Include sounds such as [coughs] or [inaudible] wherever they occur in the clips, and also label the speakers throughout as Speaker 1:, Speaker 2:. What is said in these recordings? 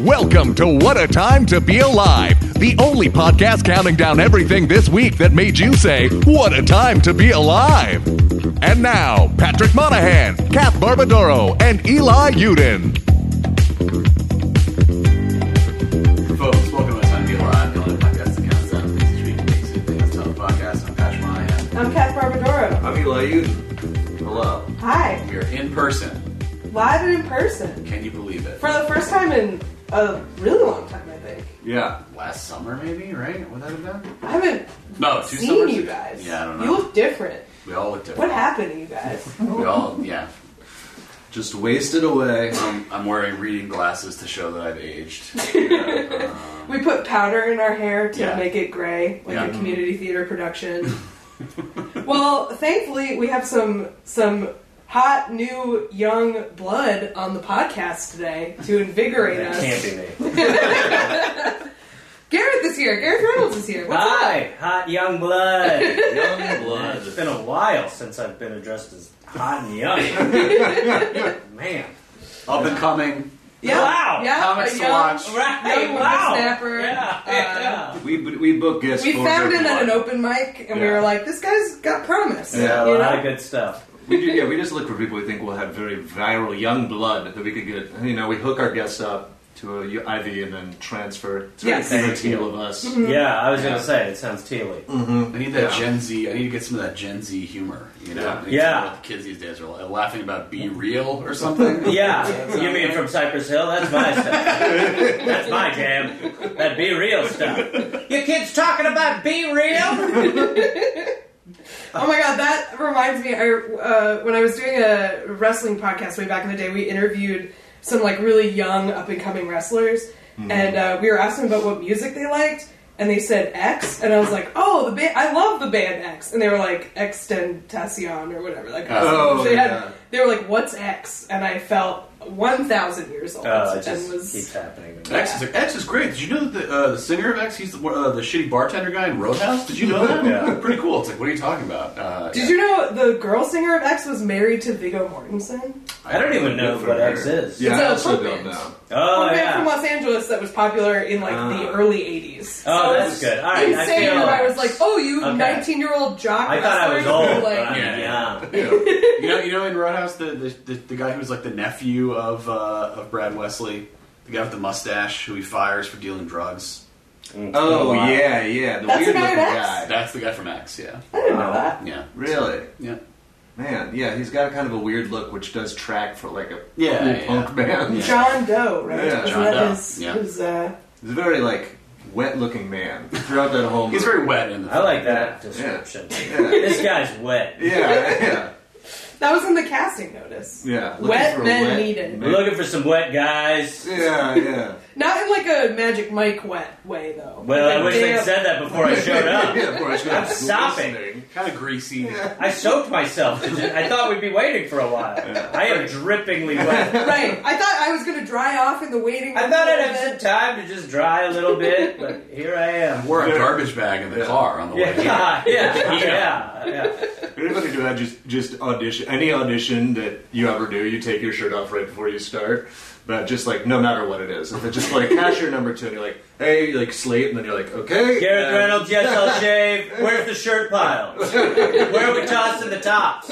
Speaker 1: Welcome to What a Time to Be Alive, the only podcast counting down everything this week that made you say, What a Time to Be Alive. And now, Patrick Monahan, Kath Barbadoro, and Eli Uden.
Speaker 2: Folks, welcome to Time to Be Alive, the only podcast that counts down things between things and things on the podcast. I'm Patrick Monahan.
Speaker 3: I'm Kat Barbadoro.
Speaker 2: I'm Eli Uden. Hello.
Speaker 3: Hi.
Speaker 2: We are in person.
Speaker 3: Live and in person.
Speaker 2: Can you believe it?
Speaker 3: For the first time in a really long time, I think.
Speaker 2: yeah. Last summer, maybe, right? Would that have been?
Speaker 3: I haven't
Speaker 2: No, two
Speaker 3: seen
Speaker 2: summers
Speaker 3: you
Speaker 2: ago.
Speaker 3: guys.
Speaker 2: Yeah, I don't know.
Speaker 3: You look different.
Speaker 2: We all look different.
Speaker 3: What happened to you
Speaker 2: [laughs]
Speaker 3: guys?
Speaker 2: We all, yeah. Just wasted away. I'm, I'm wearing reading glasses to show that I've [laughs] aged.
Speaker 3: we put powder in our hair to
Speaker 2: Yeah.
Speaker 3: make it gray, like
Speaker 2: Yeah.
Speaker 3: a community theater production.
Speaker 2: [laughs]
Speaker 3: well, thankfully, we have some some hot new young blood on the podcast today to invigorate us.
Speaker 4: Can't be me.
Speaker 3: Gareth is here. Gareth Reynolds is here. What's up?
Speaker 4: Hi, hot young blood.
Speaker 2: [laughs] Young blood.
Speaker 4: It's been a while since I've been addressed as hot and
Speaker 2: [laughs]
Speaker 4: young. Man,
Speaker 2: Up and coming.
Speaker 3: Yeah.
Speaker 4: Wow.
Speaker 3: Yeah.
Speaker 2: Comics
Speaker 3: a
Speaker 2: to
Speaker 3: young-
Speaker 2: watch.
Speaker 4: right?
Speaker 3: Young
Speaker 4: Wow.
Speaker 3: whippersnapper.
Speaker 4: Yeah.
Speaker 3: Uh,
Speaker 4: [laughs] yeah.
Speaker 2: We, we book guests
Speaker 3: We
Speaker 2: for
Speaker 3: found
Speaker 2: good
Speaker 3: it at an
Speaker 2: blood.
Speaker 3: open mic, and we
Speaker 2: Yeah.
Speaker 3: were like, "This guy's got promise."
Speaker 2: Yeah,
Speaker 4: A
Speaker 3: you
Speaker 4: lot of
Speaker 3: know?
Speaker 4: good stuff.
Speaker 2: We do, yeah, we just look for people we think will have very viral young blood that we could get. You know, we hook our guests up to a U- IV and then transfer. It's very
Speaker 3: Yes. Mm-hmm.
Speaker 2: teal of us.
Speaker 4: Yeah, I was gonna say it sounds tealy.
Speaker 2: Mm.
Speaker 5: I need that
Speaker 2: Yeah.
Speaker 5: Gen Z. I need to get some of that Gen Z humor. You know,
Speaker 2: Yeah.
Speaker 5: I think
Speaker 4: Yeah.
Speaker 5: some of the kids these days are la- laughing about be real or
Speaker 2: [laughs]
Speaker 5: something.
Speaker 4: Yeah, you mean from Cypress Hill? That's my stuff. That's my jam. That be real stuff. You kids talking about be real?
Speaker 3: [laughs] Oh my god, that reminds me. I, uh, when I was doing a wrestling podcast way back in the day, we interviewed some like really young up and coming wrestlers,
Speaker 2: Mm-hmm.
Speaker 3: and uh, we were asking about what music they liked, and they said X, and I was like, "Oh, the band! I love the band X," and they were like Extentacion or whatever. Like, [laughs]
Speaker 2: Oh,
Speaker 3: they had,
Speaker 2: yeah.
Speaker 3: they were like, "What's X?" and I felt one thousand years old,
Speaker 4: Oh, it
Speaker 3: and
Speaker 4: just
Speaker 3: was
Speaker 4: keeps happening. to me.
Speaker 5: X is, X is great. Did you know that the, uh, the singer of X, he's the, uh, the shitty bartender guy in Roadhouse? Did you know that?
Speaker 4: Yeah.
Speaker 5: [laughs] Pretty cool. It's like, what are you talking about? Uh,
Speaker 3: Did you know the girl singer of X was married to Viggo Mortensen?
Speaker 4: I don't even know what X is.
Speaker 2: Yeah, I
Speaker 3: It's a
Speaker 2: also
Speaker 3: punk
Speaker 2: don't
Speaker 3: band.
Speaker 2: know.
Speaker 4: Oh
Speaker 3: One band
Speaker 4: yeah. Uh.
Speaker 3: from Los Angeles that was popular in like the
Speaker 2: Ah.
Speaker 3: early 80s.
Speaker 4: Oh,
Speaker 3: So
Speaker 4: that's
Speaker 3: it's
Speaker 4: good. All right, I
Speaker 3: Insane
Speaker 4: feel-
Speaker 3: that I was like, oh, you
Speaker 4: Okay.
Speaker 3: 19 year old jock.
Speaker 4: I thought I was
Speaker 3: wrestler,"
Speaker 4: old.
Speaker 3: like,
Speaker 4: but I'm
Speaker 5: Yeah.
Speaker 4: young.
Speaker 5: Yeah. you know, you know, in Roadhouse, the the, the, the guy who's like the nephew of uh, of Brad Wesley, the guy with the mustache who he fires for dealing drugs.
Speaker 2: Oh
Speaker 4: Wow.
Speaker 2: yeah, yeah. The
Speaker 3: That's
Speaker 2: weird
Speaker 3: a guy
Speaker 2: looking
Speaker 3: at X?
Speaker 2: guy.
Speaker 5: That's the guy from X. Yeah,
Speaker 3: I didn't know that.
Speaker 5: yeah,
Speaker 2: Really,
Speaker 5: yeah.
Speaker 2: man. Yeah, he's got a kind of a weird look, which does track for like a
Speaker 5: Yeah,
Speaker 2: cool
Speaker 5: yeah.
Speaker 2: punk band.
Speaker 5: Yeah.
Speaker 3: John Doe, right?
Speaker 2: Yeah,
Speaker 3: Wasn't
Speaker 5: John
Speaker 3: that
Speaker 5: Doe,
Speaker 3: his,
Speaker 5: yeah.
Speaker 3: his, uh,
Speaker 2: [laughs] He's a very like wet looking man throughout that whole.
Speaker 5: He's
Speaker 2: movie.
Speaker 5: very wet in the.
Speaker 4: I like that description.
Speaker 2: Yeah.
Speaker 4: This guy's wet.
Speaker 2: Yeah, [laughs] yeah,
Speaker 3: that was in the casting notice.
Speaker 2: yeah. Looking
Speaker 3: Wet
Speaker 2: for a
Speaker 3: men
Speaker 2: wet
Speaker 3: needed.
Speaker 4: We're looking for some wet guys.
Speaker 2: Yeah, yeah.
Speaker 4: [laughs]
Speaker 3: Not in like a Magic Mike wet way, though.
Speaker 4: Well,
Speaker 3: Like,
Speaker 4: I wish they'd
Speaker 3: damn-
Speaker 4: said that before I showed up.
Speaker 2: [laughs] yeah, of course.
Speaker 4: I'm stopping.
Speaker 5: Kind of greasy.
Speaker 4: I soaked myself. I thought we'd be waiting for a while. I am drippingly wet.
Speaker 3: Right. I thought I was going to dry off in the waiting room.
Speaker 4: I thought I'd
Speaker 3: a
Speaker 4: have
Speaker 3: little
Speaker 4: some
Speaker 3: bit.
Speaker 4: time to just dry a little bit, but here I am.
Speaker 5: Wore a garbage bag in the car on the way. here.
Speaker 4: Yeah, [laughs] yeah, yeah. yeah.
Speaker 2: Anybody do that? Just just audition. Any audition that you ever do, you take your shirt off right before you start. But just like no matter what it is, if it's just
Speaker 4: [laughs]
Speaker 2: like cashier number two, and you're like, hey, you like slate, and then you're like, okay,
Speaker 4: Gareth
Speaker 2: and-
Speaker 4: Reynolds, yes, I'll shave. Where's the shirt pile? Where are we tossing the tops?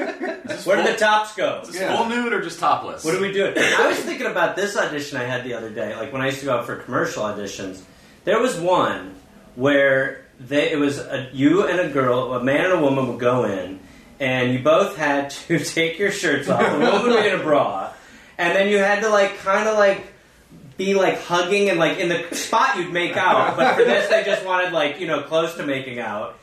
Speaker 4: Where do the tops go?
Speaker 5: Is this
Speaker 2: Yeah.
Speaker 5: full nude or just topless?
Speaker 4: What are we doing? I was thinking about this audition I had the other day. Like when I used to go out for commercial auditions, there was one where they, it was a, you and a girl, a man and a woman would go in, and you both had to [laughs] take your shirts off. The woman would be in a bra, and then you had to like kind of like be like hugging and like in the spot you'd make out. But for this, they just wanted like you know close to making out.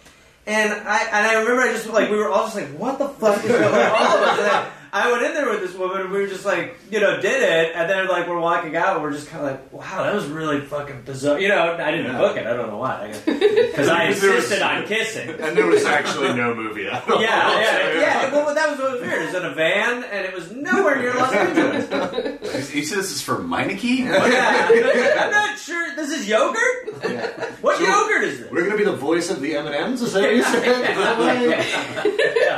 Speaker 4: And I and I remember I just like we were all just like, what the fuck is going on? All of us. And I, I went in there with this woman and we were just like, you know, did it, and then like we're walking out and we're just kind of like, wow, that was really fucking bizarre. You know, I didn't
Speaker 2: Yeah.
Speaker 4: book it. I don't know why,
Speaker 2: [laughs]
Speaker 4: because I
Speaker 2: Because there was-
Speaker 4: insisted on
Speaker 2: [laughs]
Speaker 4: kissing.
Speaker 2: And there was actually no movie at all.
Speaker 4: Yeah, yeah,
Speaker 2: [laughs]
Speaker 4: yeah. Well, that was what was weird. It was in a van, and it was nowhere near Los
Speaker 2: [laughs]
Speaker 4: Angeles.
Speaker 5: You see, this is for Meineke?
Speaker 4: Yeah, I'm not sure. This is yogurt.
Speaker 2: Yeah.
Speaker 4: What
Speaker 2: So-
Speaker 4: yogurt is this?
Speaker 2: We're gonna be the voice of the M and M's. Is that what you said? Is that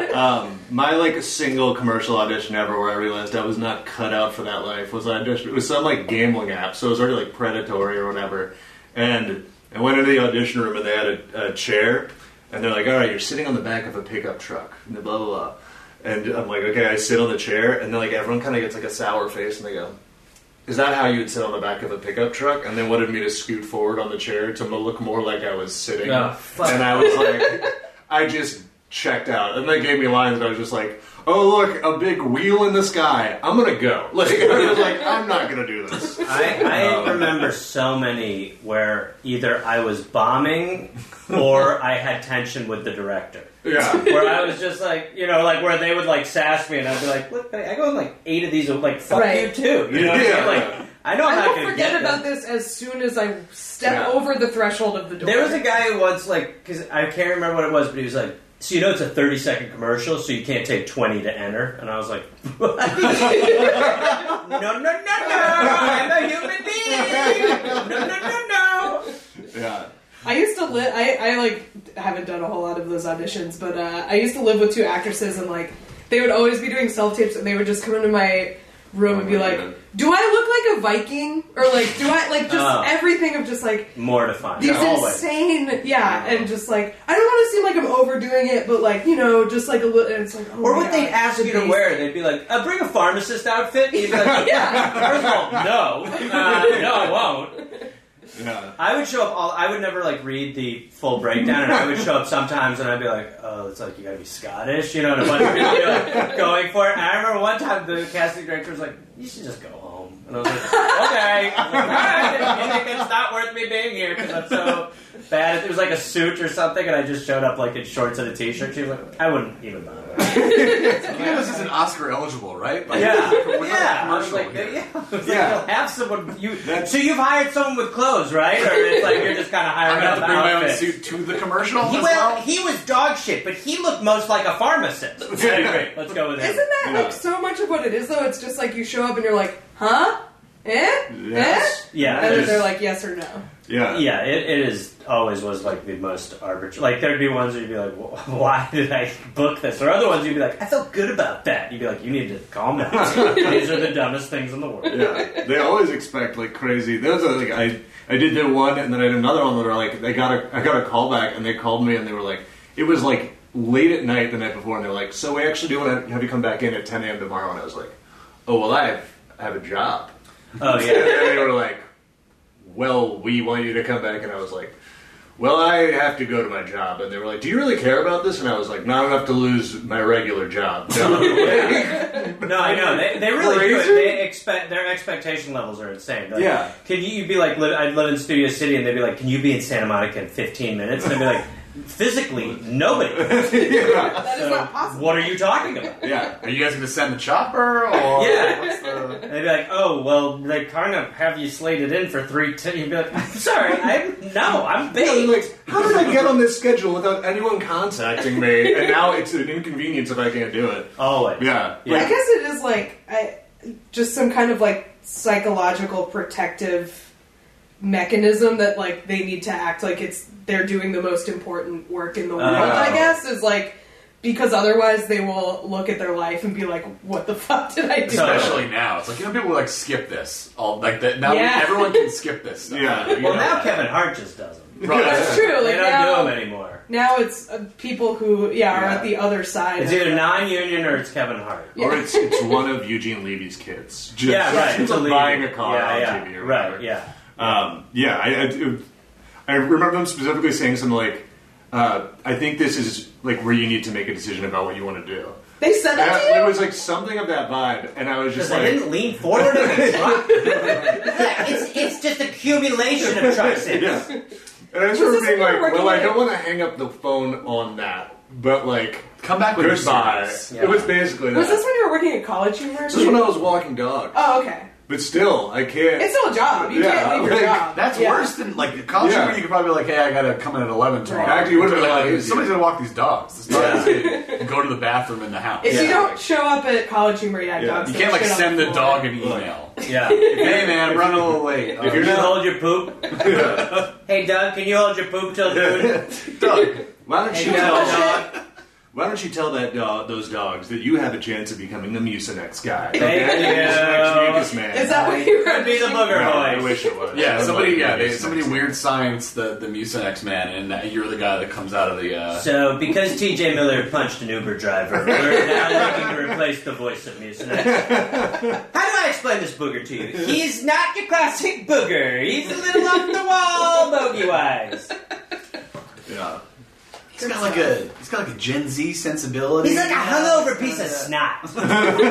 Speaker 2: what you- [laughs] um, my like single commercial audition ever where I realized I was not cut out for that life was I auditioned. It was some like gambling app, so it was already like predatory or whatever. And I went into the audition room and they had a, a chair, and they're like, "All right, you're sitting on the back of a pickup truck," and blah blah blah. And I'm like, "Okay," I sit on the chair, and then like everyone kind of gets like a sour face, and they go. Is that how you would sit on the back of a pickup truck? And they wanted me to scoot forward on the chair to look more like I was sitting.
Speaker 4: Oh, fuck.
Speaker 2: And I was like, I just checked out. And they gave me lines, and I was just like, oh, look, a big wheel in the sky. I'm going to go. [laughs] Like, I was like, I'm not going to do this.
Speaker 4: I, I remember so many where either I was bombing or I had tension with the director.
Speaker 2: Yeah.
Speaker 4: Where I was just like, you know, like where they would like sass me, and I'd be like, "Look, buddy, I go on like eight of these, and like fuck
Speaker 3: Right.
Speaker 4: you too." You know, what
Speaker 2: Yeah.
Speaker 4: I mean? like I know I'm
Speaker 3: I
Speaker 4: not
Speaker 3: will
Speaker 4: gonna
Speaker 3: forget
Speaker 4: get
Speaker 3: about
Speaker 4: this.
Speaker 3: this as soon as I step
Speaker 2: Yeah.
Speaker 3: over the threshold of the door.
Speaker 4: There was a guy who once like because I can't remember what it was, but he was like, "So you know it's a thirty second commercial, so you can't take twenty to enter." And I was like, what? [laughs] "No, no, no, no! I'm a human being. No, no, no, no!"
Speaker 2: Yeah.
Speaker 3: I used to live. I, I like haven't done a whole lot of those auditions, but uh, I used to live with two actresses, and like they would always be doing self tapes, and they would just come into my room and be
Speaker 2: my
Speaker 3: like,
Speaker 2: God.
Speaker 3: "Do I look like a Viking?" Or like, "Do I like just
Speaker 4: Oh.
Speaker 3: everything of just like."
Speaker 4: Mortifying.
Speaker 3: These
Speaker 4: always.
Speaker 3: insane, yeah, and just like I don't want to seem like I'm overdoing it, but like you know, just like a little. And it's like, oh
Speaker 4: Or
Speaker 3: my
Speaker 4: what they'd
Speaker 3: God,
Speaker 4: ask
Speaker 3: the
Speaker 4: you to
Speaker 3: base-
Speaker 4: wear, they'd be like, uh, bring a pharmacist outfit. And you'd be
Speaker 3: [laughs]
Speaker 4: like, [laughs]
Speaker 3: Yeah,
Speaker 4: first of all, no. Uh, no, I won't.
Speaker 2: Yeah.
Speaker 4: I would show up all, I would never like read the full breakdown and I would show up sometimes and I'd be like, oh, it's like, you gotta be Scottish, you know, and a bunch of people be like going for it. And I remember one time the casting director was like, you should just go home. And I was like, okay. I was like, all right. You think it's not worth me being here because I'm so bad. It was like a suit or something and I just showed up like in shorts and a t-shirt. She was like, I wouldn't even bother.
Speaker 5: You know this isn't Oscar eligible, right? Like, [laughs]
Speaker 4: Yeah,
Speaker 5: we're not
Speaker 4: yeah. I was
Speaker 5: commercial
Speaker 4: like,
Speaker 5: here.
Speaker 4: yeah. I was
Speaker 2: Yeah.
Speaker 4: like, you'll have someone. You so you've hired someone with clothes, right? Or it's like you're just kind of
Speaker 5: I'm
Speaker 4: hiring
Speaker 5: gonna have
Speaker 4: out
Speaker 5: to bring my own
Speaker 4: outfits.
Speaker 5: suit to the commercial.
Speaker 4: He,
Speaker 5: as
Speaker 4: well,
Speaker 5: well.
Speaker 4: he was dog shit, but he looked most like a pharmacist. Okay, great. Let's go with him.
Speaker 3: Isn't that
Speaker 2: Yeah.
Speaker 3: like so much of what it is though? It's just like you show up and you're like, huh? Eh?
Speaker 2: Yes.
Speaker 3: Eh?
Speaker 4: Yeah,
Speaker 3: And then
Speaker 4: there's-
Speaker 3: they're like, yes or no.
Speaker 2: Yeah.
Speaker 4: yeah, it, it is always was like the most arbitrary. Like there'd be ones where you'd be like, "Wh- [laughs] "Why did I book this?" Or other ones you'd be like, "I felt good about that." You'd be like, "You need to calm [laughs] down. These are the dumbest things in the world."
Speaker 2: yeah, they always expect like crazy. Those are like I I did the one and then I did another one where like they got a I got a call back and they called me and they were like it was like late at night the night before and they were like so we actually do want to have you come back in at 10 a.m. tomorrow and I was like oh well I have I have a job
Speaker 4: Oh
Speaker 2: and
Speaker 4: yeah.
Speaker 2: then they were like well we want you to come back and I was like. Well, I have to go to my job, and they were like, "Do you really care about this?" And I was like, "Not enough to lose my regular job." No.
Speaker 4: No, I know they, they really
Speaker 2: Crazy?
Speaker 4: do it. They expect their expectation levels are insane. Like,
Speaker 2: Yeah.
Speaker 4: can you you'd be like li- I'd live in Studio City and they'd be like, can you be in Santa Monica in 15 minutes? And I'd be like, physically [laughs] nobody.
Speaker 3: That is not possible.
Speaker 4: What are you talking about?
Speaker 2: yeah,
Speaker 5: Are you guys gonna send the chopper
Speaker 2: [laughs]
Speaker 5: or
Speaker 4: Yeah.
Speaker 5: what's the
Speaker 4: And [laughs] they'd be like, oh well, they kind of have you slated in for three. T-. You'd be like, I'm sorry, I'm no, I'm
Speaker 2: Yeah,
Speaker 4: big.
Speaker 2: like, how did I get on this schedule without anyone contacting me? And now it's an inconvenience if I can't do it.
Speaker 4: Always.
Speaker 2: Yeah.
Speaker 4: Yeah.
Speaker 3: I guess it is like I, just some kind of like psychological protective mechanism that like they need to act like it's they're doing the most important work in the world.
Speaker 2: Oh.
Speaker 3: I guess is like because otherwise they will look at their life and be like, "What the fuck did I do?"
Speaker 4: So-
Speaker 5: especially now? It's like you know people like skip this. All like that now
Speaker 3: Yeah.
Speaker 5: everyone can skip this. Stuff.
Speaker 2: Yeah.
Speaker 5: You
Speaker 4: Well,
Speaker 5: know?
Speaker 4: now Kevin Hart just does them.
Speaker 5: Right.
Speaker 3: That's true.
Speaker 4: They
Speaker 3: Like
Speaker 4: don't
Speaker 3: now,
Speaker 4: do them anymore.
Speaker 3: now it's uh, people who yeah are
Speaker 5: Yeah.
Speaker 3: at the other side.
Speaker 4: It's
Speaker 3: of-
Speaker 4: either non-union or it's Kevin Hart.
Speaker 3: Yeah.
Speaker 2: Or it's it's one of Eugene Levy's kids. Just,
Speaker 4: Yeah, right.
Speaker 2: It's
Speaker 4: a lead.
Speaker 2: buying a car
Speaker 4: Yeah,
Speaker 2: on
Speaker 4: yeah.
Speaker 2: TV or whatever.
Speaker 4: right. Yeah.
Speaker 2: Um, yeah, I, I, it- I remember them specifically saying something like, uh, "I think this is like where you need to make a decision about what you want to do."
Speaker 3: They said
Speaker 2: And
Speaker 3: that
Speaker 2: I- it
Speaker 3: to you.
Speaker 2: was like something of that vibe, and I was just
Speaker 4: Because I
Speaker 2: like,
Speaker 4: didn't lean forward in the truck. it's, it's just accumulation of truck sits.
Speaker 2: [laughs] Yeah. And I just
Speaker 3: Was
Speaker 2: remember
Speaker 3: this
Speaker 2: being
Speaker 3: when you
Speaker 2: like,
Speaker 3: were
Speaker 2: well, I
Speaker 3: working
Speaker 2: don't want to hang up the phone on that, but like,
Speaker 5: Come back with your
Speaker 2: goodbye.
Speaker 5: service.
Speaker 4: Yeah.
Speaker 2: It was basically that.
Speaker 3: Was this when you were working at college? You were.
Speaker 2: This is when I was walking dog.
Speaker 3: oh, okay.
Speaker 2: but still, I can't.
Speaker 3: It's still a job. You
Speaker 2: Yeah,
Speaker 3: can't leave your
Speaker 2: like,
Speaker 3: job.
Speaker 5: That's
Speaker 3: Yeah.
Speaker 5: worse than like a college
Speaker 2: Yeah.
Speaker 5: yeah. you could probably be like, hey, I gotta come in at eleven tomorrow.
Speaker 2: Actually, it would've been a lot easier.
Speaker 5: somebody's gonna walk these dogs. This dog
Speaker 2: Yeah.
Speaker 5: is gonna go to the bathroom in the house.
Speaker 3: If you
Speaker 2: Yeah.
Speaker 3: don't show up at college humor, yeah,
Speaker 2: Yeah.
Speaker 3: dogs
Speaker 5: You
Speaker 3: will
Speaker 5: can't like
Speaker 3: shit on
Speaker 5: send the
Speaker 3: floor.
Speaker 5: dog an email.
Speaker 4: Yeah.
Speaker 5: Hey man, I'm running a little late.
Speaker 4: If
Speaker 5: Um,
Speaker 4: you can hold your
Speaker 2: [laughs]
Speaker 4: poop. hey Doug, can you hold your poop till noon?
Speaker 2: Doug, why don't
Speaker 4: Hey
Speaker 2: you
Speaker 4: Doug.
Speaker 2: tell why don't you tell that dog, those dogs that you have a chance of becoming the Mucinex guy?
Speaker 4: Thank you.
Speaker 2: Mucinex mucus man.
Speaker 3: Is that what you were?
Speaker 4: Could be the
Speaker 2: No,
Speaker 4: booger
Speaker 2: I
Speaker 4: boys.
Speaker 2: wish it was.
Speaker 5: Yeah,
Speaker 2: I'd
Speaker 5: somebody.
Speaker 2: love
Speaker 5: Yeah,
Speaker 2: to be
Speaker 5: they,
Speaker 2: a
Speaker 5: somebody
Speaker 2: Mucinex.
Speaker 5: weird science the the Mucinex man, and you're the guy that comes out of the. Uh,
Speaker 4: So, because TJ Miller punched an Uber driver, we're now looking to replace the voice of Mucinex. How do I explain this booger to you? He's not your classic booger. He's a little off the wall, bogey wise.
Speaker 2: Yeah.
Speaker 5: he's got like a he's got like a Gen Z sensibility.
Speaker 4: He's like a hungover piece of snot,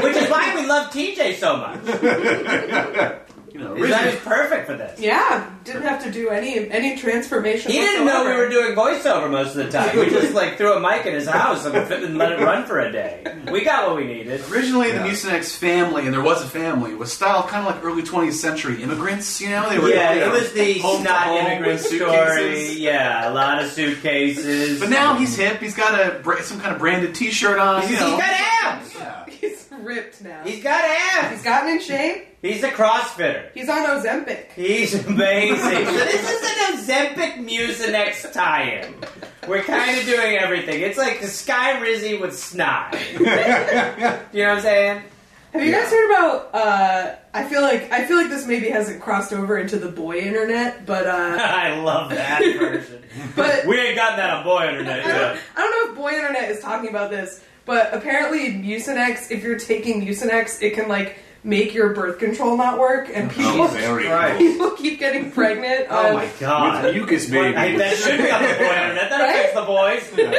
Speaker 4: which is why we love TJ so much.
Speaker 2: [laughs]
Speaker 5: you know,
Speaker 4: He's like,
Speaker 5: originally,
Speaker 4: he's perfect for this.
Speaker 3: Yeah, didn't have to do any any transformation.
Speaker 4: He didn't know we
Speaker 3: whatsoever.
Speaker 4: were doing voiceover most of the time. We just like threw a mic in his house and fit- and let it run for a day. We got what we needed.
Speaker 5: originally
Speaker 2: Yeah.
Speaker 5: the Mucinex family, and there was a family, was styled kind of like early 20th century immigrants. You know, they were
Speaker 4: [laughs] Yeah,
Speaker 5: you
Speaker 4: it
Speaker 5: know,
Speaker 4: was the
Speaker 5: home to
Speaker 4: snot
Speaker 5: home
Speaker 4: immigrant
Speaker 5: with
Speaker 4: story.
Speaker 5: suitcases.
Speaker 4: Yeah, a lot of suitcases.
Speaker 5: But now he's hip. He's got a bra- some kind of branded T-shirt on.
Speaker 4: he's
Speaker 5: you know.
Speaker 4: got abs.
Speaker 5: Yeah.
Speaker 3: [laughs] He's ripped now.
Speaker 4: He's got
Speaker 3: He's
Speaker 4: abs.
Speaker 3: gotten in shape.
Speaker 4: He's a CrossFitter.
Speaker 3: He's on Ozempic.
Speaker 4: He's amazing. so this is an Ozempic Mucinex tie-in. We're kind of doing everything. It's like the Sky Rizzy with snot. [laughs] you know what I'm saying? [laughs]
Speaker 3: Have you guys heard about? Uh, I feel like I feel like this maybe hasn't crossed over into the boy internet, but
Speaker 4: [laughs]
Speaker 3: uh,
Speaker 4: I love that version.
Speaker 3: but
Speaker 4: We ain't gotten that on boy
Speaker 3: [laughs]
Speaker 4: internet
Speaker 3: I don't,
Speaker 4: yet.
Speaker 3: I don't know if boy internet is talking about this, but apparently Mucinex, if you're taking Mucinex, it can like make your birth control not work, and people
Speaker 2: Oh, very
Speaker 4: Christ.
Speaker 2: cool.
Speaker 3: [laughs] people keep getting pregnant.
Speaker 4: Oh
Speaker 3: on-
Speaker 4: my
Speaker 5: Uh,
Speaker 4: god.
Speaker 2: With mucus babies.
Speaker 4: I, that should be on the boy internet. That affects the boys.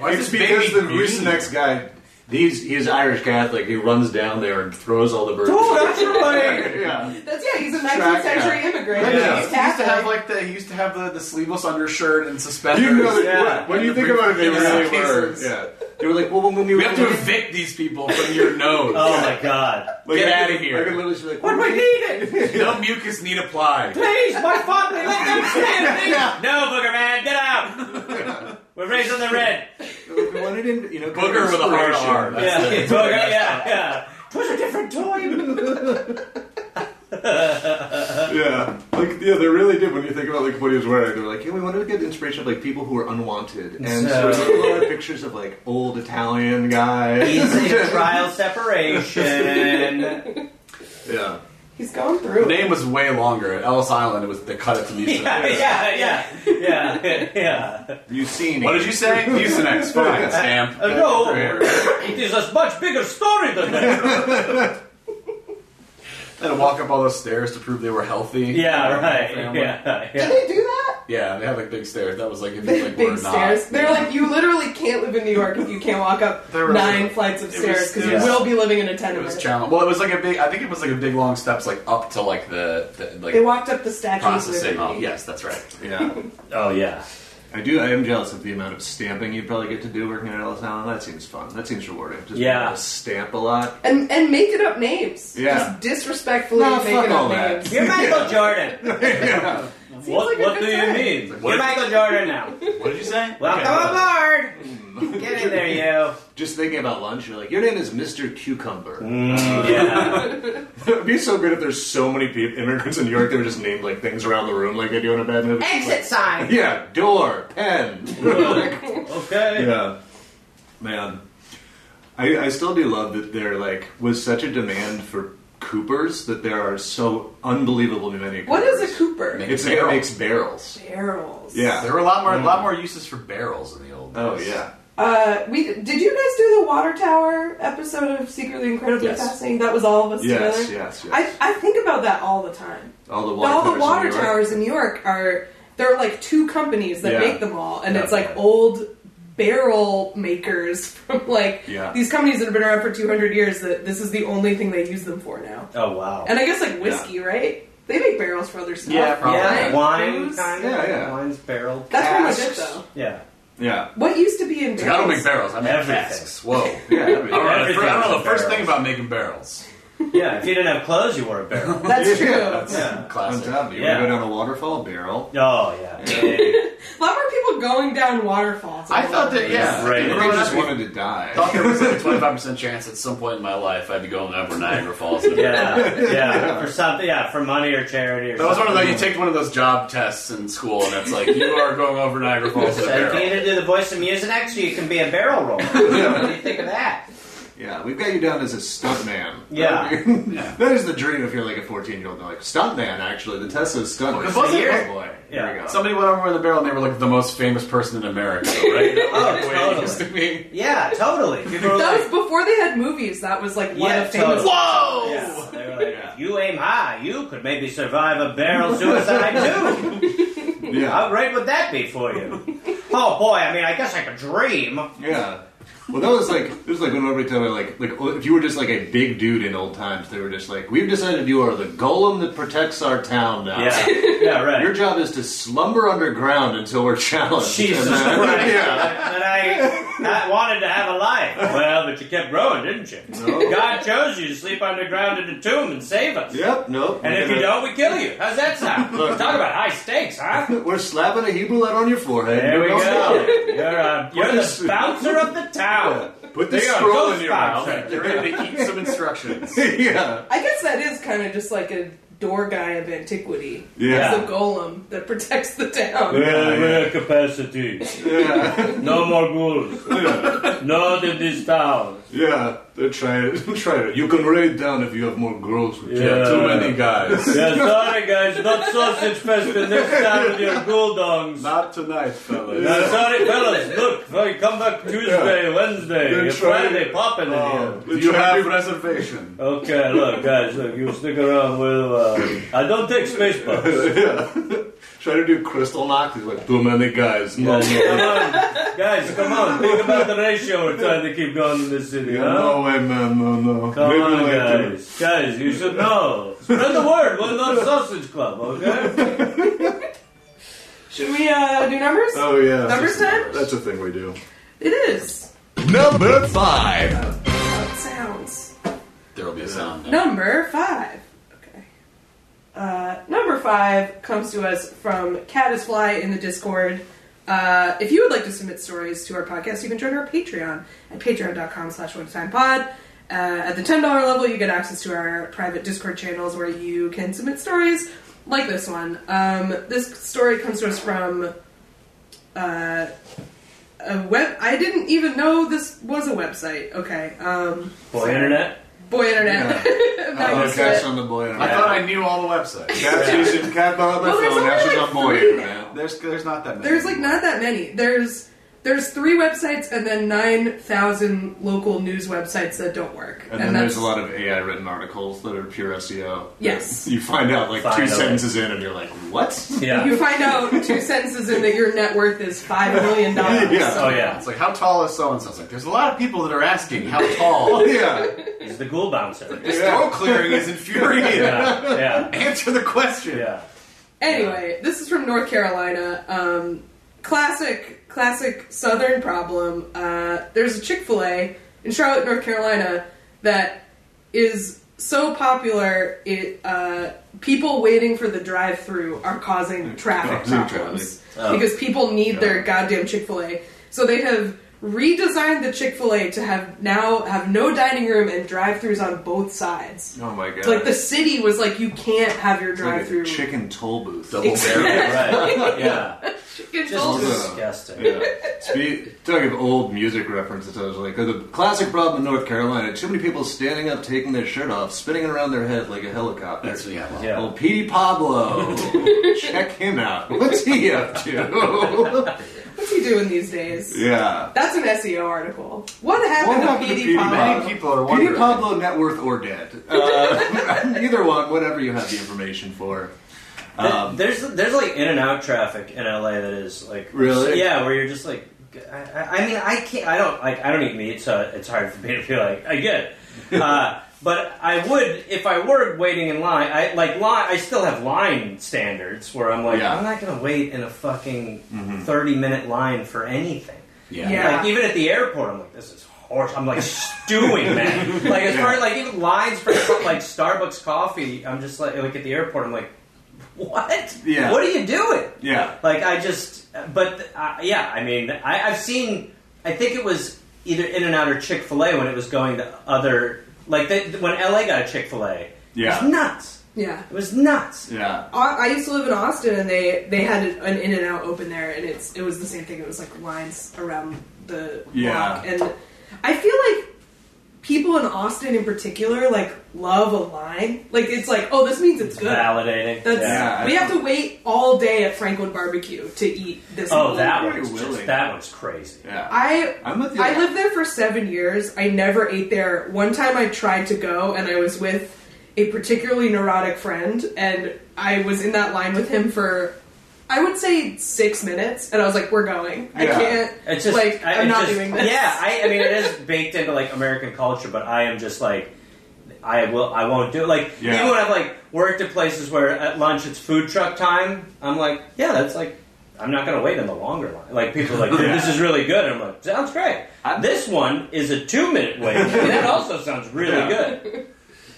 Speaker 5: Why is this
Speaker 2: it's because the
Speaker 5: baby green?
Speaker 2: Mucinex guy, he's, he's Irish Catholic. He runs down there and throws all the birds.
Speaker 4: Dude,
Speaker 2: [laughs]
Speaker 4: that's your way.
Speaker 5: Yeah.
Speaker 3: That's yeah. He's a 19th
Speaker 5: Track,
Speaker 3: century
Speaker 5: yeah.
Speaker 3: immigrant.
Speaker 5: Yeah,
Speaker 3: Yeah.
Speaker 5: He used
Speaker 3: He's
Speaker 5: to have
Speaker 3: Catholic.
Speaker 5: like the he used to have the, the sleeveless undershirt and suspenders.
Speaker 2: You know,
Speaker 4: Yeah.
Speaker 2: yeah. when you think about it, they
Speaker 5: Yeah.
Speaker 2: really were.
Speaker 5: Cases.
Speaker 2: Yeah, they were like, well, when we
Speaker 5: We
Speaker 2: were
Speaker 5: have to evict these people from your nose.
Speaker 4: Oh my god.
Speaker 2: like,
Speaker 5: get
Speaker 2: I
Speaker 5: outta
Speaker 2: could-
Speaker 5: here.
Speaker 2: I could literally just be like,
Speaker 4: But we
Speaker 3: [laughs]
Speaker 4: need it!
Speaker 5: No mucus need apply.
Speaker 4: Please, my family, let
Speaker 3: [laughs]
Speaker 4: them
Speaker 5: [laughs]
Speaker 4: stand! No, Booger Man, get out! We're raising the red.
Speaker 2: we wanted him, you know,
Speaker 5: Booger with a hard R. That's
Speaker 4: Yeah,
Speaker 5: the-
Speaker 4: Booger, yeah, yeah. Twas a different time.
Speaker 2: [laughs] Yeah, like yeah, they really did. When you think about like what he was wearing, they were like, yeah, we wanted to get inspiration of like people who are unwanted, and so, there's like, a lot of pictures of like old Italian guys.
Speaker 4: He's [laughs] in trial [laughs] separation.
Speaker 2: yeah,
Speaker 3: he's going through.
Speaker 5: The
Speaker 3: it.
Speaker 5: name was way longer. At Ellis Island, it was they cut it to mucinex.
Speaker 4: Yeah, yeah, yeah, yeah, [laughs] yeah.
Speaker 2: you seen?
Speaker 5: What did you
Speaker 2: [laughs]
Speaker 5: say? mucinex. Fine, stamp.
Speaker 4: Uh, no,
Speaker 5: There.
Speaker 4: it is a much bigger story than [laughs] that.
Speaker 5: They had to walk up all those stairs to prove they were healthy.
Speaker 4: Yeah,
Speaker 5: Uh,
Speaker 4: right.
Speaker 5: family.
Speaker 4: Yeah,
Speaker 3: Did
Speaker 4: yeah.
Speaker 3: they do that?
Speaker 5: Yeah, they had like big stairs. That was like if
Speaker 3: They
Speaker 5: you like were
Speaker 3: [laughs] big
Speaker 5: not.
Speaker 3: stairs. They're like you literally can't live in New York if you can't walk up
Speaker 5: There were-
Speaker 3: nine flights of
Speaker 5: it was-
Speaker 3: stairs because
Speaker 5: it
Speaker 3: you
Speaker 5: was-
Speaker 3: will be living in a
Speaker 5: It
Speaker 3: tenement.
Speaker 5: was challenging. Well, it was like a big. I think it was like a big long steps like up to like the, the like
Speaker 3: They walked up the statue. of
Speaker 5: processing. Oh,
Speaker 3: Liberty.
Speaker 5: Yes, that's right.
Speaker 2: Yeah,
Speaker 4: [laughs] Oh, yeah.
Speaker 2: I do. I am jealous of the amount of stamping you probably get to do working at Ellis Island. That seems fun. That seems rewarding. Just
Speaker 4: Yeah.
Speaker 2: being able to stamp a lot.
Speaker 3: and and making up names.
Speaker 2: Yeah.
Speaker 3: just disrespectfully
Speaker 2: No,
Speaker 3: making
Speaker 2: fuck
Speaker 3: up
Speaker 2: all that.
Speaker 3: names.
Speaker 4: You're Michael [laughs] Jordan.
Speaker 3: like
Speaker 4: What,
Speaker 3: a
Speaker 4: what
Speaker 3: good
Speaker 4: do you
Speaker 3: time.
Speaker 4: mean?
Speaker 5: what-
Speaker 4: You're Michael Jordan now.
Speaker 5: What did you say?
Speaker 4: Welcome aboard! Get in there, you.
Speaker 2: Just thinking about lunch, you're like, your name is Mr. Cucumber.
Speaker 4: Mm.
Speaker 5: [laughs]
Speaker 4: Yeah.
Speaker 2: [laughs] It'd be so good if there's so many pe- immigrants in New York that were just named like things around the room, like they do in a bad movie.
Speaker 4: Exit sign!
Speaker 2: [laughs] Yeah, door, pen.
Speaker 4: [laughs] Okay.
Speaker 2: yeah, man. I, I still do love that there like was such a demand for Coopers that there are so unbelievably many. Coopers.
Speaker 3: What is a Cooper?
Speaker 5: Maybe.
Speaker 2: It's it makes barrels.
Speaker 3: Barrels.
Speaker 2: Yeah.
Speaker 5: There were a lot more, a lot more uses for barrels in the old.
Speaker 2: Oh
Speaker 5: days.
Speaker 2: yeah.
Speaker 3: Uh, we did you guys do the water tower episode of Secretly Incredibly
Speaker 5: Yes.
Speaker 3: Fascinating? That was all of us
Speaker 2: Yes,
Speaker 3: together.
Speaker 2: yes, yes.
Speaker 3: I, I think about that all the time.
Speaker 2: All the water.
Speaker 3: all the
Speaker 2: towers
Speaker 3: water
Speaker 2: in New York.
Speaker 3: towers in New York are there are like two companies that
Speaker 2: Yeah.
Speaker 3: make them all, and
Speaker 2: Yeah.
Speaker 3: it's like old barrel makers [laughs] from like
Speaker 2: Yeah.
Speaker 3: these companies that have been around for 200 years that this is the only thing they use them for now.
Speaker 4: Oh, wow.
Speaker 3: And I guess like whiskey, right? They make barrels for other stuff.
Speaker 5: Yeah, probably.
Speaker 4: Yeah,
Speaker 3: Like
Speaker 4: wine,
Speaker 3: booze.
Speaker 4: kind of.
Speaker 2: Yeah, yeah.
Speaker 4: Wine's barrel.
Speaker 3: That's pretty much it
Speaker 5: Casks.
Speaker 3: though.
Speaker 4: Yeah.
Speaker 2: Yeah.
Speaker 3: What used to be in
Speaker 5: Like, I don't
Speaker 3: barrels-
Speaker 5: make barrels. I make
Speaker 4: Everything.
Speaker 5: casks.
Speaker 4: [laughs]
Speaker 5: Whoa.
Speaker 2: Yeah. that'd be-
Speaker 5: I don't know, the
Speaker 4: Everything
Speaker 5: fir- I don't
Speaker 4: is
Speaker 5: know
Speaker 4: a
Speaker 5: the first
Speaker 4: barrel.
Speaker 5: thing about making barrels.
Speaker 4: Yeah, if you didn't have clothes, you wore a barrel.
Speaker 3: [laughs]
Speaker 5: [laughs]
Speaker 3: That's true.
Speaker 2: Yeah, [laughs]
Speaker 5: That's
Speaker 4: Yeah.
Speaker 5: classic.
Speaker 2: On top of you,
Speaker 4: Yeah.
Speaker 2: we go down a waterfall barrel.
Speaker 4: Oh, yeah.
Speaker 3: A lot more people people going down waterfalls.
Speaker 5: I thought that yeah,
Speaker 4: Right.
Speaker 5: growing
Speaker 2: I just
Speaker 5: up,
Speaker 2: wanted to die.
Speaker 5: I
Speaker 2: [laughs]
Speaker 5: thought there was like a twenty five percent chance at some point in my life I'd be going over Niagara Falls.
Speaker 4: [laughs] Yeah, yeah, for something, yeah, for money or charity or
Speaker 5: That was one
Speaker 4: something.
Speaker 5: of those. You take one of those job tests in school, and it's like you are going over Niagara Falls with a
Speaker 4: So you can
Speaker 5: barrel.
Speaker 4: either do the voice of music next, or you can be a barrel roller. what do you think of that?
Speaker 2: Yeah, we've got you down as a stuntman. [laughs]
Speaker 4: Yeah.
Speaker 2: that is the dream if you're like a 14 year old. They're like, stuntman, actually. The test is stuntman.
Speaker 5: Because wasn't
Speaker 2: oh
Speaker 5: it-
Speaker 2: boy.
Speaker 4: Yeah.
Speaker 2: Here we go.
Speaker 5: Somebody went over with a barrel, and they were like the most famous person in America, right?
Speaker 4: [laughs] Oh,
Speaker 5: Way it used to be.
Speaker 4: Yeah, totally. People were
Speaker 3: That was
Speaker 4: like,
Speaker 3: before they had movies. That was like one
Speaker 4: Yeah,
Speaker 3: of famous.
Speaker 4: totally.
Speaker 5: Whoa!
Speaker 4: yeah, they were like, if you aim high, you could maybe survive a barrel suicide too.
Speaker 2: yeah.
Speaker 4: How great would that be for you? Oh boy, I mean, I guess I could dream.
Speaker 2: Yeah. Well, that was like it was like when everybody told me like like oh, if you were just like a big dude in old times, they were just like, we've decided you are the golem that protects our town now.
Speaker 4: Yeah, [laughs] yeah, right.
Speaker 2: Your job is to slumber underground until we're challenged.
Speaker 4: Jesus [laughs]
Speaker 2: And then-
Speaker 4: Christ.
Speaker 2: [laughs] yeah.
Speaker 4: And I, I wanted to have a life. Well, but you kept growing, didn't you?
Speaker 2: No.
Speaker 4: God chose you to sleep underground in a tomb and save us.
Speaker 2: Yep. Nope.
Speaker 4: And
Speaker 2: we're
Speaker 4: if you
Speaker 2: gonna-
Speaker 4: don't, we kill you. How's that sound? Talk about high stakes, huh?
Speaker 2: we're slapping a Hebrew letter on your forehead.
Speaker 4: There we
Speaker 2: You're
Speaker 4: go.
Speaker 2: gonna-
Speaker 4: You're, uh, you're
Speaker 2: this-
Speaker 4: the bouncer of the town.
Speaker 5: Put this
Speaker 4: There you go,
Speaker 5: scroll
Speaker 4: ghost
Speaker 5: in your mouth.
Speaker 4: boxer.
Speaker 5: You're ready to eat some instructions.
Speaker 2: [laughs] yeah.
Speaker 3: I guess that is kind of just like a door guy of antiquity.
Speaker 2: Yeah.
Speaker 3: It's the golem that [laughs] protects the town.
Speaker 4: Rare capacity. No more ghouls. Not in this town.
Speaker 2: Yeah, they're trying [laughs] it. Try it. You can raid down if you have more girls. With
Speaker 5: Yeah,
Speaker 2: you.
Speaker 5: too many
Speaker 4: [laughs]
Speaker 5: guys.
Speaker 4: Yeah, sorry guys, not sausage fest the next time with your ghoul dongs.
Speaker 5: Not tonight, fellas.
Speaker 4: Uh, sorry, fellas. Look, well, you come back Tuesday, Wednesday,
Speaker 5: They're
Speaker 4: you
Speaker 5: trying-
Speaker 4: Friday, popping in here.
Speaker 5: Do you have reservation?
Speaker 4: Okay, look, guys, look, you stick around. We'll. Uh, I don't take space bucks.
Speaker 2: Try to do crystal knock. He's like, too many guys. No,
Speaker 4: come on, guys, come on. Think about the ratio we're trying to keep going in this city,
Speaker 2: no,
Speaker 4: huh?
Speaker 2: no way, man. No, no.
Speaker 4: Come
Speaker 2: Maybe
Speaker 4: on,
Speaker 2: later.
Speaker 4: guys, guys, you should know. Spread the word. We're not sausage club, okay?
Speaker 3: Should we uh, do numbers?
Speaker 2: Oh yeah.
Speaker 3: Numbers time?
Speaker 2: That's a thing we do.
Speaker 3: It is.
Speaker 1: Number five.
Speaker 3: How it sounds.
Speaker 5: There will be a sound. now.
Speaker 3: Number five. Okay. Uh, number five comes to us from Cat is Fly in the Discord. Uh, if you would like to submit stories to our podcast, you can join our Patreon at patreon.com slash pod. Uh, at the $10 level, you get access to our private Discord channels where you can submit stories like this one. Um, this story comes to us from uh, a web... I didn't even know this was a website. Okay. Um,
Speaker 4: Boy, internet.
Speaker 3: boy, internet. [laughs] I'm not
Speaker 2: Oh,
Speaker 3: used to
Speaker 2: Cat's
Speaker 3: it.
Speaker 2: on the boy.
Speaker 5: I thought I knew all the websites.
Speaker 2: Cat's using cat on my
Speaker 3: Well, there's
Speaker 2: phone. Now
Speaker 3: only
Speaker 2: she's
Speaker 3: like
Speaker 2: on boy.
Speaker 3: three
Speaker 2: man.
Speaker 5: There's, there's not that many.
Speaker 3: There's like not that many. There's there's three websites and then nine thousand local news websites that don't work.
Speaker 2: And, then
Speaker 3: that's-
Speaker 2: there's a lot of AI written articles that are pure SEO.
Speaker 3: Yes.
Speaker 2: You find out like
Speaker 4: Finally.
Speaker 2: two sentences in, and you're like,
Speaker 5: [laughs]
Speaker 2: what?
Speaker 4: Yeah.
Speaker 3: You find out two sentences in that your net worth is five million dollars.
Speaker 2: [laughs] Yeah.
Speaker 4: Oh yeah,
Speaker 5: It's like how tall is so and so? Like there's a lot of people that are asking how
Speaker 4: [laughs]
Speaker 5: tall.
Speaker 2: yeah.
Speaker 4: he's the ghoul bouncer.
Speaker 5: This throat clearing is infuriating.
Speaker 4: Yeah, yeah,
Speaker 5: [laughs] Answer the question.
Speaker 4: yeah.
Speaker 3: Anyway, this is from North Carolina. Um, classic, classic Southern problem. Uh, there's a Chick Fil A in Charlotte, North Carolina, that is so popular. It uh, people waiting for the drive-through are causing traffic
Speaker 2: Causing
Speaker 3: problems because people need their goddamn Chick Fil A. So they have redesigned the Chick Fil A to have now have no dining room and drive-throughs on both sides.
Speaker 2: Oh my god.
Speaker 3: Like the city was like, you can't have your
Speaker 2: It's like a
Speaker 3: drive-through.
Speaker 2: chicken toll booth.
Speaker 5: Double barrel.
Speaker 4: Right. Yeah.
Speaker 3: Chicken
Speaker 4: Just
Speaker 3: toll booth.
Speaker 4: disgusting.
Speaker 2: Yeah. Spe- talking of old music references, I was like, the classic problem in North Carolina: too many people standing up, taking their shirt off, spinning it around their head like a helicopter.
Speaker 5: That's what you got. Well,
Speaker 4: Yeah.
Speaker 2: Well, Petey
Speaker 5: [laughs]
Speaker 2: Pablo, check him out. What's he up
Speaker 5: [laughs]
Speaker 2: to?
Speaker 3: What's he doing these days?
Speaker 2: yeah.
Speaker 3: That's an SEO article. What happened,
Speaker 2: What happened
Speaker 3: to
Speaker 2: to
Speaker 3: PD
Speaker 2: Petey
Speaker 3: Pablo?
Speaker 5: Many people are
Speaker 2: Petey
Speaker 5: wondering.
Speaker 2: Pablo, net worth
Speaker 5: [laughs]
Speaker 2: or dead? Uh, [laughs] either one, whatever you have the information for. Um,
Speaker 4: there's there's like in and out traffic in LA that is like
Speaker 2: Really?
Speaker 4: yeah where you're just like I, I- I mean I can't I don't like I don't even eat so it's hard for me to feel like I get
Speaker 2: [laughs]
Speaker 4: it. uh, but I would if I were waiting in line I like line I still have line standards where I'm like
Speaker 2: Yeah. Mm-hmm.
Speaker 4: I'm not gonna wait in a fucking thirty minute line for anything
Speaker 5: Yeah.
Speaker 3: Yeah.
Speaker 4: like even at the airport, I'm like, this is horse. I'm like stewing
Speaker 3: [laughs]
Speaker 4: that. Like as far as like even lines for like Starbucks coffee, I'm just like like at the airport, I'm like, what?
Speaker 2: Yeah.
Speaker 4: What are you doing?
Speaker 2: Yeah.
Speaker 4: Like I just, but uh, yeah, I mean, I, I've seen. I think it was either In and Out or Chick Fil A when it was going to other like they, when LA got a Chick Fil A.
Speaker 2: Yeah.
Speaker 4: it was nuts.
Speaker 3: Yeah.
Speaker 4: It was nuts.
Speaker 2: Yeah.
Speaker 3: I I used to live in Austin, and they they had an In and Out open there, and it's it was the same thing. It was like lines around the
Speaker 2: Yeah.
Speaker 3: block, and I feel like people in Austin in particular like love a line. Like it's like, oh, this means it's good.
Speaker 4: Validating.
Speaker 3: That's
Speaker 4: yeah.
Speaker 2: Yeah, I
Speaker 3: we have
Speaker 2: know.
Speaker 3: to wait all day at Franklin Barbecue to eat this.
Speaker 4: Oh,
Speaker 3: meal.
Speaker 4: that
Speaker 2: Very
Speaker 4: one's just,
Speaker 2: willing.
Speaker 4: that one's crazy.
Speaker 2: Yeah.
Speaker 3: I
Speaker 2: I'm with you.
Speaker 3: I lived there for seven years. I never ate there. One time I tried to go and I was with a particularly neurotic friend and I was in that line with him for I would say six minutes and I was like, We're going. I
Speaker 2: Yeah.
Speaker 3: can't
Speaker 4: It's just
Speaker 3: like
Speaker 4: I,
Speaker 3: I, am
Speaker 4: it
Speaker 3: not
Speaker 4: just-
Speaker 3: doing this.
Speaker 4: Yeah, I, I mean it is baked into like American culture, but I am just like I will I won't do it. Like
Speaker 2: Yeah.
Speaker 4: even when I've like worked at places where at lunch it's food truck time, I'm like, yeah, that's like I'm not gonna wait in the longer line. Like people are like, dude, this is really good. And I'm like, sounds great.
Speaker 2: I'm-
Speaker 4: this one is a two minute wait. and that also sounds really
Speaker 2: Yeah. [laughs]
Speaker 4: good.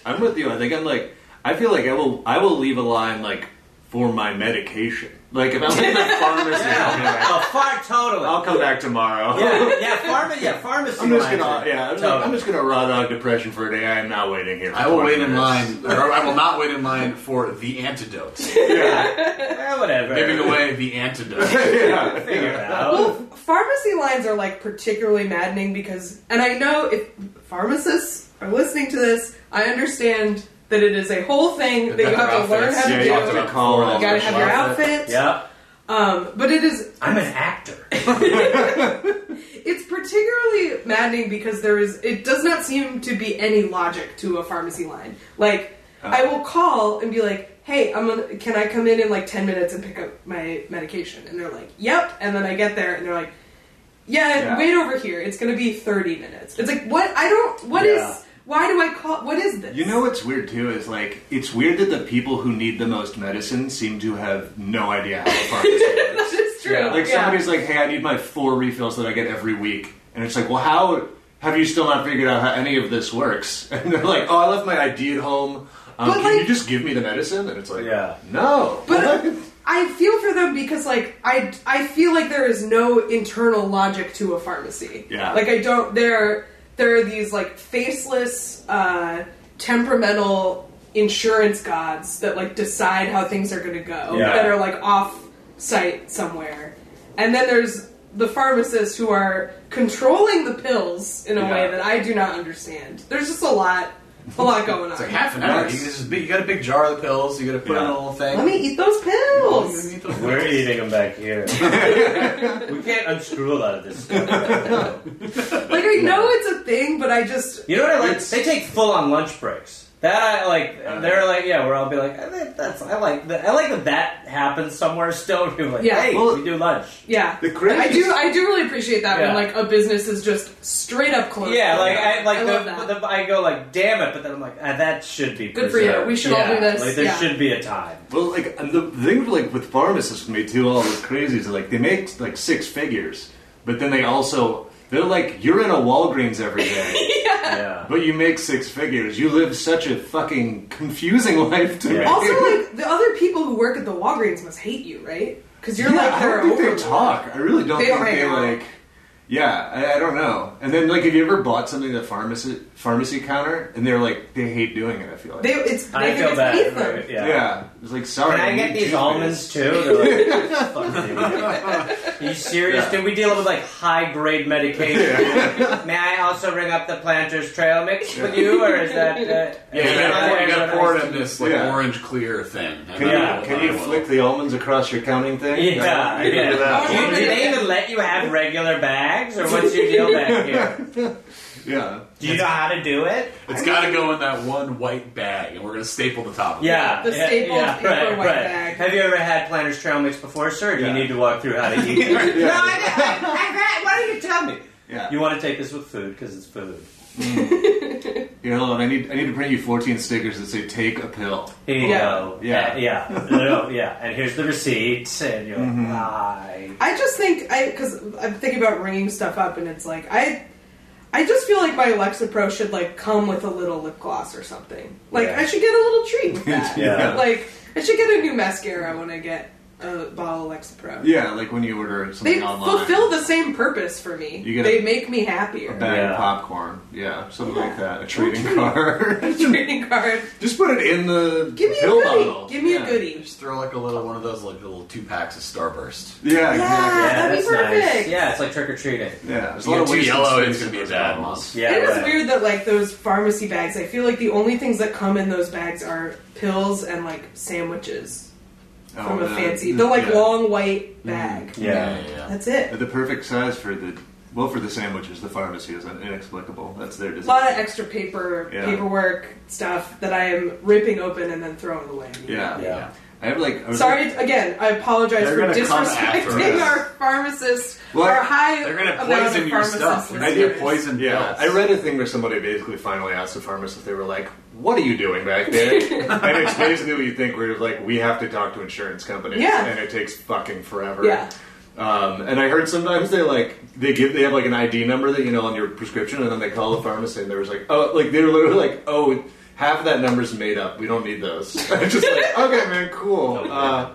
Speaker 2: I'm with you. I think I'm like I feel like I will I will leave a line like for my medication. Like if I'm
Speaker 5: [laughs]
Speaker 2: in the pharmacy, I'll be like,
Speaker 4: Oh, far totally.
Speaker 2: I'll come back tomorrow.
Speaker 4: yeah, yeah, pharma, yeah, pharmacy.
Speaker 2: [laughs] I'm just
Speaker 4: lines
Speaker 2: gonna
Speaker 4: are-
Speaker 2: yeah, I'm, just-
Speaker 4: totally.
Speaker 2: I'm just gonna raw dog depression for a day. I am not waiting here. For
Speaker 5: I will
Speaker 2: 20
Speaker 5: wait in
Speaker 2: minutes.
Speaker 5: line, or I will not wait in line for the antidote.
Speaker 2: [laughs] Yeah,
Speaker 4: Eh, whatever.
Speaker 5: Giving away the
Speaker 3: [laughs]
Speaker 5: antidote.
Speaker 2: yeah,
Speaker 4: Figure it out.
Speaker 3: Well, pharmacy lines are like particularly maddening because, and I know if pharmacists are listening to this, I understand that it is a whole thing that you
Speaker 5: Got
Speaker 3: have to
Speaker 5: their
Speaker 3: learn
Speaker 5: outfits.
Speaker 3: how to
Speaker 2: Yeah,
Speaker 3: do.
Speaker 2: you have to
Speaker 3: You
Speaker 2: call
Speaker 5: You
Speaker 3: gotta have your
Speaker 5: Outfit.
Speaker 3: outfit.
Speaker 4: yeah,
Speaker 3: Um, but it is,
Speaker 4: I'm an actor.
Speaker 3: it's particularly maddening because there is, it does not seem to be any logic to a pharmacy line. Like,
Speaker 2: Oh.
Speaker 3: I will call and be like, Hey, I'm gonna, can I come in in like 10 minutes and pick up my medication? And they're like, yep. And then I get there and they're like, Yeah,
Speaker 2: Yeah.
Speaker 3: wait over here. It's gonna be thirty minutes. It's like what I don't What is?
Speaker 2: Yeah.
Speaker 3: why do I call what is this?
Speaker 2: You know what's weird too is like it's weird that the people who need the most medicine seem to have no idea how the pharmacy
Speaker 3: [laughs]
Speaker 2: works.
Speaker 3: [laughs] it's true.
Speaker 2: Like
Speaker 3: yeah.
Speaker 2: somebody's like, "Hey, I need my four refills that I get every week," and it's like, "Well, how have you still not figured out how any of this works?" [laughs] And they're like, "Oh, I left my ID at home. Um,
Speaker 3: But,
Speaker 2: can you
Speaker 3: like-
Speaker 2: just give me the medicine?" And it's like,
Speaker 4: Yeah.
Speaker 2: no."
Speaker 3: But- uh, I feel for them because like I I feel like there is no internal logic to a pharmacy.
Speaker 2: Yeah.
Speaker 3: Like I don't there there are these like faceless uh temperamental insurance gods that like decide how things are going to go
Speaker 4: Yeah.
Speaker 3: that are like off site somewhere. And then there's the pharmacists who are controlling the pills in a
Speaker 2: Yeah.
Speaker 3: way that I do not understand. There's just a lot a lot going on.
Speaker 5: It's like half an hour. You, this is big, you got a big jar of the pills. You got to put
Speaker 2: Yeah.
Speaker 5: in a little thing.
Speaker 3: Let me eat those
Speaker 5: Oh, you [laughs]
Speaker 3: pills.
Speaker 5: didn't eat those
Speaker 4: We're
Speaker 5: pills.
Speaker 4: eating them back here. [laughs] we can't unscrew a lot of this stuff.
Speaker 3: Like I know it's a thing, but I just
Speaker 4: You know what I like?
Speaker 2: It's-
Speaker 4: They take full on lunch breaks. That I like. They're like, yeah, where I'll be like, I think that's I like. That. I like that that happens somewhere still. [laughs] People are like,
Speaker 3: Yeah.
Speaker 4: hey,
Speaker 2: Well-
Speaker 4: we do lunch.
Speaker 3: yeah.
Speaker 2: The crazy-
Speaker 3: I do I do really appreciate that
Speaker 4: Yeah.
Speaker 3: when like a business is just straight up closed.
Speaker 4: Yeah, like I like
Speaker 3: I
Speaker 4: the,
Speaker 3: love that.
Speaker 4: the I go like, damn it, but then I'm like, ah, that should be
Speaker 3: Good for you.
Speaker 4: preserved.
Speaker 3: We should all
Speaker 4: Yeah,
Speaker 3: do this.
Speaker 4: Like there
Speaker 3: Yeah.
Speaker 4: should be
Speaker 3: [laughs]
Speaker 4: a time.
Speaker 2: [laughs] Well, like and the thing like with pharmacists with me too, all this crazy is like they make like six figures, but then they also they're like you're in a Walgreens every
Speaker 3: [laughs]
Speaker 2: day,
Speaker 4: Yeah.
Speaker 2: but you make six figures. You live such a fucking confusing life to me.
Speaker 4: Yeah.
Speaker 3: also [laughs] like the other people who work at the Walgreens must hate you, right? Because you're
Speaker 2: Yeah,
Speaker 3: like
Speaker 2: I
Speaker 3: their
Speaker 2: don't think
Speaker 3: overlord.
Speaker 2: they talk. I really don't
Speaker 3: They
Speaker 2: think
Speaker 3: don't hang
Speaker 2: they
Speaker 3: out.
Speaker 2: like. Yeah, I, I don't know. And then like, have you ever bought something at the pharmacy pharmacy counter and they're like they hate doing it? I feel like
Speaker 3: They it's they
Speaker 4: I
Speaker 3: think
Speaker 4: feel
Speaker 3: it's
Speaker 4: bad.
Speaker 3: beneath them.
Speaker 4: Right,
Speaker 2: yeah. It's like sorry.
Speaker 4: Can I
Speaker 2: you
Speaker 4: get
Speaker 2: need
Speaker 4: these
Speaker 2: toothpaste.
Speaker 4: almonds too? They're like, [laughs] Fuck you. Are you serious?
Speaker 2: Yeah.
Speaker 4: Did we deal with like high grade medication? [laughs] May I also ring up the Planters Trail mix with you, or is that? Uh,
Speaker 5: [laughs] Yeah, you gotta pour- you gotta pour it in this like
Speaker 2: Yeah.
Speaker 5: orange clear thing.
Speaker 2: Can
Speaker 4: Yeah.
Speaker 2: you can you flick the almonds across your counting
Speaker 4: [laughs]
Speaker 2: thing?
Speaker 4: Yeah,
Speaker 2: I can do
Speaker 4: yeah. Do,
Speaker 2: that.
Speaker 4: you, do they even let you have regular bags, or what's your deal back
Speaker 5: [laughs]
Speaker 4: here?
Speaker 2: Yeah.
Speaker 4: Do you know how to do it?
Speaker 5: It's got to go in that one white bag, and we're gonna staple the top. of it.
Speaker 4: Yeah,
Speaker 3: The
Speaker 4: yeah,
Speaker 3: stapled
Speaker 4: yeah,
Speaker 3: paper
Speaker 4: right,
Speaker 3: white
Speaker 4: right.
Speaker 3: bag.
Speaker 4: Have you ever had Planters Trail mix before, sir? Do
Speaker 2: Yeah.
Speaker 4: you need to walk through how to
Speaker 5: [laughs]
Speaker 4: eat? it? no, I, didn't. I, I, why don't you tell me?
Speaker 2: Yeah.
Speaker 4: You want to take this with food because it's food.
Speaker 2: Here, hold on. I need I need to print you 14 stickers that say "Take a pill."
Speaker 4: Here you
Speaker 3: Yeah.
Speaker 4: go.
Speaker 2: Yeah.
Speaker 4: yeah, yeah. No, no, yeah. And here's the receipt, and you're like, "Why?"
Speaker 3: I just think I because I'm thinking about ringing stuff up, and it's like I, I just feel like my Alexa Pro should like come with a little lip gloss or something. Like
Speaker 4: Yeah.
Speaker 3: I should get a little treat with [laughs] that.
Speaker 4: Yeah.
Speaker 3: Like I should get a new mascara when I get a bottle of Lexapro.
Speaker 2: Yeah, like when you order something
Speaker 3: They
Speaker 2: online.
Speaker 3: fulfill the same purpose for me.
Speaker 2: You get a-
Speaker 3: they make me happier. [laughs]
Speaker 2: a bag
Speaker 4: Yeah.
Speaker 2: of popcorn. Yeah, something like that. A trading card.
Speaker 3: Trading card.
Speaker 2: [laughs] Just put it in the
Speaker 3: Give me a
Speaker 2: pill
Speaker 3: goodie.
Speaker 2: bottle.
Speaker 3: Give me
Speaker 2: Yeah.
Speaker 3: a goodie.
Speaker 5: Just throw like a little one of those like little two packs of Starburst.
Speaker 2: Yeah, exactly.
Speaker 3: Yeah, Ah, that'd be
Speaker 4: that's nice.
Speaker 3: perfect.
Speaker 4: Yeah, it's like trick or treating.
Speaker 2: Yeah, there's a
Speaker 5: You
Speaker 2: lot
Speaker 5: get
Speaker 2: of
Speaker 5: two
Speaker 2: ways
Speaker 5: yellow,
Speaker 2: space
Speaker 5: it's gonna
Speaker 2: in
Speaker 5: be a
Speaker 2: those
Speaker 5: bad
Speaker 2: bottles.
Speaker 4: Yeah,
Speaker 3: it is
Speaker 4: right.
Speaker 3: weird that like those pharmacy bags. I feel like the only things that come in those bags are pills and like sandwiches
Speaker 2: Oh,
Speaker 3: from a
Speaker 2: the-
Speaker 3: fancy. The like
Speaker 2: yeah.
Speaker 3: long white bag.
Speaker 4: Yeah.
Speaker 3: That's it.
Speaker 2: The perfect size for the well for the sandwiches. The pharmacy is inexplicable. That's their
Speaker 3: A lot of
Speaker 2: design.
Speaker 3: extra paper,
Speaker 2: Yeah.
Speaker 3: paperwork stuff that I am ripping open and then throwing away.
Speaker 2: yeah.
Speaker 4: Yeah.
Speaker 2: I have like I was
Speaker 3: Sorry
Speaker 2: like-
Speaker 3: again. I apologize
Speaker 5: They're
Speaker 3: for
Speaker 5: gonna come after
Speaker 3: disrespecting
Speaker 5: us.
Speaker 3: our pharmacist.
Speaker 2: Well,
Speaker 3: our high
Speaker 5: They're gonna
Speaker 3: amount of
Speaker 5: poison your
Speaker 3: pharmacist
Speaker 5: stuff. They're gonna
Speaker 3: listeners.
Speaker 5: get poisoned.
Speaker 2: yeah, I
Speaker 5: pills.
Speaker 2: read a thing where somebody basically finally asked the pharmacist if they were like, "What are you doing
Speaker 3: [laughs]
Speaker 2: back there?" and it's basically what you think. We're like, we have to talk to insurance companies,
Speaker 3: Yeah.
Speaker 2: and it takes fucking forever.
Speaker 3: Yeah.
Speaker 2: Um, and I heard sometimes they like they give they have like an ID number that you know on your prescription, and then they call the pharmacy, and there was like, oh, like they were literally like, oh, half of that number's made up. We don't need those. [laughs] I'm just like, okay, man, cool,
Speaker 3: [laughs]
Speaker 2: uh,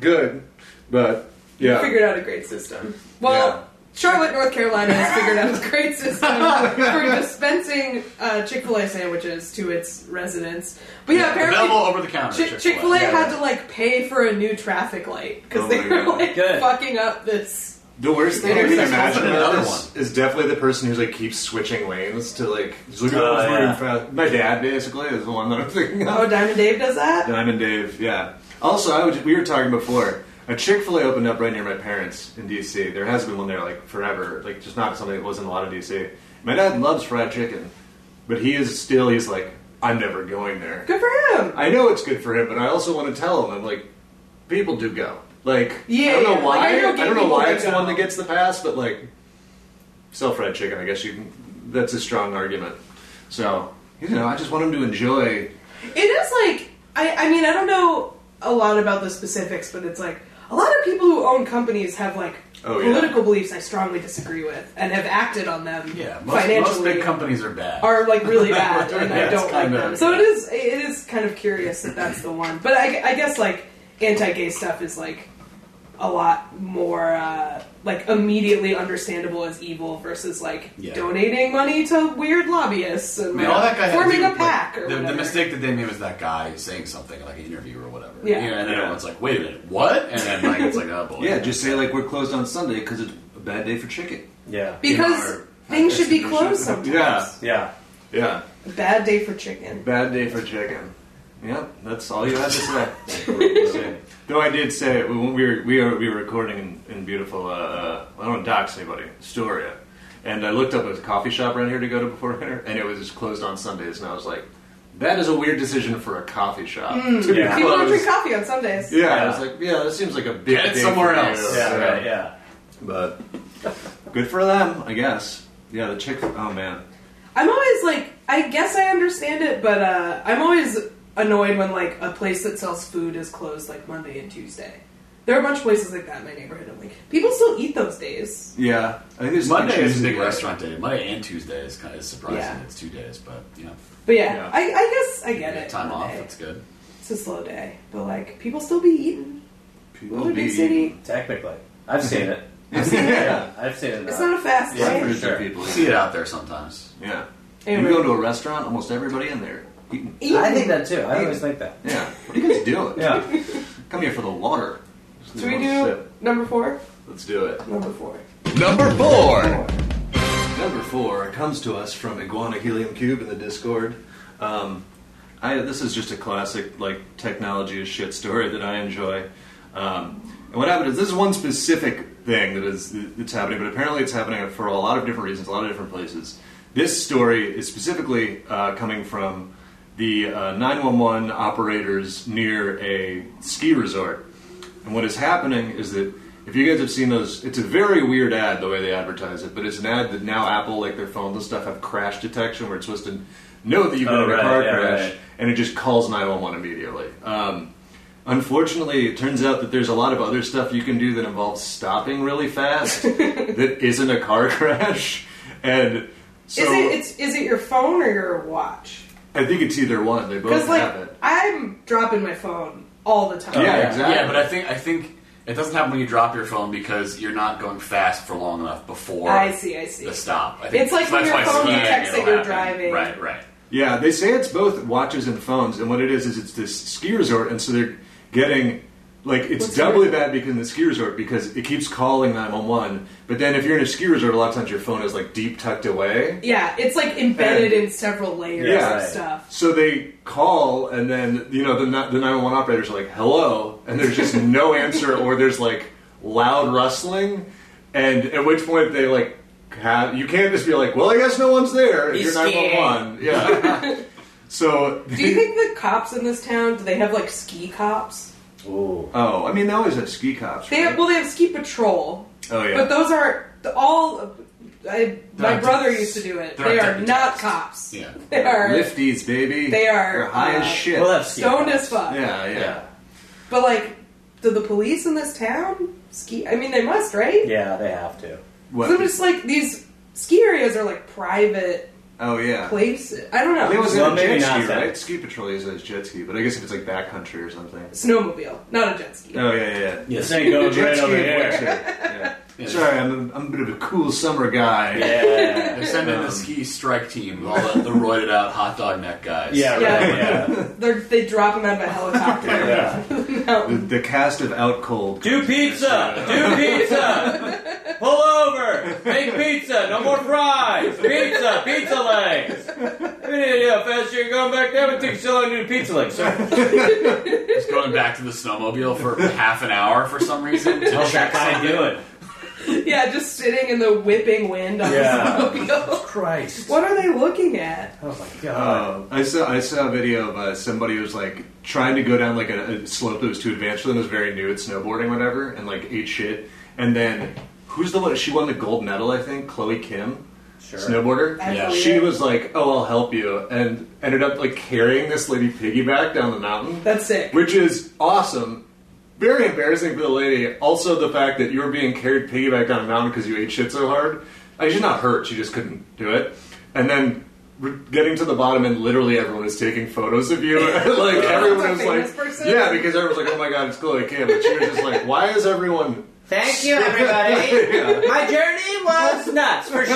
Speaker 2: good, but yeah,
Speaker 3: figured out a great system. Well,
Speaker 2: Yeah.
Speaker 3: Charlotte, North Carolina has figured out a great system for dispensing uh, Chick fil A sandwiches to its residents. But yeah,
Speaker 5: Available
Speaker 3: apparently.
Speaker 5: over the counter.
Speaker 3: Chick Fil A
Speaker 5: Yeah.
Speaker 3: had to like pay for a new traffic light because
Speaker 2: Oh
Speaker 3: they
Speaker 2: my
Speaker 3: were
Speaker 2: God.
Speaker 3: like
Speaker 4: Good.
Speaker 3: fucking up this.
Speaker 2: The worst thing I
Speaker 3: Maybe
Speaker 2: can
Speaker 3: there's
Speaker 2: imagine
Speaker 5: also
Speaker 2: about
Speaker 5: another
Speaker 2: this is definitely the person who's like keeps switching lanes to like just look at
Speaker 4: Oh,
Speaker 2: what's moving
Speaker 4: yeah.
Speaker 2: fast. My dad basically is the one that I'm thinking
Speaker 3: Oh,
Speaker 2: of.
Speaker 3: Diamond Dave does that.
Speaker 2: Diamond Dave, yeah. Also, I was, we were talking before. A Chick Fil A opened up right near my parents in DC. There has been one there like forever, like just not something that was in a lot of DC. My dad loves fried chicken, but he is still he's like I'm never going there.
Speaker 3: Good for him.
Speaker 2: I know it's good for him, but I also want to tell him I'm like, people do go. Like,
Speaker 3: Yeah,
Speaker 2: I don't know
Speaker 3: yeah.
Speaker 2: why.
Speaker 3: Like, I
Speaker 2: I,
Speaker 3: know gay
Speaker 2: don't know
Speaker 3: people
Speaker 2: why
Speaker 3: do
Speaker 2: it's
Speaker 3: go.
Speaker 2: the one that gets the pass, but like, sell fried chicken. I guess you can. That's a strong argument. So you know, I just want him to enjoy.
Speaker 3: It is like I, I mean I don't know a lot about the specifics, but it's like a lot of people who own companies have like
Speaker 2: Oh, yeah.
Speaker 3: political beliefs I strongly disagree with and have acted on them
Speaker 5: Yeah, most,
Speaker 3: financially
Speaker 5: most big companies are bad.
Speaker 3: are like
Speaker 5: [laughs]
Speaker 3: really bad and I
Speaker 5: Yeah,
Speaker 3: don't
Speaker 5: it's
Speaker 3: like
Speaker 5: kinda-
Speaker 3: them. So it is it is kind of curious that that's the one. But I, I guess like anti-gay stuff is like a lot more uh, like immediately understandable as evil versus like
Speaker 5: Yeah.
Speaker 3: donating money to weird lobbyists and
Speaker 5: I mean, all that guy had to
Speaker 3: forming
Speaker 5: do-
Speaker 3: a
Speaker 5: like,
Speaker 3: pack. or
Speaker 5: the, the
Speaker 3: whatever.
Speaker 5: mistake that they made was that guy saying something like an interview or whatever.
Speaker 3: Yeah.
Speaker 5: You know, and then
Speaker 2: Yeah.
Speaker 5: everyone's like, "Wait a minute, what?" And then like it's like, "Oh boy."
Speaker 2: Yeah, just say like we're closed on Sunday because it's a bad day for chicken.
Speaker 4: Yeah.
Speaker 3: Because
Speaker 5: Or-
Speaker 3: things should be
Speaker 5: Yeah.
Speaker 3: closed sometimes.
Speaker 2: Yeah,
Speaker 4: Yeah.
Speaker 2: yeah.
Speaker 3: A bad day for chicken.
Speaker 2: Bad day for chicken. Yep, that's all you had to
Speaker 5: [laughs]
Speaker 2: say. Though I did say when we were we were, we were recording in, in beautiful uh, uh, I don't dox anybody Astoria, and I looked up a coffee shop around here to go to before dinner, and it was closed on Sundays, and I was like, that is a weird decision for a coffee shop
Speaker 5: Hmm,
Speaker 2: to be
Speaker 4: Yeah.
Speaker 3: People don't drink
Speaker 2: closed.
Speaker 3: coffee on Sundays.
Speaker 2: Yeah, I was like, yeah, that seems like a big
Speaker 5: Get it
Speaker 2: thing
Speaker 5: somewhere
Speaker 2: for
Speaker 5: else.
Speaker 2: you.
Speaker 4: Yeah. Right. Yeah.
Speaker 2: but good for them, I guess. Yeah, the chick. Oh man,
Speaker 3: I'm always like, I guess I understand it, but uh, I'm always annoyed when like a place that sells food is closed like Monday and Tuesday. There are a bunch of places like that in my neighborhood. I'm like, people still eat those days.
Speaker 2: yeah. I think there's
Speaker 5: Monday is a
Speaker 2: Tuesday,
Speaker 5: big
Speaker 2: right?
Speaker 5: restaurant day. Monday and Tuesday is kind of surprising.
Speaker 3: Yeah.
Speaker 5: It's two days, but you know,
Speaker 3: But yeah,
Speaker 2: Yeah.
Speaker 3: I, I guess I get it.
Speaker 5: time off.
Speaker 3: Monday.
Speaker 5: It's good.
Speaker 3: It's a slow day, but like people still be eating.
Speaker 2: People
Speaker 3: We're a big
Speaker 2: be-
Speaker 3: city.
Speaker 4: Technically, I've seen it.
Speaker 2: yeah.
Speaker 4: Yeah, I've seen it.
Speaker 3: It's
Speaker 4: now.
Speaker 3: not a fast
Speaker 2: Yeah,
Speaker 3: life.
Speaker 2: for
Speaker 4: sure.
Speaker 2: people.
Speaker 5: You see it out there sometimes.
Speaker 2: Yeah.
Speaker 3: Anyway.
Speaker 2: You go to a restaurant, almost everybody in there eating.
Speaker 3: Eating.
Speaker 4: I think that too. I always think that.
Speaker 2: Yeah. What are you guys doing?
Speaker 4: Yeah.
Speaker 2: Come here for the water. Just
Speaker 3: Should we
Speaker 2: one
Speaker 3: do
Speaker 2: sip.
Speaker 3: number four?
Speaker 2: Let's do it.
Speaker 3: Number four.
Speaker 1: Number four.
Speaker 2: Number four comes to us from Iguana Helium Cube in the Discord. Um, I, this is just a classic, like, technology is shit story that I enjoy. Um, and what happened is this is one specific thing that is that's happening, but apparently it's happening for a lot of different reasons, a lot of different places. This story is specifically uh, coming from the uh, 911 operators near a ski resort. And what is happening is that if you guys have seen those, it's a very weird ad the way they advertise it, but it's an ad that now Apple, like their phones and stuff, have crash detection where it's supposed to know that you've been
Speaker 4: Oh,
Speaker 2: in a
Speaker 4: right,
Speaker 2: car
Speaker 4: yeah,
Speaker 2: crash
Speaker 4: right.
Speaker 2: and it just calls 911 immediately. Um, unfortunately, it turns out that there's a lot of other stuff you can do that involves stopping
Speaker 3: [laughs]
Speaker 2: really fast that isn't a car [laughs] crash. And so
Speaker 3: is it it's is it your phone or your watch?
Speaker 2: I think it's either one. They both
Speaker 3: Because like
Speaker 2: have it.
Speaker 3: I'm dropping my phone all the time.
Speaker 2: Yeah,
Speaker 4: yeah.
Speaker 2: exactly.
Speaker 5: Yeah, but I think I think it doesn't happen when you drop your phone because you're not going fast for long enough before
Speaker 3: I see, I see.
Speaker 5: the stop. I think
Speaker 3: It's like when
Speaker 5: that's
Speaker 3: your
Speaker 5: why
Speaker 3: phone
Speaker 5: skiing,
Speaker 3: detects that
Speaker 5: it'll
Speaker 3: you're
Speaker 5: happen.
Speaker 3: driving.
Speaker 5: Right, right.
Speaker 2: Yeah, they say it's both watches and phones, and what it is is it's this ski resort, and so they're getting like it's
Speaker 3: What's
Speaker 2: doubly
Speaker 3: yours?
Speaker 2: bad because in the ski resort because it keeps calling nine one one. But then if you're in a ski resort, a lot of times your phone is like deep tucked away.
Speaker 3: Yeah, it's like embedded
Speaker 2: And-
Speaker 3: in several layers
Speaker 2: Yeah.
Speaker 3: of stuff.
Speaker 2: So they call, and then you know the ni- the nine one one operators are like hello, and there's just
Speaker 3: [laughs]
Speaker 2: no answer, or there's like loud rustling, and at which point they like. Have, you can't just be like, well, I guess no one's there. If
Speaker 4: He's
Speaker 2: you're 911, yeah. so
Speaker 3: Do you think the cops in this town do they have like ski cops?
Speaker 4: Ooh.
Speaker 2: Oh, I mean, they always have ski cops.
Speaker 3: They have,
Speaker 2: right?
Speaker 3: well, they have ski patrol.
Speaker 2: Oh, yeah.
Speaker 3: But those are all. I, my
Speaker 5: They're
Speaker 3: brother
Speaker 5: deputies.
Speaker 3: used to do it.
Speaker 5: They're
Speaker 3: They are
Speaker 5: deputies.
Speaker 3: not cops.
Speaker 5: Yeah.
Speaker 3: [laughs] They are
Speaker 2: lifties, baby.
Speaker 3: They are,
Speaker 2: They're high
Speaker 3: uh,
Speaker 2: as shit.
Speaker 4: Well, that's
Speaker 3: stoned as fuck.
Speaker 2: yeah, yeah.
Speaker 3: But like, do the police in this town ski? I mean, they must, right?
Speaker 4: Yeah, they have to.
Speaker 2: What?
Speaker 3: So it's like these ski areas are like private
Speaker 2: oh yeah.
Speaker 3: places. I don't
Speaker 2: I think it
Speaker 3: know.
Speaker 2: was
Speaker 4: Well,
Speaker 2: a
Speaker 4: maybe
Speaker 2: jet
Speaker 4: not
Speaker 2: ski,
Speaker 4: that.
Speaker 2: right? Ski patrol is a jet ski, but I guess if it's like backcountry or something.
Speaker 3: Snowmobile, not a jet ski.
Speaker 2: Oh yeah, yeah. yeah.
Speaker 4: This ain't
Speaker 2: The
Speaker 4: going
Speaker 2: [laughs] jet
Speaker 4: right
Speaker 2: ski
Speaker 4: over
Speaker 2: and
Speaker 4: here. [laughs]
Speaker 2: wetsuit, yeah. Sorry, I'm a, I'm a bit of a cool summer guy.
Speaker 4: Yeah.
Speaker 5: They're sending
Speaker 4: Um,
Speaker 5: the ski strike team with all the, the roided out hot dog neck guys.
Speaker 4: Yeah, right, yeah.
Speaker 3: They're, they drop them out of a helicopter. [laughs]
Speaker 4: yeah.
Speaker 2: The, the cast of Out Cold.
Speaker 4: Do pizza! Do pizza! Pull over! Make pizza! No more fries! Pizza! Pizza legs! You need to fast you're going back there, but take so long to do pizza legs, sir.
Speaker 5: Just going back to the snowmobile for half an hour for some reason. To
Speaker 4: How's
Speaker 5: check
Speaker 4: that guy
Speaker 5: something.
Speaker 4: doing?
Speaker 3: Yeah, just sitting in the whipping wind on
Speaker 4: Yeah.
Speaker 3: the snowmobile.
Speaker 4: Christ.
Speaker 3: What are they looking at?
Speaker 4: Oh my god.
Speaker 2: Oh, I saw I saw a video of uh, somebody who was like trying to go down like a, a slope that was too advanced for them. Was very new at snowboarding, whatever, and like ate shit. And then who's the one? She won the gold medal, I think. Chloe Kim,
Speaker 4: Sure.
Speaker 2: snowboarder.
Speaker 3: That's
Speaker 5: Yeah.
Speaker 3: weird.
Speaker 2: She was like, "Oh, I'll help you," and ended up like carrying this lady piggyback down the mountain.
Speaker 3: That's sick.
Speaker 2: Which is awesome. Very embarrassing for the lady. Also, the fact that you were being carried piggyback down a mountain because you ate shit so hard. I she's not hurt. She just couldn't do it. And then re- getting to the bottom, and literally everyone is taking photos
Speaker 3: [laughs]
Speaker 2: of you. [laughs] like everyone
Speaker 3: That's
Speaker 2: is
Speaker 3: a famous
Speaker 2: like,
Speaker 3: person.
Speaker 2: yeah, because everyone's like, oh my god, it's Chloe Kim. But she was just like, why
Speaker 3: [laughs]
Speaker 2: is everyone?
Speaker 4: Thank you, everybody. My journey was nuts, for sure.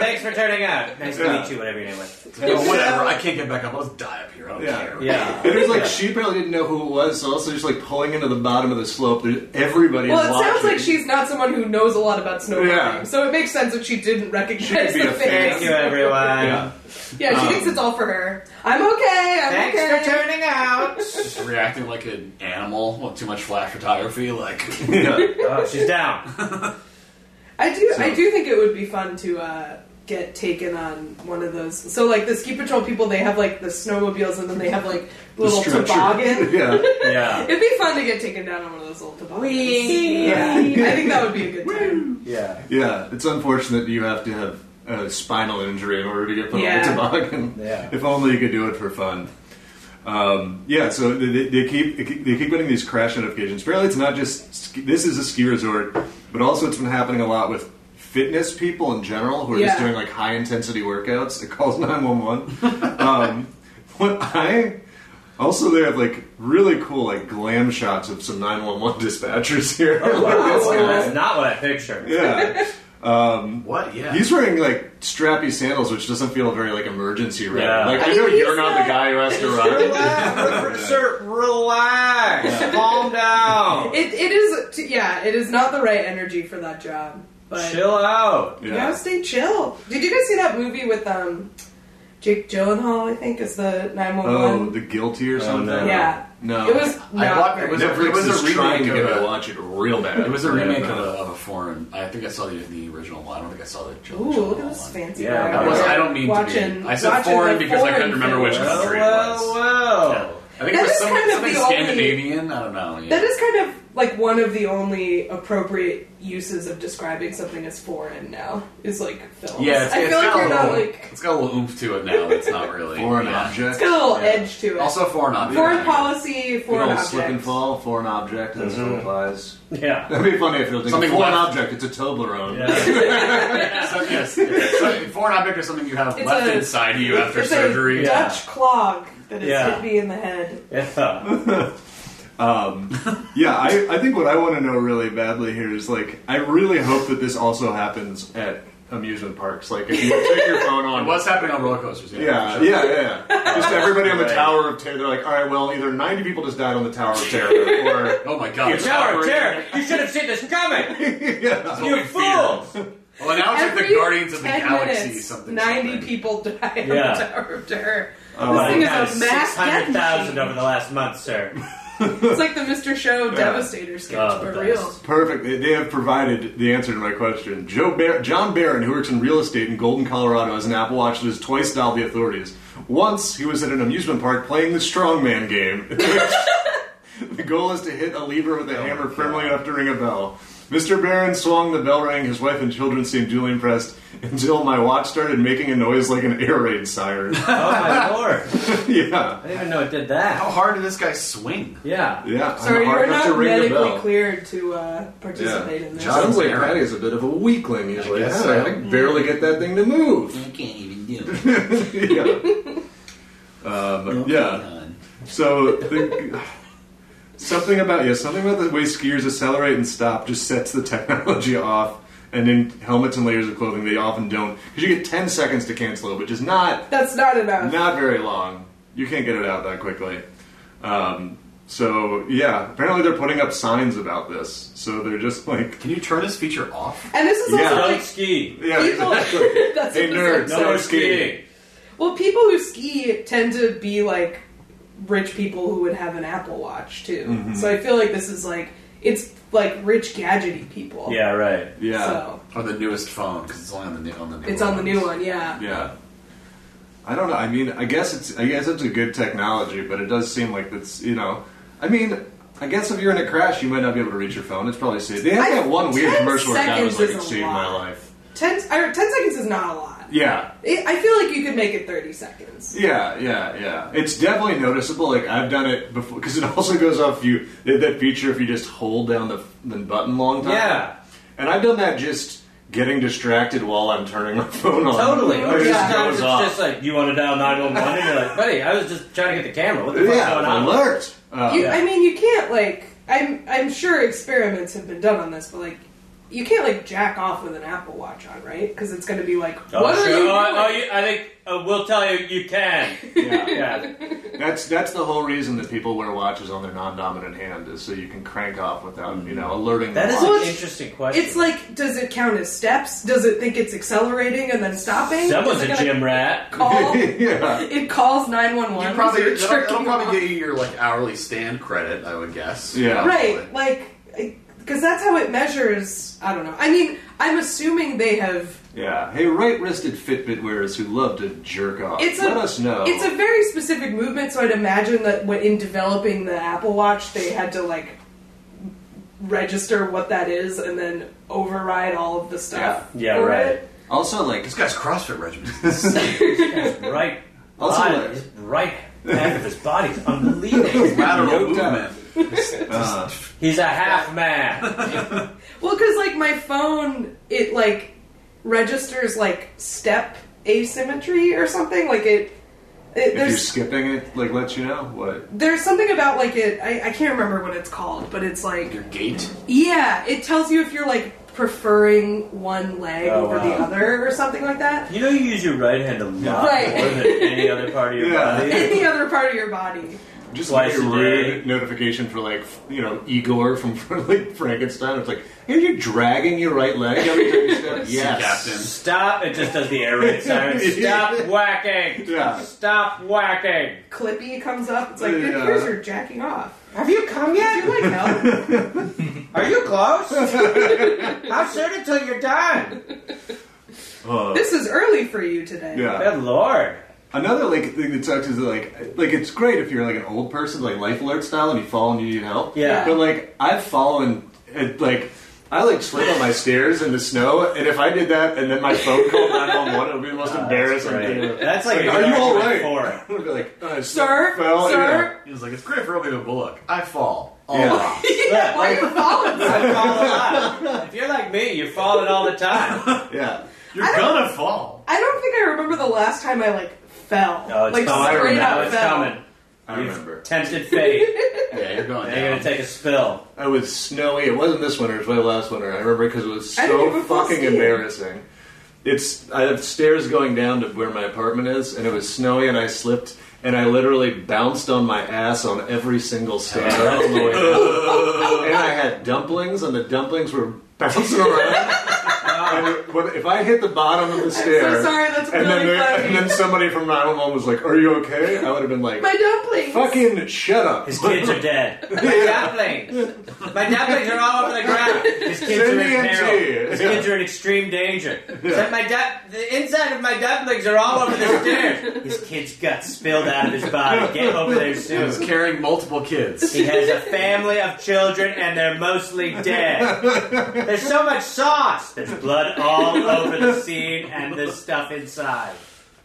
Speaker 4: Thanks for turning out. Nice to
Speaker 2: Yeah.
Speaker 4: meet you, whatever your name was.
Speaker 5: Oh, whatever. I can't get back up. Let's die up here. I don't
Speaker 2: Yeah.
Speaker 5: care.
Speaker 4: Yeah.
Speaker 2: And it was like she probably didn't know who it was, so also just like pulling into the bottom of the slope. There's everybody.
Speaker 3: Well,
Speaker 2: is
Speaker 3: it sounds
Speaker 2: watching.
Speaker 3: like she's not someone who knows a lot about snowboarding,
Speaker 2: Yeah.
Speaker 3: so it makes sense that she didn't recognize
Speaker 2: be
Speaker 3: the
Speaker 2: a
Speaker 3: face.
Speaker 4: Thank you, everyone.
Speaker 2: Yeah.
Speaker 3: Yeah, she thinks it's all for her. I'm okay. I'm
Speaker 4: Thanks
Speaker 3: okay.
Speaker 4: for turning out.
Speaker 5: Just reacting like an animal. Well, too much flash photography. Like,
Speaker 2: Yeah.
Speaker 4: Oh, she's down.
Speaker 3: I do. I do think it would be fun to uh, get taken on one of those. So, like the ski patrol people, they have like the snowmobiles, and then they have like little
Speaker 2: Stretcher.
Speaker 3: toboggan.
Speaker 2: [laughs] yeah.
Speaker 4: Yeah.
Speaker 3: It'd be fun to get taken down on one of those little toboggans.
Speaker 4: Whee!
Speaker 3: Yeah, I think that would be a good time.
Speaker 4: Yeah.
Speaker 2: Yeah, it's unfortunate that you have to have a spinal injury in order to get put
Speaker 3: Yeah.
Speaker 2: on the toboggan.
Speaker 4: Yeah.
Speaker 2: If only you could do it for fun. Um, yeah, so they- they, they keep they keep getting these crash notifications. Apparently, it's not just ski, this is a ski resort, but also it's been happening a lot with fitness people in general who are just
Speaker 3: Yeah.
Speaker 2: doing like high intensity workouts. It calls nine one one. [laughs] What I also they have like really cool like glam shots of some nine one one dispatchers here. Like, that's
Speaker 3: Oh, wow.
Speaker 2: kinda-
Speaker 4: That's not what I pictured.
Speaker 2: [laughs] yeah.
Speaker 5: [laughs] what? Yeah.
Speaker 2: He's wearing like strappy sandals, which doesn't feel very like emergency right.
Speaker 4: Yeah.
Speaker 2: Like I,
Speaker 3: I
Speaker 2: know
Speaker 3: mean,
Speaker 2: you're
Speaker 3: he's
Speaker 2: not the
Speaker 3: not-
Speaker 2: guy who has to run.
Speaker 4: Relax, sir, relax. Calm down.
Speaker 3: It, it is. T- yeah, it is not the right energy for that job. But
Speaker 4: Chill out.
Speaker 3: You gotta stay chill. Did you guys see that movie with um, Jake Gyllenhaal? I think is the nine one
Speaker 2: Oh,
Speaker 3: one.
Speaker 2: the guilty or something.
Speaker 5: no.
Speaker 3: Yeah.
Speaker 2: No.
Speaker 3: It was
Speaker 5: I
Speaker 3: not.
Speaker 5: bought- it
Speaker 3: very
Speaker 5: was
Speaker 3: good.
Speaker 5: a-
Speaker 2: Netflix is
Speaker 5: remake
Speaker 2: trying to
Speaker 5: of
Speaker 2: get me
Speaker 5: a-
Speaker 2: to watch it real
Speaker 5: [laughs]
Speaker 2: bad.
Speaker 5: It was a
Speaker 2: Yeah,
Speaker 5: remake of
Speaker 2: no.
Speaker 5: a, of a foreign. I think I saw the, the original one. I don't think I saw the. Jill-
Speaker 3: Ooh,
Speaker 5: Jill
Speaker 3: look at this
Speaker 5: one.
Speaker 3: fancy.
Speaker 4: Yeah,
Speaker 3: guy
Speaker 4: that
Speaker 3: over
Speaker 4: was-
Speaker 5: I
Speaker 3: there
Speaker 5: don't mean to be.
Speaker 3: watching,
Speaker 5: I said
Speaker 3: watching
Speaker 5: foreign
Speaker 3: the
Speaker 5: because I couldn't remember
Speaker 3: foreign
Speaker 5: which
Speaker 3: films.
Speaker 5: country.
Speaker 4: Well,
Speaker 5: Three
Speaker 4: well,
Speaker 5: was. Oh,
Speaker 4: well.
Speaker 5: I think
Speaker 3: That
Speaker 5: it was
Speaker 3: is
Speaker 5: some,
Speaker 3: kind of
Speaker 5: something
Speaker 3: the only-
Speaker 5: Scandinavian. I don't know. Yeah.
Speaker 3: That is kind of like one of the only appropriate uses of describing something as foreign now is like films.
Speaker 5: Yeah, it's,
Speaker 3: I
Speaker 5: it's
Speaker 3: feel like
Speaker 5: got
Speaker 3: you're
Speaker 5: a
Speaker 3: not
Speaker 5: little,
Speaker 3: like
Speaker 5: It's got a little oomph to it now. It's not really
Speaker 2: Foreign
Speaker 5: yeah.
Speaker 3: it's
Speaker 2: object.
Speaker 3: got a little
Speaker 5: Yeah.
Speaker 3: edge to it.
Speaker 5: Also foreign object.
Speaker 3: foreign policy,
Speaker 2: Good
Speaker 3: foreign
Speaker 2: old
Speaker 3: object.
Speaker 2: slip and fall, foreign object, that still applies.
Speaker 4: Yeah.
Speaker 2: That'd be funny if it
Speaker 5: Mm-hmm.
Speaker 2: was like,
Speaker 5: Something
Speaker 2: foreign
Speaker 5: left.
Speaker 2: object. It's a Toblerone.
Speaker 4: Yeah.
Speaker 5: [laughs] So, yes, yes. So, foreign object is something you have
Speaker 3: It's
Speaker 5: left
Speaker 3: a-
Speaker 5: inside you after
Speaker 3: it's
Speaker 5: surgery.
Speaker 3: a Dutch clog that has
Speaker 4: Yeah.
Speaker 3: hit me in the head.
Speaker 4: yeah.
Speaker 2: Um, [laughs] yeah, I, I think what I want to know really badly here is like, I really hope that this also happens at amusement parks. Like, if you take your
Speaker 5: [laughs]
Speaker 2: phone on,
Speaker 5: What's happening on roller coasters?
Speaker 2: yeah,
Speaker 5: for sure.
Speaker 2: yeah, yeah, yeah. Just everybody on the
Speaker 5: Right.
Speaker 2: Tower of Terror. They're like, all right, well, either ninety people just died on the Tower of Terror, or [laughs]
Speaker 5: Oh my god.
Speaker 2: It's
Speaker 4: Tower of Terror! You should have seen this coming!
Speaker 2: yeah,
Speaker 5: Fear.
Speaker 4: You fools!
Speaker 5: Well, now it's like
Speaker 3: Every
Speaker 5: the Guardians of the
Speaker 3: 10
Speaker 5: Galaxy
Speaker 3: minutes,
Speaker 5: something.
Speaker 3: 90
Speaker 5: something.
Speaker 3: people die on
Speaker 4: Yeah.
Speaker 3: the Tower of [laughs] Terror.
Speaker 2: my
Speaker 3: this thing
Speaker 4: Now
Speaker 3: is
Speaker 4: it's
Speaker 3: a mass death
Speaker 4: 600,000
Speaker 3: machine.
Speaker 4: over the last month, sir.
Speaker 3: It's like the Mr. Show Devastator sketch,
Speaker 4: Oh,
Speaker 3: but
Speaker 4: the
Speaker 3: real.
Speaker 4: best.
Speaker 2: perfect. They, they have provided the answer to my question. Joe Bar- John Barron, who works in real estate in Golden, Colorado, has an Apple Watch that has twice dialed the authorities. Once he was at an amusement park playing the strongman game. [laughs] the goal is to hit a lever with a hammer firmly enough to ring a bell. Mr. Barron swung, the bell rang, his wife and children seemed duly impressed until my watch started making a noise like an air raid siren.
Speaker 4: Oh [laughs] my lord. I
Speaker 2: [laughs] yeah.
Speaker 4: didn't even know it did
Speaker 5: How
Speaker 4: that.
Speaker 5: hard did this guy swing?
Speaker 4: Yeah.
Speaker 2: Yeah. I'm
Speaker 3: Sorry, you
Speaker 2: hard
Speaker 3: were
Speaker 2: enough to
Speaker 3: not
Speaker 2: ring a
Speaker 3: medically
Speaker 2: bell.
Speaker 3: cleared to uh, participate in this.
Speaker 5: John-
Speaker 2: Sounds like
Speaker 5: Aaron.
Speaker 2: Patty's a bit of a weakling. He's like,
Speaker 5: guess
Speaker 2: "Yeah,
Speaker 5: so."
Speaker 2: I can barely get that thing to move.
Speaker 6: I can't even do it.
Speaker 2: [laughs]
Speaker 5: [laughs]
Speaker 2: yeah. Um, yeah. So the, something about yeah, something about the way skiers accelerate and stop just sets the [laughs] technology off. And in helmets and layers of clothing, they often don't because you get ten seconds to cancel it, which is not
Speaker 3: That's not enough.
Speaker 2: not very long. You can't get it out that quickly. Um, so yeah, apparently they're putting up signs about this. So they're just like
Speaker 5: Can you turn this feature off?
Speaker 3: And this is also
Speaker 2: Yeah.
Speaker 4: Don't
Speaker 3: like
Speaker 4: ski.
Speaker 2: yeah, [laughs]
Speaker 3: people.
Speaker 2: exactly.
Speaker 3: [laughs] that's
Speaker 2: Hey,
Speaker 3: what this
Speaker 2: nerd.
Speaker 3: is.
Speaker 4: No
Speaker 2: Don't
Speaker 4: more
Speaker 2: ski.
Speaker 4: skiing.
Speaker 3: Well, people who ski tend to be like rich people who would have an Apple Watch too. So I feel like this is like it's like rich gadgety people.
Speaker 4: Yeah, right.
Speaker 2: yeah.
Speaker 3: So
Speaker 5: Or the newest phone because it's only on the new on the new.
Speaker 3: it's on the new
Speaker 5: ones.
Speaker 3: one. Yeah.
Speaker 2: Yeah. I don't know. I mean, I guess it's I guess it's a good technology, but it does seem like it's you know. I mean, I guess if you're in a crash, you might not be able to reach your phone. It's probably safe. They had
Speaker 3: I-
Speaker 2: that one weird
Speaker 3: 10
Speaker 2: commercial where guy was like, "It
Speaker 3: seconds is a
Speaker 2: saved my
Speaker 3: lot.
Speaker 2: life."
Speaker 3: Ten, or, ten seconds is not a lot.
Speaker 2: Yeah,
Speaker 3: It, I feel like you could make it thirty seconds.
Speaker 2: yeah, yeah, yeah. It's definitely noticeable. Like I've done it before because it [laughs] also goes off. If you they have that feature if you just hold down the, the button long time.
Speaker 4: Yeah.
Speaker 2: and I've done that just getting distracted while I'm turning my [laughs] phone on.
Speaker 4: Totally. Or
Speaker 2: It
Speaker 3: Yeah.
Speaker 2: just
Speaker 4: just,
Speaker 2: goes
Speaker 4: it's
Speaker 2: off.
Speaker 4: just like, you want to dial 911? And you're like, buddy, I was just trying to get the camera. What the fuck's going
Speaker 2: yeah,
Speaker 4: on? [laughs]
Speaker 2: alert. Uh,
Speaker 3: You,
Speaker 4: yeah.
Speaker 3: I mean, you can't like. I'm I'm sure experiments have been done on this, but like. You can't like jack off with an Apple Watch on, right? Because it's going to be like,
Speaker 4: Oh,
Speaker 3: what
Speaker 4: sure.
Speaker 3: are you doing?
Speaker 4: oh, I- oh, you, I think uh, we'll tell you you can.
Speaker 2: yeah.
Speaker 4: [laughs] Yeah.
Speaker 2: That's that's the whole reason that people wear watches on their non-dominant hand is so you can crank off without you know alerting.
Speaker 4: Mm. That
Speaker 2: the
Speaker 4: is
Speaker 2: watch.
Speaker 3: Well,
Speaker 4: an
Speaker 3: it's-
Speaker 4: interesting question.
Speaker 3: It's like, does it count as steps? Does it think it's accelerating and then stopping? Is
Speaker 4: someone's
Speaker 3: it
Speaker 4: a
Speaker 3: gonna [laughs]
Speaker 4: gym rat. [laughs]
Speaker 3: Call,
Speaker 2: yeah,
Speaker 3: it calls nine one
Speaker 5: You
Speaker 3: one.
Speaker 5: probably that'll, that'll probably get you your like hourly stand credit, I would guess.
Speaker 2: Yeah.
Speaker 3: right, like because that's how it measures. I don't know. I mean, I'm assuming they have.
Speaker 2: yeah. Hey, right-wristed Fitbit wearers who love to jerk off,
Speaker 3: It's a,
Speaker 2: let us know.
Speaker 3: It's a very specific movement, so I'd imagine that when in developing the Apple Watch, they had to like register what that is and then override all of the stuff.
Speaker 4: Yeah. Yeah,
Speaker 3: for
Speaker 4: right.
Speaker 3: it.
Speaker 2: also like
Speaker 5: This guy's CrossFit regimen.
Speaker 4: Right.
Speaker 2: Also
Speaker 4: body,
Speaker 2: alert.
Speaker 4: his right half of his body's unbelievable.
Speaker 3: [laughs]
Speaker 5: Lateral
Speaker 2: Yoked up.
Speaker 5: movement.
Speaker 2: uh,
Speaker 4: He's a half man.
Speaker 3: Well, because like my phone, it like registers like step asymmetry or something. Like it, it
Speaker 2: if you're
Speaker 3: there's
Speaker 2: skipping it, like let you know what.
Speaker 3: there's something about like it. I, I can't remember what it's called, but it's like
Speaker 5: Your gait.
Speaker 3: yeah, it tells you if you're like preferring one leg
Speaker 4: Oh,
Speaker 3: over
Speaker 4: wow.
Speaker 3: the other or something like that.
Speaker 4: You know you use your right hand a lot
Speaker 3: Right.
Speaker 4: more than any other part of your
Speaker 2: Yeah.
Speaker 4: body.
Speaker 3: Any other part of your body.
Speaker 2: Just
Speaker 4: Twice
Speaker 2: like a
Speaker 4: a
Speaker 2: rude
Speaker 4: day.
Speaker 2: notification for like f- you know Igor from [laughs] like Frankenstein. It's like, are you dragging your right leg every time you step?
Speaker 5: Captain.
Speaker 2: yes.
Speaker 4: Stop! It just does the
Speaker 3: [laughs]
Speaker 4: air raid siren. Stop whacking!
Speaker 2: Yeah.
Speaker 4: Stop whacking!
Speaker 3: Clippy comes up. It's like your
Speaker 2: Yeah.
Speaker 3: ears are jacking off.
Speaker 4: Have you come
Speaker 3: Do you
Speaker 4: yet?
Speaker 3: like
Speaker 2: [laughs]
Speaker 3: help?
Speaker 4: Are you [laughs] close? How soon until you're done?
Speaker 2: Uh,
Speaker 3: this is early for you today.
Speaker 2: yeah.
Speaker 4: Good lord.
Speaker 2: Another like thing that sucks is that, like like it's great if you're like an old person like life alert style and you fall and you need help.
Speaker 4: Yeah.
Speaker 2: But like I've fallen and like I like slid on my stairs in the snow and if I did that and then my phone called 911 it would be the most embarrassing
Speaker 4: Right.
Speaker 2: thing.
Speaker 4: That's like,
Speaker 2: Like, are you all right? [laughs]
Speaker 4: Four.
Speaker 2: I would be like, uh,
Speaker 3: Sir,
Speaker 2: well,
Speaker 3: sir.
Speaker 5: He was like, it's great for Obi-Wan Bullock. I fall. All
Speaker 2: Yeah.
Speaker 5: yeah.
Speaker 3: [laughs]
Speaker 4: Yeah,
Speaker 3: Why are you following
Speaker 4: I fall a lot. If you're like me, you're falling all the time.
Speaker 2: [laughs] Yeah. yeah.
Speaker 5: You're gonna fall.
Speaker 3: I don't think I remember the last time I like fell.
Speaker 4: Oh, it's
Speaker 3: like
Speaker 4: coming.
Speaker 3: straight
Speaker 4: Now
Speaker 3: up
Speaker 4: it's
Speaker 3: fell.
Speaker 4: coming.
Speaker 2: I
Speaker 4: You've
Speaker 2: remember.
Speaker 4: Tempted fate.
Speaker 5: Yeah, you're going
Speaker 4: They're
Speaker 5: down.
Speaker 4: gonna take a spill.
Speaker 2: I was uh, snowy. It wasn't this winter. It was way last winter. I remember because it was
Speaker 3: I didn't
Speaker 2: so
Speaker 3: even fall
Speaker 2: fucking
Speaker 3: skiing.
Speaker 2: embarrassing. It's I have stairs going down to where my apartment is, and it was snowy, and I slipped, and I literally bounced on my ass on every single [laughs] stair on the way down. And I had dumplings, and the dumplings were bouncing around. And when- if I hit the bottom of the stair,
Speaker 3: sorry, that's
Speaker 2: and then
Speaker 3: really
Speaker 2: there-
Speaker 3: funny.
Speaker 2: and then somebody from 911 was like, "Are you okay?" I would have been like,
Speaker 3: My dumplings.
Speaker 2: "Fucking shut up."
Speaker 4: His kids are dead.
Speaker 6: [laughs] My dumplings. My dumplings are all over the ground.
Speaker 4: His kids
Speaker 2: Send
Speaker 4: are
Speaker 2: me
Speaker 4: in
Speaker 2: in
Speaker 4: peril.
Speaker 2: tea.
Speaker 4: His kids are in extreme danger.
Speaker 6: Except my du- the inside of my dumplings are all over
Speaker 4: [laughs]
Speaker 6: the stairs.
Speaker 4: His kid's got spilled out of his body. Get over there soon.
Speaker 5: He's carrying multiple kids.
Speaker 4: He has a family of children and they're mostly dead.
Speaker 6: There's so much sauce.
Speaker 4: There's blood all over the scene and the stuff inside.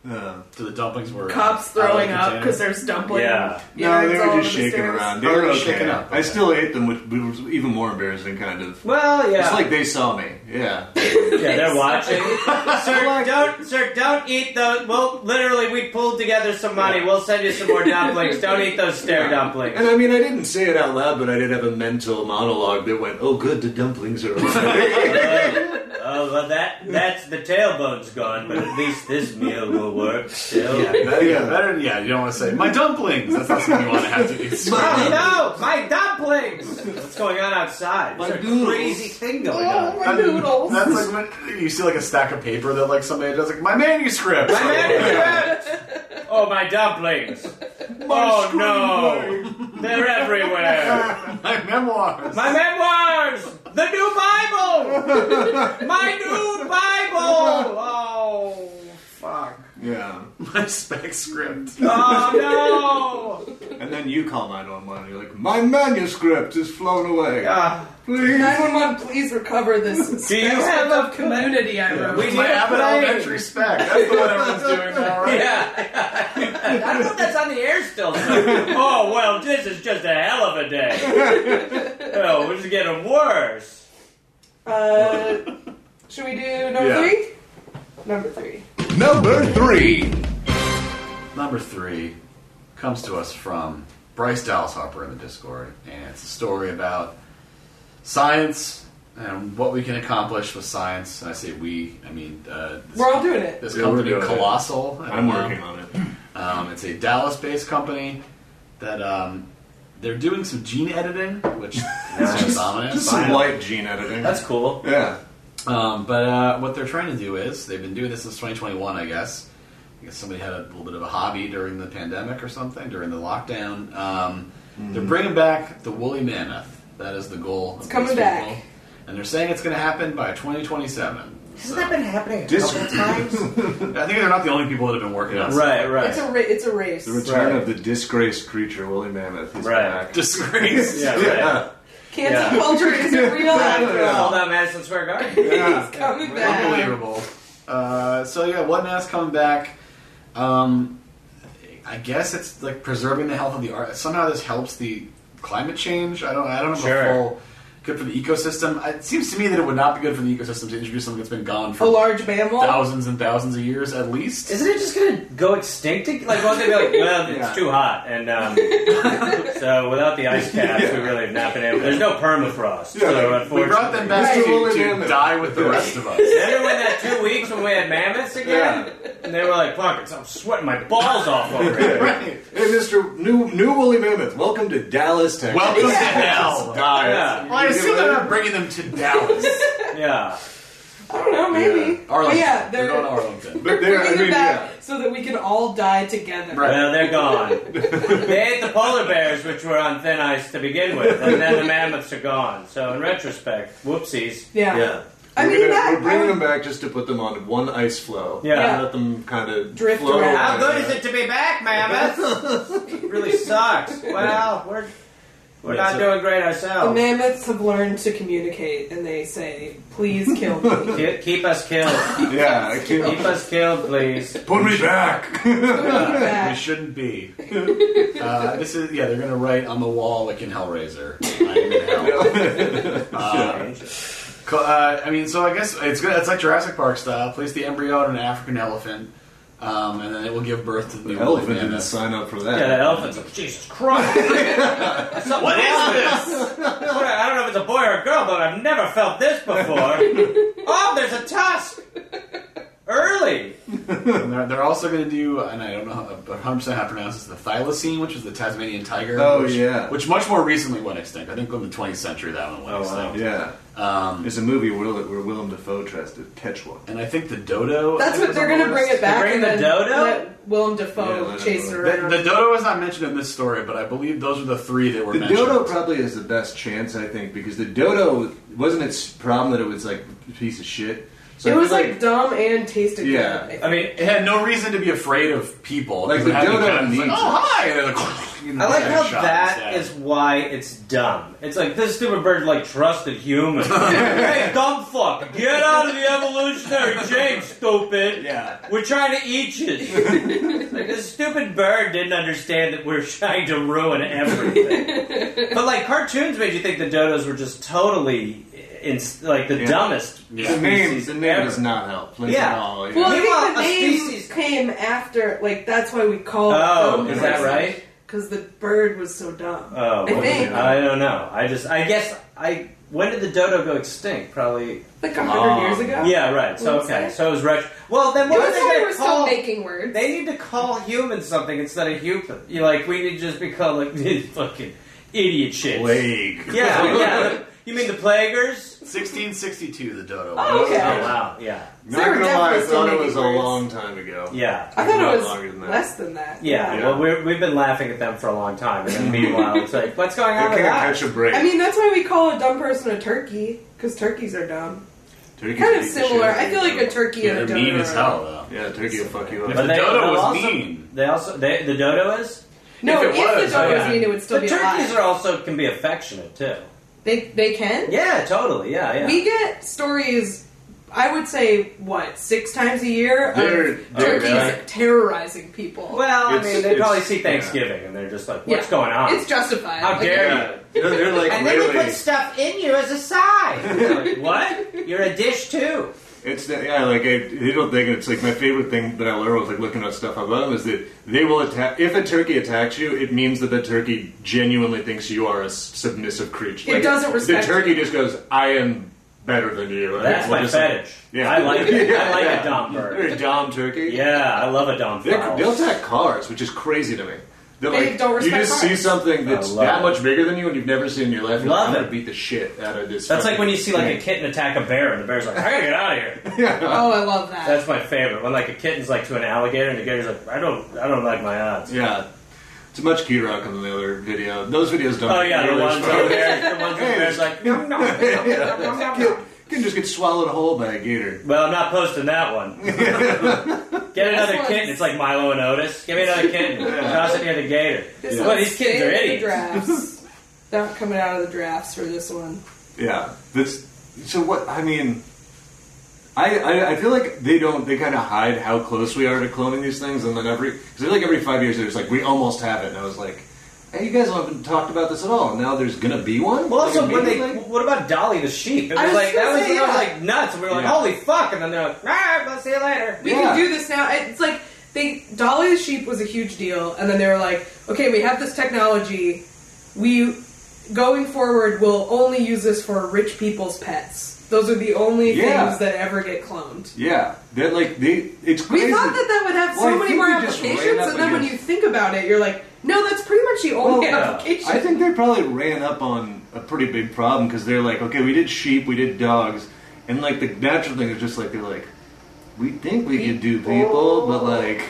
Speaker 2: um,
Speaker 5: So the dumplings were uh,
Speaker 3: Cops throwing
Speaker 5: out
Speaker 3: up
Speaker 5: of
Speaker 3: because
Speaker 5: container.
Speaker 3: there's dumpling.
Speaker 4: Yeah.
Speaker 2: No, they
Speaker 3: innards all
Speaker 2: were
Speaker 3: over
Speaker 2: just
Speaker 3: the
Speaker 2: shaking
Speaker 3: stairs.
Speaker 2: around. They
Speaker 5: Oh,
Speaker 2: were
Speaker 5: they were
Speaker 2: okay.
Speaker 5: shaken up.
Speaker 2: I still ate them, which was even more embarrassing, kind of.
Speaker 6: Well, yeah.
Speaker 2: It's like they saw me. Yeah.
Speaker 4: Yeah, they're watching. [laughs]
Speaker 6: Sir, don't, sir, don't eat those. Well, literally, we pulled together some money. We'll send you some more dumplings. Don't eat those stair dumplings.
Speaker 4: [laughs]
Speaker 2: And I mean, I didn't say it out loud, but I did have a mental monologue that went, "Oh, good, the dumplings [laughs] are okay."
Speaker 4: Oh, well, that, that's the tailbone's gone, but at least this meal will work still.
Speaker 5: Yeah, better, yeah, better. Yeah, you don't want to say my dumplings. That's not something you want to have to
Speaker 6: Oh,
Speaker 5: do.
Speaker 6: no, my dumplings.
Speaker 4: What's going on outside?
Speaker 2: My
Speaker 4: There's a
Speaker 2: noodles.
Speaker 4: crazy thing going
Speaker 3: Oh,
Speaker 4: on.
Speaker 3: my noodles.
Speaker 5: That's like when you see like a stack of paper that like somebody does like my manuscript.
Speaker 6: My manuscript.
Speaker 4: Oh, my dumplings! oh no! They're everywhere!
Speaker 5: [laughs] my memoirs. [laughs]
Speaker 4: My memoirs! The new Bible!
Speaker 6: My new Bible. Oh, fuck.
Speaker 2: [laughs] yeah.
Speaker 5: my spec script.
Speaker 6: Oh, no.
Speaker 2: And then you call 911. You're like, "My manuscript is flown away. [laughs]
Speaker 6: Ah.
Speaker 2: Please."
Speaker 3: 911, please recover this.
Speaker 4: [laughs] Do you
Speaker 3: aspect
Speaker 4: have a-
Speaker 3: of community? I wrote.
Speaker 4: We
Speaker 5: my
Speaker 4: need a
Speaker 5: Abbott
Speaker 4: plane.
Speaker 5: Elementary spec. That's the one
Speaker 2: [laughs]
Speaker 5: everyone's doing now, right?
Speaker 4: Yeah.
Speaker 6: [laughs] I don't know if that's on the air still. sir.
Speaker 4: [laughs] Oh, well, this is just a hell of
Speaker 6: [laughs]
Speaker 4: a day. Oh, it's getting worse.
Speaker 3: Uh, should we do number
Speaker 5: Yeah.
Speaker 3: three? Number three.
Speaker 1: Number three.
Speaker 5: Number three comes to us from Bryce Dallas Harper in the Discord, and it's a story about science and what we can accomplish with science. And I say we, I mean uh, this,
Speaker 3: We're all doing it.
Speaker 5: this
Speaker 2: Yeah, we're
Speaker 5: company,
Speaker 2: doing it.
Speaker 5: Colossal. I
Speaker 2: I'm
Speaker 5: don't know.
Speaker 2: working on it.
Speaker 5: Um, it's a Dallas-based company that um, they're doing some gene editing, which is just ominous.
Speaker 2: [laughs] Just some light gene editing.
Speaker 4: That's cool.
Speaker 2: yeah.
Speaker 5: Um, but uh, what they're trying to do is they've been doing this since 2021, I guess. I guess somebody had a little bit of a hobby during the pandemic or something during the lockdown. Um, They're
Speaker 4: Hmm.
Speaker 5: bringing back the woolly mammoth. That is the goal. It's
Speaker 3: coming back.
Speaker 5: and they're saying it's going to happen by 2027. So,
Speaker 6: happening a
Speaker 2: Dis-
Speaker 6: times?
Speaker 5: I think they're not the only people that have been working on it.
Speaker 4: Right,
Speaker 3: It's
Speaker 4: right.
Speaker 3: a ra- it's a race.
Speaker 2: The return
Speaker 4: Right.
Speaker 2: of the disgraced creature, Willie Mammoth, is
Speaker 4: Right.
Speaker 5: [laughs]
Speaker 2: back.
Speaker 5: Disgrace.
Speaker 4: Yeah, right.
Speaker 2: [laughs] Yeah.
Speaker 3: Cancel
Speaker 4: Yeah.
Speaker 3: culture isn't real after all.
Speaker 6: Hold on, Madison Square Garden.
Speaker 3: [laughs]
Speaker 2: Yeah.
Speaker 3: It's coming back.
Speaker 5: Unbelievable. Uh, so yeah, one mass coming back. Um, I guess it's like preserving the health of the art. Somehow this helps the climate change. I don't. I don't know.
Speaker 4: Sure.
Speaker 5: The full good for the ecosystem. It seems to me that it would not be good for the ecosystem to introduce something that's been gone
Speaker 3: A
Speaker 5: for
Speaker 3: large mammal.
Speaker 5: thousands and thousands of years at least.
Speaker 4: Isn't it just gonna go extinct? ag- Like, won't they be like, well, it's
Speaker 2: Yeah.
Speaker 4: too hot, and um, so without the ice caps, we really have not been able. There's no permafrost,
Speaker 2: Yeah,
Speaker 4: so
Speaker 2: like,
Speaker 5: we
Speaker 4: unfortunately,
Speaker 5: brought them back
Speaker 2: Right.
Speaker 5: to, to
Speaker 2: Mammoth.
Speaker 5: die with the rest of us.
Speaker 4: Remember when that two weeks when we had mammoths again? And they were like, fuck, it's, I'm sweating my balls off over here.
Speaker 5: Right.
Speaker 2: Hey, Mr. New New Woolly Mammoth, welcome to Dallas, Texas.
Speaker 5: Welcome to hell.
Speaker 2: Dallas.
Speaker 4: Yeah.
Speaker 5: Well, I assume they're not bringing them to Dallas.
Speaker 4: Yeah.
Speaker 3: I don't know, maybe.
Speaker 2: Yeah.
Speaker 5: Arlington.
Speaker 3: But yeah,
Speaker 5: they're
Speaker 3: they're,
Speaker 5: going to Arlington.
Speaker 3: they're
Speaker 2: But they're- I
Speaker 3: bringing them
Speaker 2: mean,
Speaker 3: back
Speaker 2: yeah.
Speaker 3: so that we can all die together.
Speaker 5: Right.
Speaker 4: Well, they're gone. They ate the polar bears, which were on thin ice to begin with, and then the mammoths are gone. So, in retrospect, whoopsies.
Speaker 3: Yeah.
Speaker 2: Yeah.
Speaker 3: I
Speaker 2: we're
Speaker 3: mean,
Speaker 2: gonna-
Speaker 3: that-
Speaker 2: we're bringing
Speaker 3: I-
Speaker 2: them back just to put them on one ice floe.
Speaker 4: Yeah.
Speaker 2: And let them kind of
Speaker 3: Drift
Speaker 2: flow
Speaker 3: around.
Speaker 6: How
Speaker 2: away.
Speaker 6: good is it to be back, Mammoth? It [laughs] really sucks. Well, we're we're
Speaker 4: Yeah,
Speaker 6: not
Speaker 4: so-
Speaker 6: doing great
Speaker 3: The
Speaker 6: ourselves.
Speaker 3: mammoths have learned to communicate and they say, please kill
Speaker 4: [laughs]
Speaker 3: me.
Speaker 4: Ki- Keep us killed.
Speaker 2: Yeah. I
Speaker 4: Keep
Speaker 2: can't-
Speaker 4: us killed, please.
Speaker 2: Put me back.
Speaker 5: We
Speaker 3: Back.
Speaker 5: shouldn't
Speaker 3: [laughs]
Speaker 5: be. uh, this is yeah. They're gonna write on the wall like in
Speaker 3: [laughs]
Speaker 5: Hellraiser. I am in hell. Co- uh, I mean, so I guess it's good. It's like Jurassic Park style. Place the embryo in an African elephant. um, and then it will give birth to the new
Speaker 2: Elephant
Speaker 5: Holy
Speaker 2: didn't
Speaker 5: Mammoth.
Speaker 2: sign up for that.
Speaker 4: Yeah, that elephant's like, Jesus
Speaker 6: [laughs]
Speaker 4: Christ! what is this?
Speaker 6: What, I don't know if it's a boy or a girl, but I've never felt this before. [laughs] oh, there's a tusk. Early.
Speaker 5: And they're, they're also going to do, and I don't know how, 100% how to pronounce this, the thylacine, which is the Tasmanian tiger.
Speaker 2: Oh,
Speaker 5: which,
Speaker 2: yeah.
Speaker 5: Which much more recently went extinct. I think in the 20th century that one went
Speaker 4: Oh, wow.
Speaker 5: extinct.
Speaker 2: Yeah. Um, There's a movie where, where Willem Dafoe tries to catch one.
Speaker 5: And I think the dodo. I
Speaker 3: That's
Speaker 5: think,
Speaker 3: what
Speaker 5: was
Speaker 3: they're
Speaker 5: on the
Speaker 3: gonna bring
Speaker 5: list.
Speaker 3: it back.
Speaker 4: bring
Speaker 3: and
Speaker 4: the
Speaker 3: then
Speaker 4: dodo?
Speaker 3: Let Willem
Speaker 2: Yeah,
Speaker 3: Dafoe
Speaker 2: let it
Speaker 3: chase
Speaker 2: go.
Speaker 3: her
Speaker 5: The,
Speaker 3: around.
Speaker 5: the dodo was not mentioned in this story, but I believe those are the three that were
Speaker 2: The
Speaker 5: mentioned.
Speaker 2: dodo probably is the best chance, I think, because the dodo wasn't its problem that it was like a piece of shit. So
Speaker 3: it
Speaker 2: I
Speaker 3: was
Speaker 2: feel
Speaker 3: like, dumb and tasted
Speaker 2: Yeah.
Speaker 3: good.
Speaker 4: I mean,
Speaker 5: it had no reason to be afraid of people.
Speaker 2: Like,
Speaker 5: It
Speaker 2: the
Speaker 5: had
Speaker 2: dodo
Speaker 5: kind of
Speaker 2: needs
Speaker 5: like,
Speaker 2: it.
Speaker 5: oh [laughs] hi! And then, you know,
Speaker 4: I like how
Speaker 5: shot
Speaker 4: that
Speaker 5: instead.
Speaker 4: is why it's dumb. It's like this stupid bird like trusted humans. hey, dumb fuck, get out of the evolutionary chain, stupid.
Speaker 5: Yeah.
Speaker 4: We're trying to eat you. [laughs] It's like this stupid bird didn't understand that we're trying to ruin everything. but like cartoons made you think the dodos were just totally in, like the
Speaker 2: Yeah.
Speaker 4: dumbest.
Speaker 5: Yeah.
Speaker 2: the name,
Speaker 4: species
Speaker 2: the name
Speaker 4: ever.
Speaker 2: does not help. Like,
Speaker 4: Yeah.
Speaker 2: At all, yeah.
Speaker 3: Well, I
Speaker 4: Meanwhile,
Speaker 3: think
Speaker 4: a
Speaker 3: the name
Speaker 4: species-
Speaker 3: came after, like that's why we call.
Speaker 4: Oh,
Speaker 3: it
Speaker 4: is that right?
Speaker 3: Because the bird was so dumb.
Speaker 4: Oh,
Speaker 3: I
Speaker 4: well,
Speaker 3: think
Speaker 4: I don't know. I just, I guess, I when did the dodo go extinct? Probably.
Speaker 3: like a hundred years ago.
Speaker 4: Yeah, right. So
Speaker 3: Wouldn't
Speaker 4: okay,
Speaker 3: Oh. say.
Speaker 4: so it was retro. Well, then
Speaker 3: It
Speaker 4: what
Speaker 3: was
Speaker 4: are they
Speaker 3: when we
Speaker 4: going
Speaker 3: were
Speaker 4: to
Speaker 3: still
Speaker 4: call?
Speaker 3: making words.
Speaker 4: They need to call humans something instead of human. You know, like we need to just become like [laughs] these fucking idiot shit.
Speaker 5: plague.
Speaker 4: Yeah, yeah. the- you mean
Speaker 5: [laughs]
Speaker 4: the plaguers?
Speaker 5: 1662, the dodo.
Speaker 3: Oh, okay.
Speaker 4: Oh wow, yeah,
Speaker 3: They
Speaker 2: not
Speaker 3: were
Speaker 2: gonna lie, I
Speaker 3: definitely
Speaker 2: thought it
Speaker 3: making
Speaker 2: was a
Speaker 3: words.
Speaker 2: long time ago.
Speaker 4: yeah.
Speaker 3: I thought
Speaker 2: Not
Speaker 3: it was
Speaker 2: longer than that.
Speaker 3: less than that.
Speaker 4: Yeah,
Speaker 2: Yeah.
Speaker 4: well, we're, we've been laughing at them for a long time, and then meanwhile, it's like, what's going
Speaker 2: They
Speaker 4: on
Speaker 2: can't
Speaker 4: with that?
Speaker 2: catch a break.
Speaker 3: I mean, that's why we call a dumb person a turkey because turkeys are dumb.
Speaker 2: Turkeys
Speaker 3: Kind of
Speaker 2: eat the
Speaker 3: similar.
Speaker 2: shit out
Speaker 3: I
Speaker 2: of
Speaker 3: feel like
Speaker 2: you.
Speaker 3: a turkey
Speaker 5: Yeah,
Speaker 3: and a
Speaker 5: they're
Speaker 3: dodo.
Speaker 5: mean
Speaker 3: are-
Speaker 5: as hell, though.
Speaker 2: Yeah, turkey will fuck you up.
Speaker 5: But the
Speaker 4: they-
Speaker 5: dodo
Speaker 4: they'll
Speaker 5: was
Speaker 4: also,
Speaker 5: mean.
Speaker 4: They also, they, the dodo is.
Speaker 3: No,
Speaker 5: If
Speaker 3: if,
Speaker 5: it was,
Speaker 3: the dodo
Speaker 4: yeah.
Speaker 3: was mean, it would still
Speaker 4: the
Speaker 3: be
Speaker 4: turkeys
Speaker 3: alive.
Speaker 4: are also can be affectionate too.
Speaker 3: They they can.
Speaker 4: Yeah, totally. Yeah, yeah.
Speaker 3: We get stories. I would say what six times a year
Speaker 2: They're-
Speaker 3: of
Speaker 2: they're
Speaker 3: turkeys
Speaker 2: really-
Speaker 3: terrorizing people.
Speaker 4: well, I
Speaker 2: It's-
Speaker 4: mean, they probably
Speaker 2: it's-
Speaker 4: see Thanksgiving and they're just like,
Speaker 3: Yeah.
Speaker 4: what's going on?
Speaker 3: It's justified.
Speaker 4: How
Speaker 3: Like,
Speaker 4: dare you?
Speaker 2: yeah. they're, they're
Speaker 3: [laughs]
Speaker 2: like
Speaker 6: And then
Speaker 2: really.
Speaker 6: they put stuff in you as a
Speaker 4: [laughs]
Speaker 6: side.
Speaker 4: Like, what? You're a dish too.
Speaker 2: It's yeah, like I, they don't think it's like my favorite thing that I learned was like looking up stuff about them is that they will attack. If a turkey attacks you, it means that the turkey genuinely thinks you are a s- submissive creature.
Speaker 3: It doesn't respect
Speaker 2: The turkey
Speaker 3: you.
Speaker 2: just goes, "I am better than you." And
Speaker 4: That's
Speaker 2: it's
Speaker 4: my
Speaker 2: just like-
Speaker 4: fetish.
Speaker 2: yeah,
Speaker 4: I like it. I like
Speaker 2: [laughs] yeah.
Speaker 4: a dumb
Speaker 2: You're
Speaker 4: bird.
Speaker 2: a dumb turkey.
Speaker 4: Yeah, I love a dumb
Speaker 2: They,
Speaker 4: fowl.
Speaker 2: they'll attack cars, which is crazy to me. They're
Speaker 3: They
Speaker 2: like,
Speaker 3: don't
Speaker 2: you
Speaker 3: respect
Speaker 2: just see
Speaker 3: cars.
Speaker 2: something that's
Speaker 4: I love
Speaker 2: that
Speaker 4: it.
Speaker 2: much bigger than you and you've never seen in your life. You're
Speaker 4: Love
Speaker 2: like, I'm
Speaker 4: it.
Speaker 2: gonna beat the shit out of this.
Speaker 4: That's like
Speaker 2: fucking
Speaker 4: when you see like a
Speaker 2: thing."
Speaker 4: kitten attack a bear, and the bear's like, "I gotta get out
Speaker 2: [laughs]
Speaker 4: of here."
Speaker 3: Oh, I love that.
Speaker 4: That's my favorite. When like a kitten's like to an alligator, and the gator's like, "I don't, I don't like my odds."
Speaker 2: Yeah. It's a much cuter outcome than the other video. Those videos don't.
Speaker 4: Oh yeah, the
Speaker 2: really
Speaker 4: ones where
Speaker 3: [laughs]
Speaker 4: the bear, the ones where the bear's like, "Nom, nom, nom, nom, nom, nom, nom."
Speaker 2: You [laughs] can just get swallowed whole by a gator.
Speaker 4: Well, I'm not posting that
Speaker 2: [laughs]
Speaker 4: one. Get another
Speaker 3: one's-
Speaker 4: kitten. It's like Milo and Otis. Give me another kitten. Toss it near the gator.
Speaker 3: This
Speaker 4: Well,
Speaker 3: one's
Speaker 4: these kids
Speaker 3: staying
Speaker 4: are
Speaker 3: in the
Speaker 4: idiots.
Speaker 3: drafts.
Speaker 4: [laughs]
Speaker 3: Not coming out of the drafts for this one.
Speaker 2: Yeah. That's so. What I mean, I I, I feel like they don't. They kind of hide how close we are to cloning these things, and then every because they're like every five years they're just like we almost have it, and I was like, hey, you guys haven't talked about this at all. And now there's gonna be one.
Speaker 4: Well, also when they,
Speaker 2: Immediately?
Speaker 4: what about Dolly the sheep? It was,
Speaker 3: I was
Speaker 4: like
Speaker 3: gonna
Speaker 4: that was,
Speaker 3: say,
Speaker 4: that was
Speaker 3: yeah.
Speaker 4: like nuts. We were like,
Speaker 2: Yeah.
Speaker 4: holy fuck, and then they're like, all right, let's see you later.
Speaker 3: We
Speaker 2: Yeah.
Speaker 3: can do this now. It's like they Dolly the sheep was a huge deal, and then they were like, okay, we have this technology. We going forward will only use this for rich people's pets. Those are the only
Speaker 2: Yeah.
Speaker 3: things that ever get cloned.
Speaker 2: yeah, they're like they. It's
Speaker 3: We
Speaker 2: crazy.
Speaker 3: thought that that would have so
Speaker 2: Well, I
Speaker 3: many
Speaker 2: think
Speaker 3: more
Speaker 2: we just ran
Speaker 3: applications,
Speaker 2: up
Speaker 3: and then when you
Speaker 2: against-
Speaker 3: think about it, you're like, no, that's pretty much
Speaker 5: [laughs]
Speaker 3: the only
Speaker 2: Well, Oh, yeah.
Speaker 3: application.
Speaker 2: I think they probably ran up on a pretty big problem because they're like, okay, we did sheep, we did dogs, and like the natural thing is just like they're like, we think we could do people, but like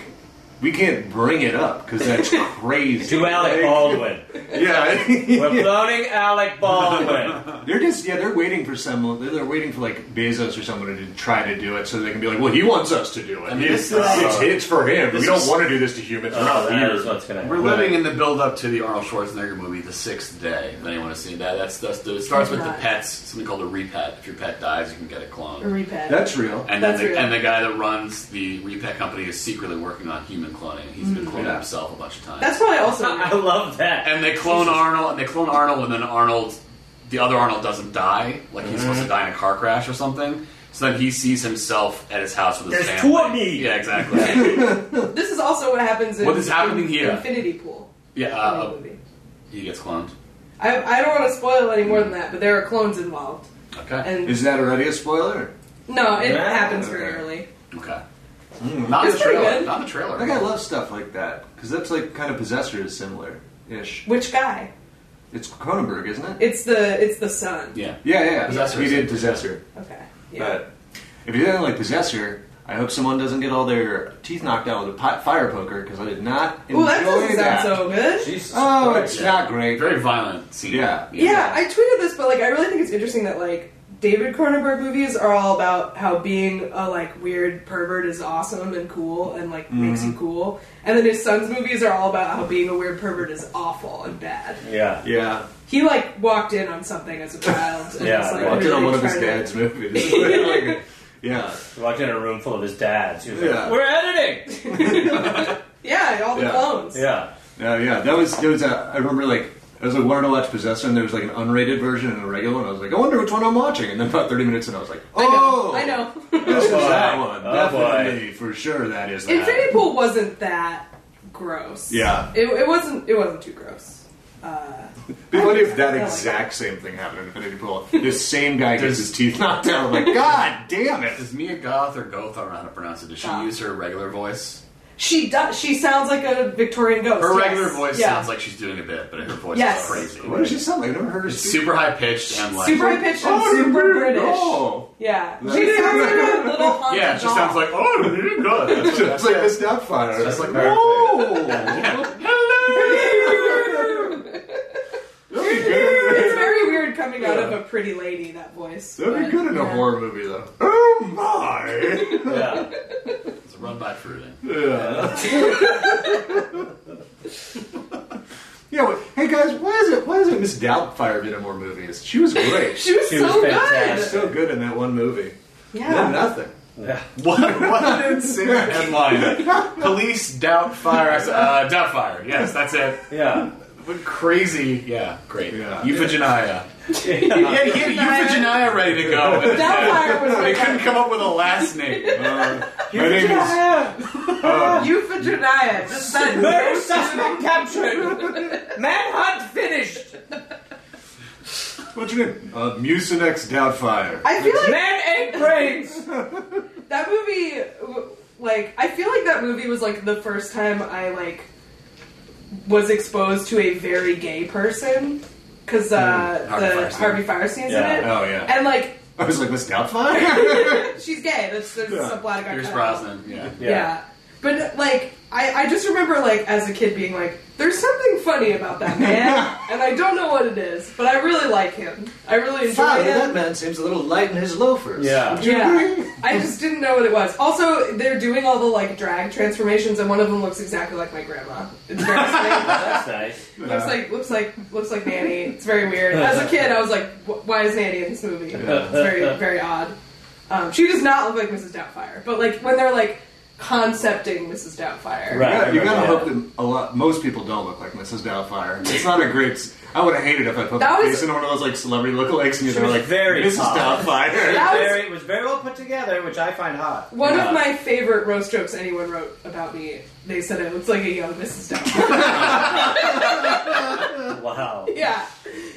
Speaker 2: we can't bring it up because that's
Speaker 5: [laughs]
Speaker 2: crazy.
Speaker 4: To Alec
Speaker 2: Like,
Speaker 4: Baldwin.
Speaker 2: yeah, [laughs]
Speaker 4: We're cloning Alec Baldwin. Oh,
Speaker 2: they're just yeah, they're waiting for someone. They're, they're waiting for like Bezos or someone to try to do it so they can be like, well, he wants us to do it.
Speaker 5: I mean,
Speaker 2: it's,
Speaker 5: this is-
Speaker 2: it's, it's for him. We
Speaker 5: this
Speaker 2: don't
Speaker 5: is-
Speaker 2: want to do this to humans. We're
Speaker 4: Oh,
Speaker 2: not
Speaker 4: that
Speaker 2: weird.
Speaker 4: is what's gonna
Speaker 5: We're
Speaker 4: happen. [laughs]
Speaker 5: living in the build up to the Arnold Schwarzenegger movie, The Sixth Day. If anyone has seen that, that's, that's the, it starts with the pets. Something called a repet. If your pet dies, you can get a clone.
Speaker 3: A repet.
Speaker 2: That's real.
Speaker 5: And then
Speaker 3: Mm-hmm. That's
Speaker 5: the,
Speaker 3: real.
Speaker 5: and the guy that runs the repet company is secretly working on human cloning. He's been cloning
Speaker 2: Yeah.
Speaker 5: himself a bunch of times.
Speaker 3: That's what
Speaker 5: [laughs]
Speaker 3: I also.
Speaker 4: I love that.
Speaker 5: and they clone Arnold, and they clone
Speaker 3: Mm-hmm.
Speaker 5: Arnold, and then Arnold, the other Arnold doesn't die. Like he's supposed to die in a car crash or something. So then he sees himself at his house with his
Speaker 4: There's
Speaker 5: family.
Speaker 4: two of me!
Speaker 5: Yeah,
Speaker 3: [laughs]
Speaker 5: exactly.
Speaker 3: This is also what happens in
Speaker 5: What is happening
Speaker 3: in
Speaker 5: here?
Speaker 3: Infinity Pool.
Speaker 5: yeah,
Speaker 3: in the
Speaker 5: uh,
Speaker 3: movie.
Speaker 5: he gets cloned.
Speaker 3: I, I don't want to spoil any more than that, but there are clones involved.
Speaker 5: Okay.
Speaker 3: And
Speaker 2: Is that already a spoiler?
Speaker 3: no, it
Speaker 4: Yeah.
Speaker 3: happens very early.
Speaker 5: okay.
Speaker 2: Mm.
Speaker 5: not
Speaker 3: It's
Speaker 5: the
Speaker 3: pretty
Speaker 5: trailer.
Speaker 3: good.
Speaker 5: Not the trailer.
Speaker 2: Like I love stuff like that because that's like kind of possessor is similar ish.
Speaker 3: Which guy?
Speaker 2: It's Cronenberg, isn't it?
Speaker 3: It's the it's the son.
Speaker 5: Yeah.
Speaker 2: yeah, yeah.
Speaker 5: Possessor
Speaker 2: He
Speaker 5: is
Speaker 2: did
Speaker 5: similar.
Speaker 2: possessor,
Speaker 3: Okay.
Speaker 2: but if you didn't like possessor. I hope someone doesn't get all their teeth knocked out with a pi- fire poker because I did not enjoy
Speaker 3: Well, that doesn't
Speaker 2: that.
Speaker 3: sound so good.
Speaker 4: Jesus
Speaker 2: oh,
Speaker 4: Christ.
Speaker 2: it's not great.
Speaker 5: Very violent scene.
Speaker 2: Yeah.
Speaker 3: Yeah, I tweeted this, but like, I really think it's interesting that like David Cronenberg movies are all about how being a like weird pervert is awesome and cool and like makes
Speaker 2: Mm-hmm.
Speaker 3: you cool, and then his son's movies are all about how being a weird pervert is awful and bad.
Speaker 4: Yeah.
Speaker 2: Yeah,
Speaker 3: He like walked in on something as a child. And
Speaker 4: Yeah,
Speaker 3: was, like,
Speaker 2: I watched it
Speaker 3: really
Speaker 2: on one of his
Speaker 3: tried to-
Speaker 2: dad's
Speaker 3: [laughs]
Speaker 2: movies. [laughs] Like, yeah,
Speaker 4: He walked in a room full of his dads. He was
Speaker 2: Yeah.
Speaker 4: like, We're editing!
Speaker 3: [laughs] Yeah, all the
Speaker 2: Yeah.
Speaker 3: clones.
Speaker 4: yeah.
Speaker 2: yeah, yeah. That was there was a. I remember like I was like wanted to watch Possessor, and there was like an unrated version and a regular one. I was like, I wonder which one I'm watching. And then about 30 minutes, in, I was like,
Speaker 3: I know.
Speaker 2: Oh,
Speaker 3: I know.
Speaker 2: This is
Speaker 4: Oh, boy.
Speaker 2: that one.
Speaker 4: Oh,
Speaker 2: Definitely, for sure, that is that.
Speaker 3: Infinity Pool wasn't that gross.
Speaker 2: Yeah.
Speaker 3: It, it wasn't. It wasn't too gross. Uh,
Speaker 2: Be funny if that
Speaker 3: I like
Speaker 2: exact same thing happened in Infinity [laughs] Pool. This same guy gets his teeth knocked out. I'm [laughs] like, God damn it!
Speaker 5: Does Mia Goth or Goth? I don't know how to pronounce it. Does she
Speaker 3: Goth.
Speaker 5: use her regular voice?
Speaker 3: She does. She sounds like a Victorian ghost.
Speaker 5: Her
Speaker 3: yes.
Speaker 5: regular voice
Speaker 3: Yeah.
Speaker 5: sounds like she's doing a bit, but her voice
Speaker 3: Yes.
Speaker 5: is crazy.
Speaker 2: What does she sound like? I've never heard her
Speaker 5: It's
Speaker 2: speak.
Speaker 5: super high pitched and like
Speaker 3: super high pitched and
Speaker 2: Oh,
Speaker 3: super
Speaker 2: you're
Speaker 3: British.
Speaker 2: Oh.
Speaker 3: Yeah,
Speaker 2: That's-
Speaker 3: she sounds like a little haunted
Speaker 5: yeah, she
Speaker 3: doll.
Speaker 5: sounds like oh you're good. That's,
Speaker 2: It's like Miss Doubtfire.
Speaker 5: Just like her.
Speaker 2: [laughs] Whoa! That'd be good.
Speaker 3: It's very weird coming out of
Speaker 2: Yeah.
Speaker 3: a pretty lady that voice.
Speaker 2: That'd be
Speaker 3: but,
Speaker 2: good in a
Speaker 3: yeah.
Speaker 2: horror movie, though. Oh [laughs] my!
Speaker 4: Yeah.
Speaker 5: it's run by fruiting.
Speaker 2: Yeah. [laughs] yeah. Well, hey guys, why is it? Why is it Miss Doubtfire been in more movies? She was great. she
Speaker 3: She was
Speaker 4: She
Speaker 3: so
Speaker 4: was
Speaker 3: good.
Speaker 4: fantastic.
Speaker 2: was so good in that one movie. Then
Speaker 3: Yeah,
Speaker 2: [laughs] nothing.
Speaker 4: Yeah.
Speaker 5: [laughs] What? What an insane headline! Police doubt fire. Uh, doubt fire. Yes, that's it.
Speaker 4: Yeah.
Speaker 5: What crazy? Yeah, great.
Speaker 2: Yeah.
Speaker 5: Euphigenia. yeah, he had [laughs] Euphigenia ready to [laughs] go.
Speaker 3: Doubtfire was
Speaker 5: They
Speaker 3: like
Speaker 5: couldn't come up with a last [laughs] name.
Speaker 2: Uh, my name is.
Speaker 3: euphigenia. "Oh, Just that.
Speaker 4: Murder suspect
Speaker 2: [laughs]
Speaker 4: captured! Manhunt finished!
Speaker 2: What's your name? Uh, Mucinex Doubtfire.
Speaker 3: I feel like
Speaker 4: Man ate brains!
Speaker 3: [laughs] that movie. w- Like, I feel like that movie was like the first time I like was exposed to a very gay person because uh,
Speaker 5: Harvey
Speaker 3: the
Speaker 5: Firestein.
Speaker 3: Harvey Firestein's
Speaker 4: Yeah.
Speaker 3: in it,
Speaker 2: Oh yeah.
Speaker 3: and like
Speaker 2: I was like Miss Doubtfire. [laughs]
Speaker 3: She's gay. That's there's a
Speaker 2: Yeah.
Speaker 3: lot of guy.
Speaker 5: Pierce Brosnan. Yeah.
Speaker 3: Yeah. But like I, I just remember like as a kid being like, there's something funny about that man and I don't know what it is, but I really like him. I really enjoy him.
Speaker 2: man seems a little light in his loafers.
Speaker 4: Yeah.
Speaker 2: Would you agree?
Speaker 3: Yeah. [laughs] I just didn't know what it was. Also, they're doing all the like drag transformations and one of them looks exactly like my grandma. It's very strange.
Speaker 4: That's nice.
Speaker 3: looks like looks like looks like Nanny. It's very weird. As a kid I was like, "Wh- why is Nanny in this movie? It's very very odd. Um, she does not look like Mrs. Doubtfire, but like when they're like concepting Mrs. Doubtfire.
Speaker 4: Right.
Speaker 2: Yeah, you gotta
Speaker 4: Yeah.
Speaker 2: hope that a lot. Most people don't look like Mrs. Doubtfire. It's not a great. s- I would have hated if I put my
Speaker 3: That was-
Speaker 2: face in one of those like celebrity lookalikes, and you were
Speaker 4: was
Speaker 2: like,
Speaker 4: very
Speaker 2: "Mrs.
Speaker 4: hot.
Speaker 2: [laughs] Doubtfire."
Speaker 3: That was-
Speaker 4: Very, it was very well put together, which I find hot.
Speaker 3: One of my favorite roast jokes anyone wrote about me. They said it looks like a young Mrs. Doubtfire.
Speaker 4: Wow.
Speaker 3: yeah,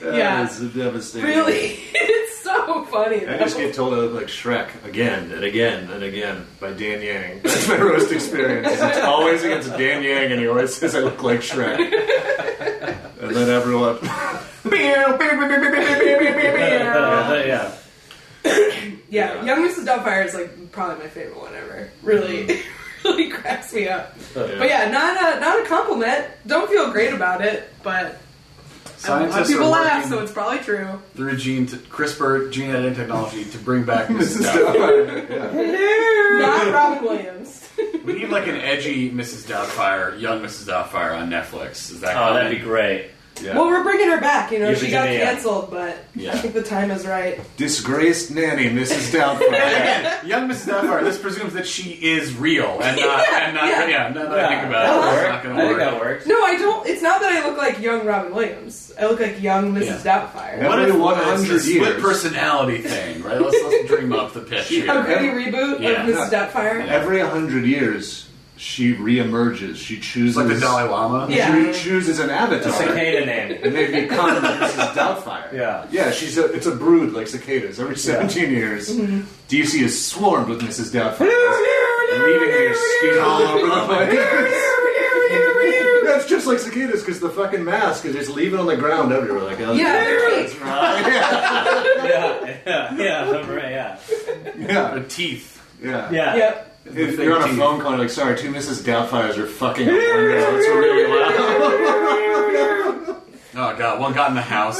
Speaker 2: That
Speaker 3: Yeah.
Speaker 2: is devastating.
Speaker 3: really, [laughs] it's so funny.
Speaker 2: I
Speaker 3: though.
Speaker 2: just get told I look like Shrek again and again and again by Dan Yang. That's my roast experience. It's always against Dan Yang, and he always says I look like Shrek. And then everyone,
Speaker 3: yeah.
Speaker 4: Uh, [laughs] yeah.
Speaker 3: yeah, young Mrs. Doubtfire is like probably my favorite one ever. Really,
Speaker 5: Mm-hmm.
Speaker 3: [laughs] really cracks me up.
Speaker 5: Oh,
Speaker 3: But yeah, not a not a compliment. Don't feel great about it, but a lot of
Speaker 5: Scientists
Speaker 3: people
Speaker 5: are
Speaker 3: laugh,
Speaker 5: working
Speaker 3: so it's probably true.
Speaker 5: through gene t- CRISPR gene editing technology to bring back Mrs. Doubtfire.
Speaker 2: Doubtfire. Yeah.
Speaker 3: Not Robin Williams.
Speaker 5: We need like an edgy Mrs. Doubtfire, young Mrs. Doubtfire on Netflix. Is that
Speaker 4: Oh, that'd
Speaker 5: coming?
Speaker 4: be great.
Speaker 5: Yeah.
Speaker 3: Well, we're bringing her back. You know,
Speaker 4: Yeah,
Speaker 3: she got
Speaker 4: Virginia.
Speaker 3: canceled, but
Speaker 5: Yeah.
Speaker 3: [laughs] I think the time is right.
Speaker 2: Disgraced nanny, Mrs. Doubtfire.
Speaker 5: Again, young Mrs. Doubtfire. This presumes that she is real and not and not
Speaker 3: [laughs] Yeah.
Speaker 5: yeah. now that I think
Speaker 4: That'll
Speaker 5: about it, it's
Speaker 4: work.
Speaker 5: not going
Speaker 4: I
Speaker 5: to
Speaker 4: think
Speaker 5: work.
Speaker 4: that works.
Speaker 3: No, I don't. It's not that I look like young Robin Williams. I look like young Mrs. Doubtfire.
Speaker 2: What
Speaker 5: What
Speaker 2: if
Speaker 5: if
Speaker 2: one
Speaker 5: it's
Speaker 2: hundred
Speaker 5: the split
Speaker 2: years?
Speaker 5: personality thing, right? Let's, let's dream up the pitch here.
Speaker 3: A
Speaker 2: Okay.
Speaker 3: gritty reboot
Speaker 5: Yeah.
Speaker 3: of Mrs. Doubtfire.
Speaker 2: Every hundred years, she reemerges. She chooses
Speaker 5: It's like the Dalai Lama.
Speaker 3: Yeah.
Speaker 2: She chooses an avatar.
Speaker 4: Cicada name.
Speaker 2: and they become Mrs. Doubtfire.
Speaker 4: Yeah.
Speaker 2: Yeah, she's a, it's a brood like cicadas. Every 17 years,
Speaker 3: Mm-hmm.
Speaker 2: DC is swarmed with Mrs. Doubtfire. leaving their skin all over the place. That's just like cicadas because the fucking mask is just leaving on the ground everywhere. Like, oh,
Speaker 3: Yeah, they're
Speaker 2: that's right.
Speaker 3: [laughs]
Speaker 2: Yeah.
Speaker 4: [laughs] Yeah, yeah, yeah, right, yeah.
Speaker 2: Yeah.
Speaker 5: The teeth.
Speaker 2: Yeah.
Speaker 4: Yeah.
Speaker 3: Yep.
Speaker 2: If you're on a phone call, you're like, sorry, two Mrs. Doubtfires are fucking on the window. It's really loud.
Speaker 5: Oh god, one got in the
Speaker 4: [laughs]
Speaker 5: house.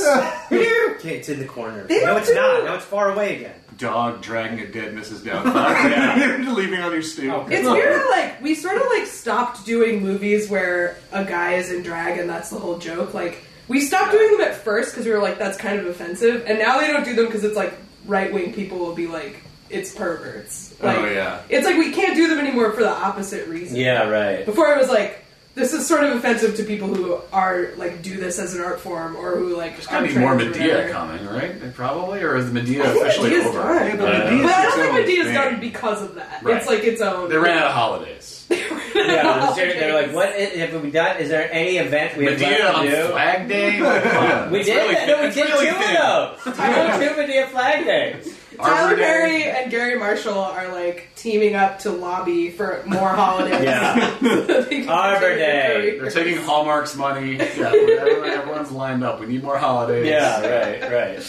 Speaker 6: Okay, it's in the corner.
Speaker 3: They
Speaker 6: No,
Speaker 3: don't
Speaker 6: it's
Speaker 3: do-
Speaker 6: not. Now it's far away again.
Speaker 2: Dog dragging a dead Mrs.
Speaker 3: [laughs]
Speaker 2: Doubtfire. Yeah. [laughs] leaving on your stoop. Uh,
Speaker 3: It's weird that like we sort of like stopped doing movies where a guy is in drag and that's the whole joke. Like we stopped doing them at first because we were like that's kind of offensive, and now they don't do them because it's like right wing people will be like it's perverts.
Speaker 5: Oh,
Speaker 3: Like,
Speaker 2: yeah.
Speaker 3: It's like we can't do them anymore for the opposite reason.
Speaker 4: Yeah, right.
Speaker 3: Before it was like this is sort of offensive to people who are like do this as an art form or who like
Speaker 5: There's gotta be
Speaker 3: are
Speaker 5: more
Speaker 3: trans or
Speaker 5: Medea
Speaker 3: whatever.
Speaker 5: coming, right? Probably, or is Medea
Speaker 3: I think
Speaker 5: officially
Speaker 3: Medea's
Speaker 5: over? Uh,
Speaker 3: done.
Speaker 2: Yeah, but Medea's
Speaker 3: But I
Speaker 2: its
Speaker 3: don't think
Speaker 2: own
Speaker 3: Medea's
Speaker 2: thing.
Speaker 3: done because of that.
Speaker 5: Right.
Speaker 3: It's like its own.
Speaker 5: They ran out of holidays.
Speaker 4: [laughs] Yeah, they're, they're like, what i- have we done? Is there any event we have
Speaker 5: Medea
Speaker 4: left
Speaker 5: on
Speaker 4: to do?
Speaker 5: Flag
Speaker 4: [laughs]
Speaker 5: Day. Come
Speaker 4: We
Speaker 5: on.
Speaker 4: did.
Speaker 5: really
Speaker 4: that. no, we
Speaker 5: it's
Speaker 4: did
Speaker 5: really
Speaker 4: two of [laughs] those. We did two Medea flag days.
Speaker 5: Arbor
Speaker 3: Tyler
Speaker 5: Day.
Speaker 3: Perry and Gary Marshall are like teaming up to lobby for more holidays. [laughs]
Speaker 4: [laughs] Yeah. Arbor Day.
Speaker 5: They're taking Hallmark's money. Yeah, everyone- everyone's lined up. We need more holidays.
Speaker 4: Yeah, right, right.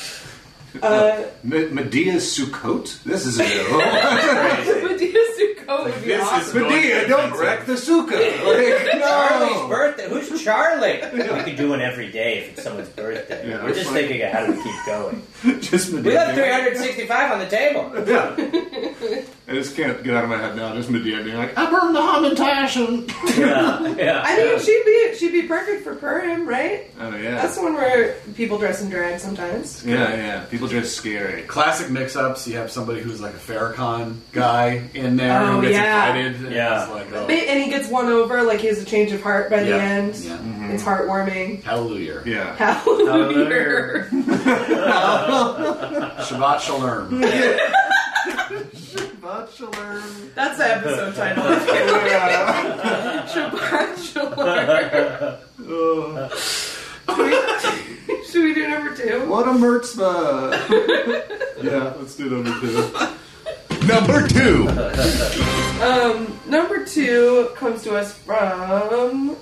Speaker 3: Uh,
Speaker 2: Me- Medea Sukkot? This is a [laughs] new.
Speaker 3: Medea Sukkot would be
Speaker 5: This is
Speaker 3: awesome.
Speaker 2: Medea, don't wreck the Sukkah! Like,
Speaker 4: Charlie's
Speaker 2: [laughs] no!
Speaker 4: birthday. Who's Charlie? [laughs] We could do one every day if it's someone's birthday.
Speaker 2: Yeah,
Speaker 4: We're just
Speaker 2: like-
Speaker 4: thinking of how do we keep going.
Speaker 2: Just
Speaker 4: We
Speaker 2: Medea.
Speaker 4: left 365 on the table.
Speaker 2: Yeah. [laughs] I just can't get out of my head now. Just Medea being like, I burned the hamantaschen!
Speaker 4: Yeah, yeah.
Speaker 3: I think she'd be she'd be perfect for Purim, right?
Speaker 2: [laughs] Oh, yeah.
Speaker 3: That's the one where people dress in drag sometimes.
Speaker 2: yeah, yeah. People dress scary.
Speaker 5: Classic mix-ups. You have somebody who's like a Farrakhan guy in there
Speaker 3: Oh,
Speaker 5: who gets
Speaker 3: yeah.
Speaker 5: excited. And
Speaker 4: Yeah.
Speaker 5: it's like, oh,
Speaker 3: But- And he gets won over, like he has a change of heart by the
Speaker 5: Yeah,
Speaker 3: end.
Speaker 5: yeah.
Speaker 3: It's heartwarming.
Speaker 5: hallelujah.
Speaker 2: Yeah.
Speaker 3: Hallelujah.
Speaker 5: Shabbat
Speaker 3: Hmm.
Speaker 5: shalom.
Speaker 2: Bachelor.
Speaker 3: That's the episode title. [laughs] Shabbat
Speaker 2: Oh,
Speaker 3: Shalom. [laughs] Should we do number two?
Speaker 2: what
Speaker 3: [laughs]
Speaker 2: a mertzma! yeah, let's do number two.
Speaker 1: Number two.
Speaker 3: Um, number two comes to us from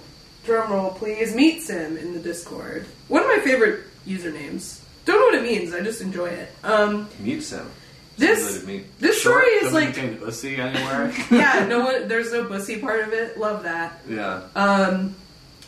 Speaker 3: drumroll, please. Meet Sim in the Discord. One of my favorite usernames. Don't know what it means. I just enjoy it. Um,
Speaker 2: Meet Sam.
Speaker 3: this this story is
Speaker 5: Doesn't
Speaker 3: like
Speaker 5: contain pussy anywhere.
Speaker 3: [laughs] yeah. No one. There's no bussy part of it. Love that.
Speaker 2: Yeah.
Speaker 3: Um,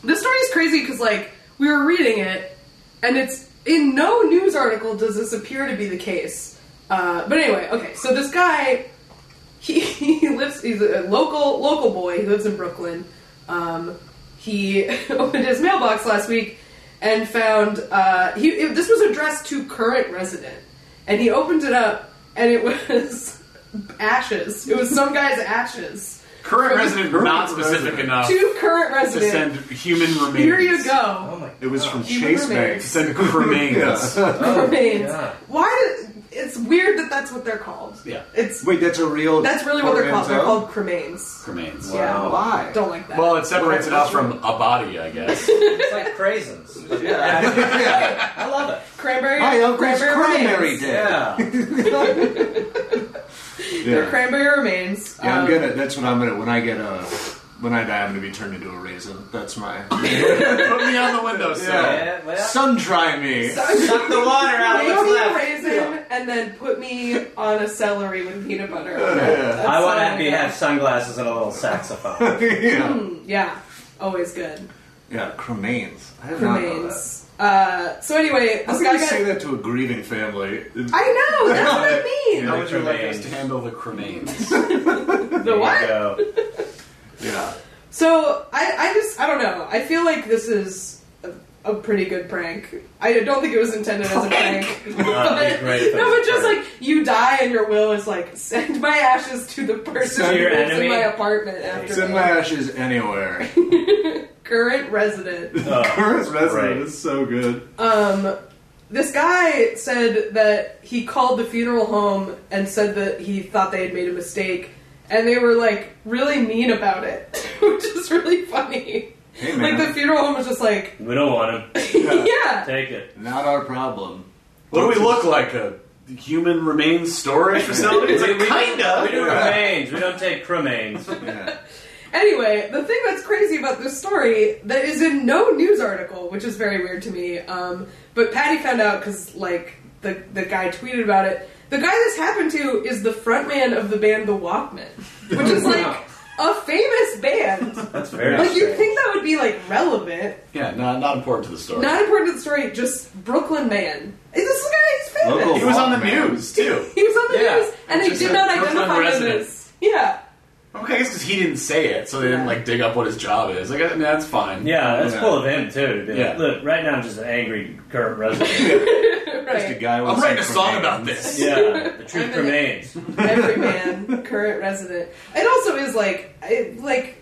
Speaker 3: this story is crazy because like we were reading it, and it's in no news article does this appear to be the case. Uh, but anyway, okay. So this guy, [laughs] he, he lives. He's a local local boy. He lives in Brooklyn. Um, he [laughs] opened his mailbox last week and found uh, he. It, this was addressed to current resident, and he opened it up, and it [laughs] was ashes. It was some guy's ashes.
Speaker 5: Current resident,
Speaker 2: Current
Speaker 5: not specific
Speaker 2: resident.
Speaker 5: enough
Speaker 3: To current
Speaker 5: to
Speaker 3: resident.
Speaker 5: send human remains.
Speaker 3: Here you go.
Speaker 4: Oh my.
Speaker 2: It was from
Speaker 3: uh, You
Speaker 2: Chase
Speaker 3: remember.
Speaker 2: Bank.
Speaker 5: To send remains.
Speaker 3: [laughs]
Speaker 2: Oh,
Speaker 3: remains.
Speaker 4: yeah.
Speaker 3: Why? do- It's weird that that's what they're called.
Speaker 5: [laughs] Yeah.
Speaker 3: It's
Speaker 2: Wait, that's a real.
Speaker 3: that's really what they're called. They're
Speaker 2: portmanteau?
Speaker 3: called cremains.
Speaker 5: Remains.
Speaker 3: Yeah.
Speaker 2: Why?
Speaker 3: Don't like that.
Speaker 5: Well, it separates it out from a body, I
Speaker 3: [laughs]
Speaker 5: guess.
Speaker 4: It's like [laughs] craisins.
Speaker 2: Yeah.
Speaker 4: I love it.
Speaker 3: cranberry.
Speaker 2: My uncle's Oh, cranberry
Speaker 3: remains.
Speaker 2: day.
Speaker 4: Yeah.
Speaker 3: They're
Speaker 2: Yeah.
Speaker 3: cranberry remains.
Speaker 2: Yeah, I'm
Speaker 3: Um, [laughs]
Speaker 2: gonna. That's what I'm gonna. When I get a, when I die, I'm gonna be turned into a raisin. That's my.
Speaker 5: Put me on the windowsill.
Speaker 4: Yeah, well.
Speaker 2: Sun dry me. [laughs]
Speaker 4: Suck the water out of
Speaker 3: Mayo
Speaker 4: what's
Speaker 3: me
Speaker 4: left.
Speaker 3: a raisin and then put me on a celery with peanut butter.
Speaker 2: [laughs] Yeah.
Speaker 4: I want to
Speaker 3: be
Speaker 4: be, have sunglasses and a little [laughs] saxophone.
Speaker 3: Hmm.
Speaker 2: yeah.
Speaker 3: Um, Yeah, always good.
Speaker 2: Yeah. Cremains. I did not know that.
Speaker 3: Cremains. Uh, so anyway,
Speaker 2: How
Speaker 3: this guy
Speaker 2: can you say
Speaker 3: got.
Speaker 2: that to a grieving family?
Speaker 3: I know. That's
Speaker 2: [laughs]
Speaker 3: what I mean.
Speaker 5: How would you like us to
Speaker 4: Cremains.
Speaker 5: handle the cremains?
Speaker 3: The what?
Speaker 4: There you go.
Speaker 2: Yeah.
Speaker 3: So I, I just I don't know. I feel like this is a, a pretty good prank. I don't think it was intended as a prank.
Speaker 4: that'd be great if it
Speaker 3: no,
Speaker 4: was
Speaker 3: but
Speaker 4: a
Speaker 3: just
Speaker 4: prank.
Speaker 3: like you die and your will is like send my ashes to the person
Speaker 2: Send
Speaker 3: who
Speaker 2: your
Speaker 3: lives in
Speaker 4: enemy.
Speaker 3: my apartment after
Speaker 2: Send
Speaker 3: me.
Speaker 2: my ashes anywhere. [laughs]
Speaker 3: current resident.
Speaker 2: Current resident
Speaker 4: right.
Speaker 2: is so good.
Speaker 3: Um, this guy said that he called the funeral home and said that he thought they had made a mistake, and they were like really mean about it, [laughs] which is really funny.
Speaker 2: Hey
Speaker 3: Like
Speaker 2: man,
Speaker 3: the funeral home was just like, [laughs]
Speaker 4: We don't want him.
Speaker 3: yeah,
Speaker 4: Take it.
Speaker 2: not our problem.
Speaker 5: What do we look like? A human remains storage facility? It's like,
Speaker 4: We- we-
Speaker 5: kinda.
Speaker 4: We do remains. We don't take cremains.
Speaker 2: Yeah.
Speaker 3: Anyway, the thing that's crazy about this story that is in no news article, which is very weird to me, um, but Patty found out because like the the guy tweeted about it. The guy this happened to is the frontman of the band The Walkmen, which is like a famous band.
Speaker 4: That's very
Speaker 3: Like you'd
Speaker 4: strange.
Speaker 3: think that would be like relevant,
Speaker 5: Yeah, not, not important to the story.
Speaker 3: not important to the story. Just Brooklyn man. Hey, This guy is famous.
Speaker 2: Local.
Speaker 5: he was on the
Speaker 2: Walkman.
Speaker 5: news, too.
Speaker 3: [laughs] He was on the
Speaker 4: Yeah,
Speaker 3: news, and they
Speaker 5: just
Speaker 3: did
Speaker 5: a
Speaker 3: not
Speaker 5: Brooklyn
Speaker 3: identify him
Speaker 5: resident.
Speaker 3: as yeah.
Speaker 5: Okay, I guess because he didn't say it, so they didn't, like, dig up what his job is. Like, I mean, that's fine.
Speaker 4: Yeah, that's
Speaker 2: Yeah.
Speaker 4: cool of him too. to be like,
Speaker 5: Yeah.
Speaker 4: Look, right now I'm just an angry current resident.
Speaker 2: The
Speaker 3: Right.
Speaker 2: guy
Speaker 5: I'm
Speaker 2: wants
Speaker 5: writing a
Speaker 2: some
Speaker 5: song
Speaker 2: cremains.
Speaker 5: about this.
Speaker 4: [laughs] yeah, the truth
Speaker 3: I'm an-
Speaker 4: remains.
Speaker 3: every man, current resident. It also is like it, like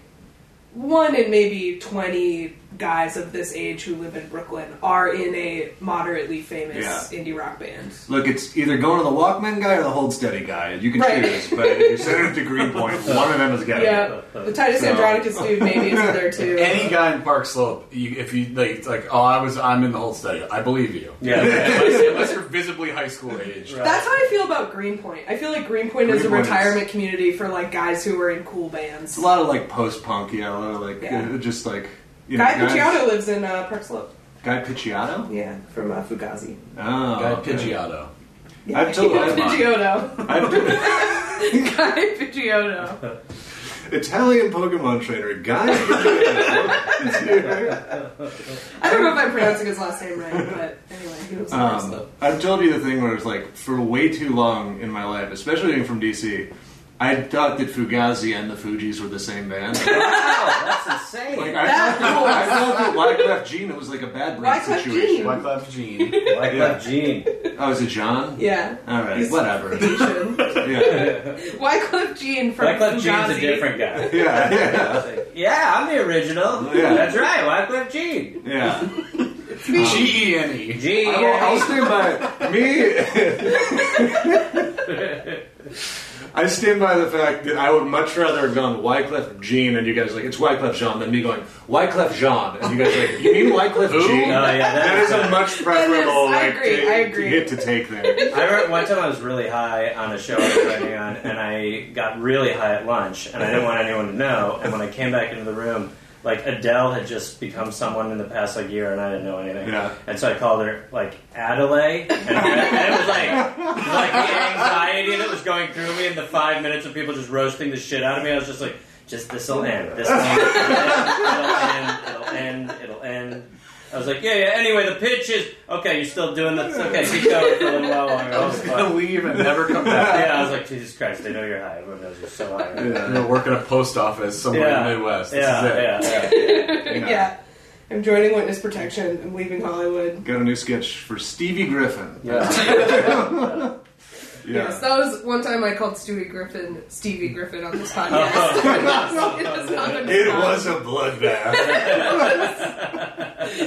Speaker 3: one in maybe twenty guys of this age who live in Brooklyn are in a moderately famous
Speaker 2: Yeah.
Speaker 3: indie rock band.
Speaker 2: Look, it's either going to the Walkman guy or the Hold Steady guy. You can
Speaker 3: Right.
Speaker 2: choose, but if you send it to Greenpoint, one of them is getting
Speaker 3: [laughs]
Speaker 2: it.
Speaker 3: Yeah, the Titus
Speaker 2: So-
Speaker 3: Andronicus dude maybe is in
Speaker 2: [laughs]
Speaker 3: there too.
Speaker 5: Any guy in Park Slope, you, if you like, like, oh, I was, I'm in the whole study. I believe you. [laughs]
Speaker 4: Yeah.
Speaker 5: unless, unless you're visibly high school age.
Speaker 3: That's how I feel about Greenpoint. I feel like Greenpoint, is a
Speaker 2: Greenpoint is-
Speaker 3: retirement community for like guys who were in cool bands.
Speaker 2: It's a lot of like post punk, yeah, a lot of like
Speaker 3: Yeah.
Speaker 2: uh, just like you
Speaker 3: Guy
Speaker 2: guys-
Speaker 3: Picciotto lives in uh, Park Slope.
Speaker 2: Guy Picciotto?
Speaker 3: Yeah, from uh, Fugazi.
Speaker 2: Oh,
Speaker 5: Guy
Speaker 2: okay.
Speaker 5: Uh, Pidgeotto.
Speaker 3: Yeah.
Speaker 2: I've told- I've-
Speaker 3: Pidgeotto.
Speaker 2: I've been-
Speaker 3: [laughs] Guy Picciotto.
Speaker 2: [laughs] Italian Pokemon trainer Guy
Speaker 3: [laughs]
Speaker 2: Picciotto.
Speaker 3: I don't know if I'm pronouncing his last name right, but anyway, he was um,
Speaker 2: um, I've told you the thing where it's like for way too long in my life, especially being from DC, I thought that Fugazi and the Fugees were the
Speaker 3: [laughs]
Speaker 2: same band.
Speaker 4: [laughs] Wow, that's insane.
Speaker 2: Like I
Speaker 3: That
Speaker 2: thought, that, I thought that Wyclef Jean was like a bad break
Speaker 3: Wyclef
Speaker 2: situation.
Speaker 3: Jean.
Speaker 5: Wyclef [laughs] Jean.
Speaker 4: like
Speaker 2: Yeah.
Speaker 4: that gene.
Speaker 2: Oh, is it John?
Speaker 3: Yeah.
Speaker 2: All right,
Speaker 3: He's- [laughs]
Speaker 2: whatever.
Speaker 3: Asian.
Speaker 2: yeah.
Speaker 3: Wyclef Jean from
Speaker 4: Wyclef
Speaker 3: Fugazi.
Speaker 4: Jean's
Speaker 3: [laughs]
Speaker 4: a different guy.
Speaker 2: yeah, yeah,
Speaker 4: Yeah, I'm the original.
Speaker 2: Yeah.
Speaker 4: That's right, Wyclef Jean.
Speaker 2: yeah.
Speaker 5: G E N E.
Speaker 4: Gene.
Speaker 2: I will, I'll stand by me. [laughs] I stand by the fact that I would much rather have gone Wyclef Jean and you guys are like it's Wyclef Jean than me going Wyclef Jean and you guys are like you mean Wyclef Jean?
Speaker 4: Oh yeah,
Speaker 2: That is a much preferable
Speaker 3: I
Speaker 2: like
Speaker 3: agree,
Speaker 2: to,
Speaker 3: I agree.
Speaker 2: hit to take there.
Speaker 4: I remember one time I was really high on a show I was writing on, and I got really high at lunch, and I didn't want anyone to know. And when I came back into the room, like Adele had just become someone in the past like year, and I didn't know anything.
Speaker 2: Yeah.
Speaker 4: And so I called her like Adelaide, and, and it was like it was like the anxiety that was going through me in the five minutes of people just roasting the shit out of me. I was just like, just this will end. This will end. It'll end. It'll end. It'll end. I was like, yeah, yeah. Anyway, the pitch is okay. You're still doing that. Okay, keep going for a little while longer.
Speaker 5: I'm
Speaker 4: Oh,
Speaker 5: just
Speaker 4: fuck.
Speaker 5: [laughs] gonna leave and never come back. [laughs]
Speaker 4: Yeah, I was like, Jesus Christ, they know you're high. Everyone knows you're so high. Right?
Speaker 5: I'm gonna work at a post office somewhere in the Midwest. This
Speaker 4: yeah,
Speaker 5: is it.
Speaker 4: yeah,
Speaker 3: Yeah. I'm joining witness protection. I'm leaving Hollywood.
Speaker 2: Got a new sketch for Stevie Griffin.
Speaker 4: yeah.
Speaker 5: [laughs]
Speaker 2: Yeah.
Speaker 3: Yes, that was one time I called Stewie Griffin Stevie Griffin on this podcast. [laughs] it was not a
Speaker 2: [laughs] It was a bloodbath.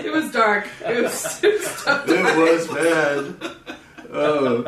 Speaker 3: It was dark. It was, [laughs] it was tough.
Speaker 2: it was bad. Oh,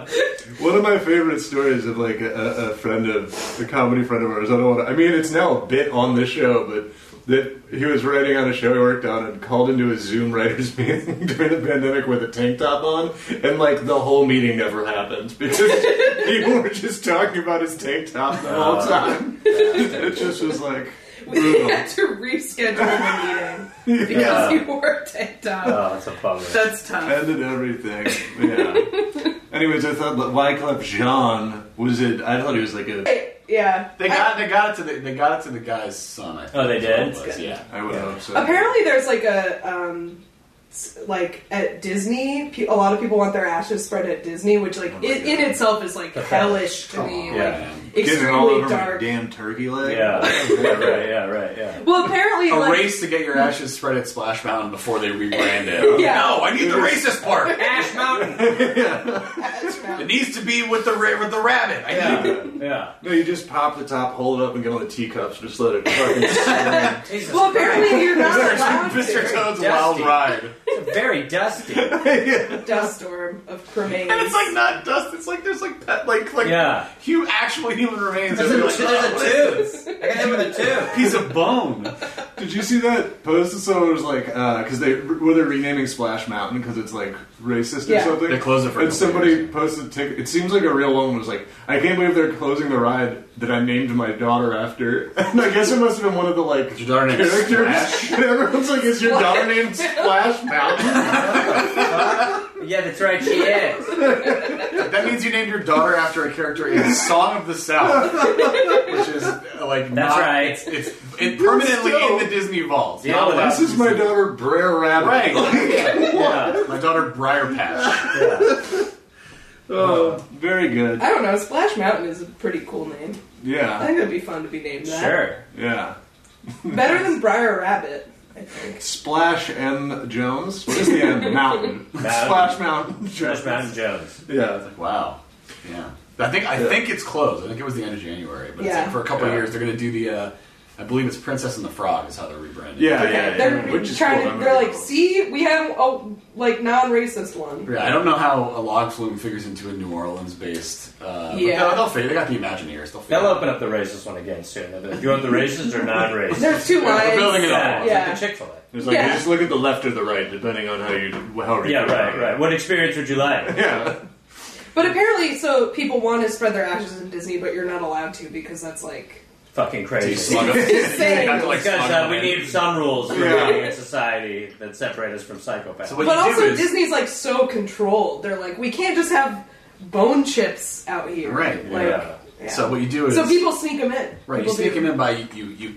Speaker 2: one of my favorite stories of like a, a a friend of a comedy friend of ours. I don't want to. I mean, it's now a bit on the show, but that he was writing on a show he worked on and called into a Zoom writers [laughs] meeting during the pandemic with a tank top on, and like the whole meeting never happened because [laughs] people were just talking about his tank top the whole time. it just was like
Speaker 3: We
Speaker 2: brutal.
Speaker 3: had to reschedule the meeting because you were taped up.
Speaker 4: Oh, that's a bummer.
Speaker 3: That's tough.
Speaker 2: ended everything. Yeah. Anyways, I thought that Wyclef Jean was it. I thought he was like a.
Speaker 3: Yeah.
Speaker 5: They got they got it to the they got it to the guy's son. I think
Speaker 4: Oh, they
Speaker 5: is what it
Speaker 4: did?
Speaker 5: was, Yeah.
Speaker 2: I would hope so.
Speaker 3: Apparently, there's like a um, s- like at Disney, pe- a lot of people want their ashes spread at Disney, which like
Speaker 2: Oh
Speaker 3: i in itself is like hellish to me,
Speaker 4: Yeah.
Speaker 3: like
Speaker 2: Getting it all
Speaker 3: extremely
Speaker 2: over my
Speaker 3: dark.
Speaker 2: damn turkey leg. [laughs]
Speaker 4: Yeah. yeah, right, yeah, right, yeah.
Speaker 3: Well, apparently,
Speaker 5: A
Speaker 3: like,
Speaker 5: race to get your ashes spread at Splash Mountain before they
Speaker 6: [laughs]
Speaker 5: rebrand it.
Speaker 3: Yeah.
Speaker 5: No, I need the racist part.
Speaker 6: Ash
Speaker 3: [laughs]
Speaker 6: Mountain.
Speaker 5: It needs to be with the ra- with the rabbit. I need
Speaker 2: Yeah.
Speaker 4: Yeah.
Speaker 2: No, you just pop the top, hold it up, and get on the teacups. Just let it fucking. swim.
Speaker 6: Jesus
Speaker 3: well, apparently you're not
Speaker 5: [laughs]
Speaker 3: allowed
Speaker 5: Mr.
Speaker 3: to.
Speaker 5: Toad's Wild
Speaker 6: Dusty.
Speaker 5: Ride.
Speaker 6: Christ, very dusty.
Speaker 3: Dust storm of cremains.
Speaker 5: And it's like not dust. It's like there's like pet, like like
Speaker 4: Yeah.
Speaker 5: hu- actual human remains.
Speaker 6: There's a,
Speaker 5: They're like, "Oh, what is
Speaker 6: there's a tooth. I got that with a
Speaker 5: that?
Speaker 6: tooth.
Speaker 5: piece of bone.
Speaker 2: [laughs] Did you see that post? that Someone was like, because they were they renaming Splash Mountain because it's like racist
Speaker 3: Yeah.
Speaker 2: or something.
Speaker 5: They closed it for a
Speaker 2: And
Speaker 5: couple
Speaker 2: somebody
Speaker 5: years.
Speaker 2: posted ticket. It seems like a real woman was like, I can't believe they're closing the ride that I named my daughter after. [laughs] And I guess it must have been one of the like
Speaker 5: Your daughter named
Speaker 2: characters.
Speaker 5: Splash?
Speaker 2: [laughs] And everyone's like, is your daughter named Splash Mountain?
Speaker 6: Yeah, that's right. She is.
Speaker 5: That means you named your daughter after a character in Song of
Speaker 6: [laughs]
Speaker 5: the South, which is uh, like
Speaker 4: That's
Speaker 5: not,
Speaker 4: right.
Speaker 5: It's, it's it permanently
Speaker 2: Still-
Speaker 5: in the Disney vault.
Speaker 4: Yeah,
Speaker 5: Not
Speaker 4: but
Speaker 5: allowed
Speaker 2: this is
Speaker 5: to
Speaker 2: my
Speaker 5: be-
Speaker 2: daughter Brer Rabbit.
Speaker 5: right.
Speaker 4: Yeah.
Speaker 5: my daughter Briar Patch.
Speaker 2: Oh, very good.
Speaker 3: I don't know. Splash Mountain is a pretty cool name. I
Speaker 2: Yeah,
Speaker 3: think it'd be fun to be named that.
Speaker 4: Sure.
Speaker 2: yeah.
Speaker 3: Better than Briar Rabbit, I think.
Speaker 2: Splash M Jones. What is the
Speaker 4: [laughs]
Speaker 2: M? Mountain. Splash Mountain.
Speaker 4: Josh Mountain Jones.
Speaker 2: Yeah.
Speaker 5: Wow. Yeah. I think I think it's closed. I think it was the end of January, but it's
Speaker 3: Yeah.
Speaker 5: like for a couple of
Speaker 2: Yeah.
Speaker 5: years they're going to do the. Uh, I believe it's Princess and the Frog is how they're rebranding.
Speaker 2: Yeah, yeah, yeah.
Speaker 3: They're
Speaker 2: Which is
Speaker 3: trying
Speaker 2: cool.
Speaker 3: to.
Speaker 2: I'm
Speaker 3: They're
Speaker 2: really
Speaker 3: like,
Speaker 2: cool.
Speaker 3: see, we have a like non-racist one.
Speaker 5: Yeah, I don't know how a log flume figures into a New Orleans based. Uh, but
Speaker 3: Yeah.
Speaker 5: they'll, they'll figure. They got the Imagineers. They'll figure.
Speaker 4: They'll
Speaker 5: it out.
Speaker 4: open up the racist one again soon. They'll be like, you want the racist or non-racist?
Speaker 6: [laughs]
Speaker 3: There's two
Speaker 5: They're building
Speaker 3: lines.
Speaker 5: it
Speaker 4: Yeah,
Speaker 5: up.
Speaker 4: it's like
Speaker 3: Yeah.
Speaker 4: the Chick-fil-A.
Speaker 2: It's like
Speaker 3: Yeah.
Speaker 2: you just look at the left or the right, depending on how you how you
Speaker 4: Yeah,
Speaker 2: feel
Speaker 4: right,
Speaker 2: about it.
Speaker 4: right. What experience would you like? [laughs]
Speaker 2: Yeah,
Speaker 3: But apparently, so people want to spread their ashes in Disney, but you're not allowed to because that's like
Speaker 4: Fucking
Speaker 5: You
Speaker 3: [laughs]
Speaker 4: crazy.
Speaker 5: slug 'em.
Speaker 3: insane.
Speaker 5: have to, like,
Speaker 4: Because
Speaker 5: slug 'em
Speaker 4: uh, we
Speaker 5: in.
Speaker 4: need some rules for
Speaker 2: Yeah.
Speaker 4: being in society that separate us from psychopaths.
Speaker 5: So what
Speaker 3: but
Speaker 5: you do
Speaker 3: also,
Speaker 5: is-
Speaker 3: Disney's like so controlled. They're like, we can't just have bone chips out here,
Speaker 5: Right,
Speaker 3: Like,
Speaker 4: yeah.
Speaker 3: yeah.
Speaker 5: So what you do is
Speaker 3: So people sneak them in.
Speaker 5: right. You
Speaker 3: People
Speaker 5: sneak
Speaker 3: do.
Speaker 5: them in by you you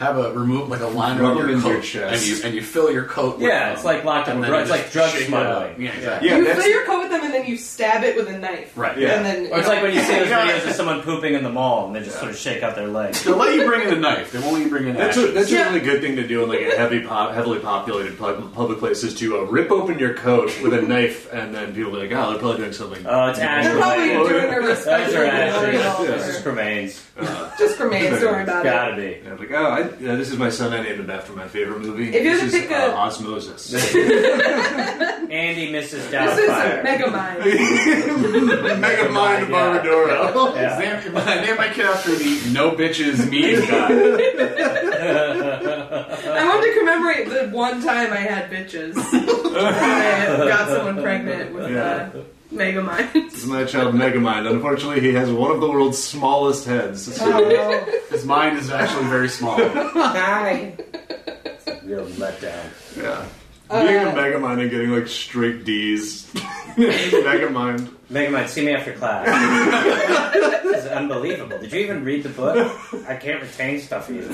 Speaker 5: have a remove like a line around
Speaker 2: Rub
Speaker 5: your
Speaker 2: them into
Speaker 5: coat
Speaker 2: your chest.
Speaker 5: and you and you fill your coat. with
Speaker 4: Yeah,
Speaker 5: them.
Speaker 4: it's like locked up
Speaker 5: And
Speaker 4: with
Speaker 5: then
Speaker 4: drugs.
Speaker 5: you
Speaker 4: It's
Speaker 5: just
Speaker 4: like drug
Speaker 5: shake it
Speaker 4: smuggling.
Speaker 5: up. Yeah,
Speaker 4: Yeah.
Speaker 5: exactly.
Speaker 2: yeah.
Speaker 3: you
Speaker 2: that's
Speaker 3: fill your coat with them and then you stab it with a knife,
Speaker 5: Right.
Speaker 2: Yeah.
Speaker 3: And then
Speaker 4: Or it's like when you
Speaker 3: [laughs]
Speaker 4: see those
Speaker 5: Yeah.
Speaker 4: videos of someone pooping in the mall and they just sort of shake out
Speaker 5: [laughs]
Speaker 4: their legs.
Speaker 5: They'll let you bring in a knife. They won't let you bring in
Speaker 2: that's a,
Speaker 5: ashes.
Speaker 2: that's
Speaker 3: Yeah.
Speaker 2: a really good thing to do in like a heavy pop, heavily populated pub, public place is to uh, rip open your coat with a knife, and then people are like, oh, they're probably doing something.
Speaker 4: Oh, it's ash
Speaker 3: they're
Speaker 4: [laughs]
Speaker 3: probably
Speaker 4: related.
Speaker 3: doing their respect
Speaker 4: Those are
Speaker 3: memorial
Speaker 4: ashes.
Speaker 3: or-
Speaker 4: This is cremains.
Speaker 3: just for Maze. Don't worry about it.
Speaker 4: Gotta be.
Speaker 2: And I'm like, oh, I, uh, this is my son. I named him after my favorite movie.
Speaker 3: If you had
Speaker 2: this
Speaker 3: to
Speaker 2: is
Speaker 3: pick
Speaker 2: uh,
Speaker 3: a-
Speaker 2: Osmosis.
Speaker 5: [laughs]
Speaker 4: Andy misses
Speaker 3: This is
Speaker 4: Doubtfire.
Speaker 3: mega mind.
Speaker 5: Mega Mind
Speaker 4: Yeah.
Speaker 5: Barbadoro.
Speaker 4: Yeah.
Speaker 5: Name, Oh, I named my kid after the no bitches meeting [laughs] guy.
Speaker 3: I wanted to commemorate the one time I had bitches. I got someone pregnant with
Speaker 2: Yeah.
Speaker 3: uh, mega mind.
Speaker 2: [laughs] this is my child, Megamind. Unfortunately, he has one of the world's smallest heads. So
Speaker 5: [laughs] His mind is actually very small.
Speaker 6: Hi.
Speaker 4: Real letdown.
Speaker 2: yeah, being a Megamind and getting like straight D's. [laughs] Megamind.
Speaker 4: Megamind, see me after class. this is unbelievable. Did you even read the book? I can't retain stuff either.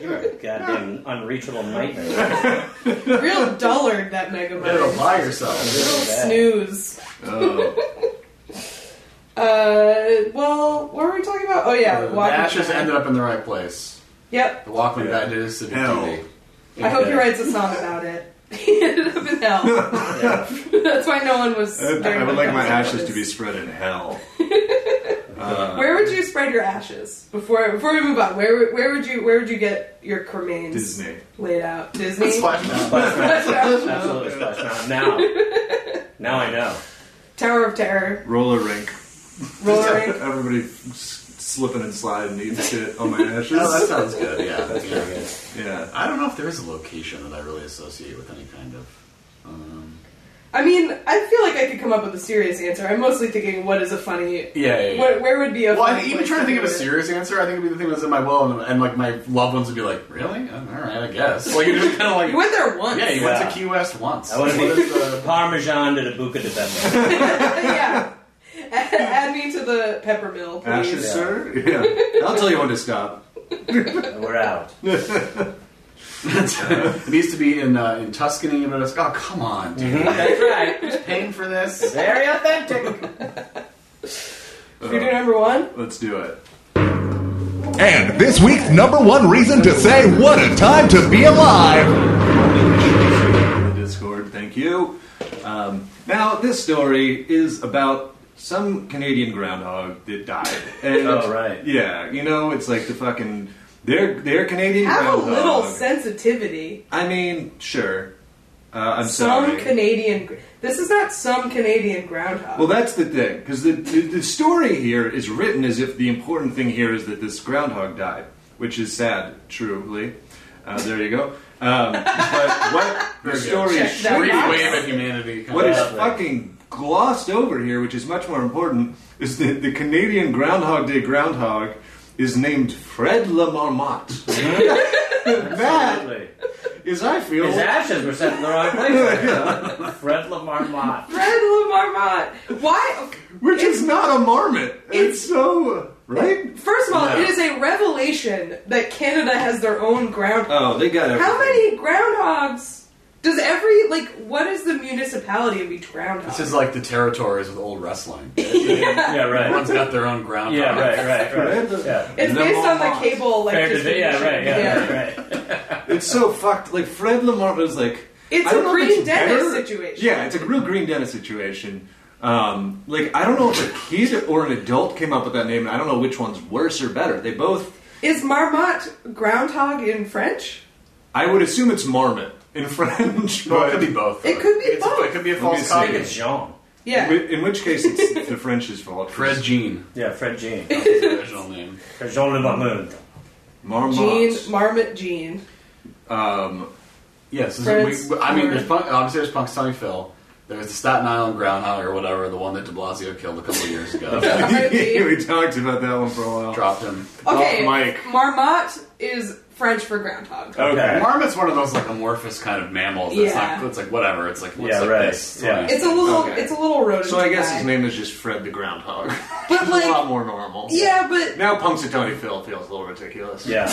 Speaker 4: You're a goddamn unreachable nightmare.
Speaker 3: Real dullard that mega
Speaker 5: It'll
Speaker 3: mind.
Speaker 5: buy yourself.
Speaker 3: Real snooze.
Speaker 2: Oh.
Speaker 3: Uh, well, what were we talking about? Oh yeah,
Speaker 5: The
Speaker 3: Walking
Speaker 5: ashes
Speaker 3: Dead.
Speaker 5: ended up in the right place.
Speaker 3: Yep.
Speaker 5: The Oh, Walkman guy did his civic
Speaker 2: Hell.
Speaker 5: duty.
Speaker 3: I hope he writes a song about it. [laughs] He ended up in
Speaker 2: [laughs]
Speaker 3: hell. That's why no one was.
Speaker 2: I would, I would like my ashes to be
Speaker 3: spread.
Speaker 2: spread in hell.
Speaker 3: Where would you spread your ashes before before we move on? Where where would you where would you get your cremains
Speaker 2: Disney.
Speaker 3: laid out? Disney. [laughs]
Speaker 5: Splash Mountain.
Speaker 4: Splash Mountain.
Speaker 3: Tower
Speaker 4: Absolutely Splash Mountain. Now. Now I know.
Speaker 3: of Terror,
Speaker 2: Roller rink.
Speaker 3: roller rink.
Speaker 2: Everybody s- slipping and sliding, eating
Speaker 3: [laughs]
Speaker 2: shit on my ashes.
Speaker 5: Oh, that sounds good. Yeah, [laughs] that's pretty good.
Speaker 2: yeah.
Speaker 5: I don't know if there is a location that I really associate with any kind of. Um,
Speaker 3: I mean, I feel like I could come up with a serious answer. I'm mostly thinking, what is a funny?
Speaker 5: yeah, yeah. yeah.
Speaker 3: Where, where would be a?
Speaker 5: well, I
Speaker 3: funny
Speaker 5: think even
Speaker 3: place
Speaker 5: trying to think of a
Speaker 3: do it?
Speaker 5: serious answer, I think it'd be the thing that's in my will, and, and like my loved ones would be like, "Really? Oh, all right, I guess." Like you're just kind of like,
Speaker 3: You went there once.
Speaker 5: "Yeah, you
Speaker 4: Yeah.
Speaker 5: went to Key West once."
Speaker 4: I want to
Speaker 5: What
Speaker 4: be
Speaker 5: is the-
Speaker 4: Parmesan to the Buca de Beppo.
Speaker 3: yeah. [laughs] Add, add me to the pepper mill, please.
Speaker 2: Ashes, [laughs] sir? Yeah. I'll tell you when to stop.
Speaker 4: We're out.
Speaker 5: it needs to be in uh, in Tuscany. And I was like, oh, come on, dude.
Speaker 6: That's right.
Speaker 5: Paying for this?
Speaker 6: Very
Speaker 5: [laughs]
Speaker 6: authentic.
Speaker 3: Should we do number one?
Speaker 5: Uh,
Speaker 2: Let's do it.
Speaker 1: And this week's number one reason to say what a time to be alive.
Speaker 2: the Discord. Thank you. Um, now, this story is about some Canadian groundhog that died. And,
Speaker 4: Oh, right.
Speaker 2: Yeah, you know, it's like the fucking. They're, they're Canadian
Speaker 5: uh,
Speaker 3: Have a
Speaker 2: groundhog.
Speaker 3: little sensitivity.
Speaker 2: I mean, sure. Uh, I'm
Speaker 3: Some
Speaker 2: sorry.
Speaker 3: Canadian. gr- This is not some Canadian groundhog.
Speaker 2: Well, that's the thing, because the, the, the story here is written as if the important thing here is that this groundhog died, which is sad, truly. Uh, there you go. Um,
Speaker 3: [laughs]
Speaker 2: but what the story is
Speaker 3: Check that
Speaker 5: Brief
Speaker 3: box.
Speaker 5: wave of humanity.
Speaker 2: What is
Speaker 4: Lovely.
Speaker 2: fucking glossed over here, which is much more important, is that the Canadian Groundhog Day groundhog is named Fred Lamarmont. [laughs] that
Speaker 4: Absolutely.
Speaker 2: is, I feel,
Speaker 4: His ashes were sent in the wrong place. Fred Lamar Mott.
Speaker 3: Fred Lamarmont. Why?
Speaker 2: [laughs] which is not a marmot. It's, so right.
Speaker 3: First of all,
Speaker 5: No.
Speaker 3: it is a revelation that Canada has their own groundhog.
Speaker 2: Oh, they got it.
Speaker 3: How many groundhogs does every like? What is the municipality of each groundhog?
Speaker 5: This is like the territories with old wrestling.
Speaker 4: Yeah, right.
Speaker 5: Everyone's got their own ground.
Speaker 4: Yeah, right, right, right. Yeah.
Speaker 3: it's
Speaker 2: Number
Speaker 3: based on the
Speaker 2: one.
Speaker 3: cable like
Speaker 4: Fair to, yeah,
Speaker 3: distribution.
Speaker 4: right, yeah, right, right.
Speaker 2: It's so fucked. Like Fred Lamarmont was like,
Speaker 3: It's
Speaker 2: I don't
Speaker 3: a
Speaker 2: know if
Speaker 3: Green
Speaker 2: it's
Speaker 3: Dennis
Speaker 2: better-
Speaker 3: situation.
Speaker 2: Yeah, it's a real Green Dennis situation. Um, like I don't know if a kid or an adult came up with that name. and I don't know which one's worse or better. They both.
Speaker 3: Is marmot groundhog in French?
Speaker 2: I would assume it's marmot in [laughs] French,
Speaker 5: Well, it
Speaker 2: but
Speaker 5: could be both.
Speaker 3: It could be
Speaker 5: It's-
Speaker 3: both.
Speaker 5: It could be a
Speaker 2: Let me
Speaker 5: false
Speaker 2: see.
Speaker 4: I think
Speaker 5: copy.
Speaker 4: it's Jean.
Speaker 3: Yeah.
Speaker 2: in which case [laughs] it's the French's fault.
Speaker 5: Fred Jean.
Speaker 4: Yeah, Fred Jean.
Speaker 5: [laughs] That's his original name.
Speaker 4: Fred Jean Le Marmont.
Speaker 2: Marmot.
Speaker 3: Jean,
Speaker 2: [laughs]
Speaker 3: marmot Jean.
Speaker 2: Um,
Speaker 5: Yes, this
Speaker 3: Fred's
Speaker 5: is, we, I mean,
Speaker 3: word.
Speaker 5: there's punk, obviously there's Punk Sonny Phil. There's the Staten Island Groundhog or whatever, the one that De Blasio killed a couple of years ago.
Speaker 3: R.I.P.
Speaker 2: we talked about that one for a while.
Speaker 5: [laughs] Dropped him.
Speaker 3: Okay,
Speaker 2: Oh, Mike. Oh.
Speaker 3: marmot is French for groundhog.
Speaker 4: Okay.
Speaker 5: Marmot's one of those like amorphous kind of mammals. It's
Speaker 3: Yeah.
Speaker 5: not. It's like whatever. It's like looks
Speaker 4: Yeah,
Speaker 5: like
Speaker 4: right.
Speaker 5: this. It's
Speaker 4: Yeah.
Speaker 5: like-
Speaker 3: It's a little,
Speaker 2: Okay.
Speaker 3: it's a little rodent.
Speaker 2: So I guess
Speaker 3: guy.
Speaker 2: his name is just Fred the Groundhog. [laughs]
Speaker 3: But
Speaker 2: a lot
Speaker 3: like,
Speaker 2: more normal.
Speaker 3: yeah, but
Speaker 2: Now Punxsutawney Phil feels a little ridiculous.
Speaker 4: Yeah.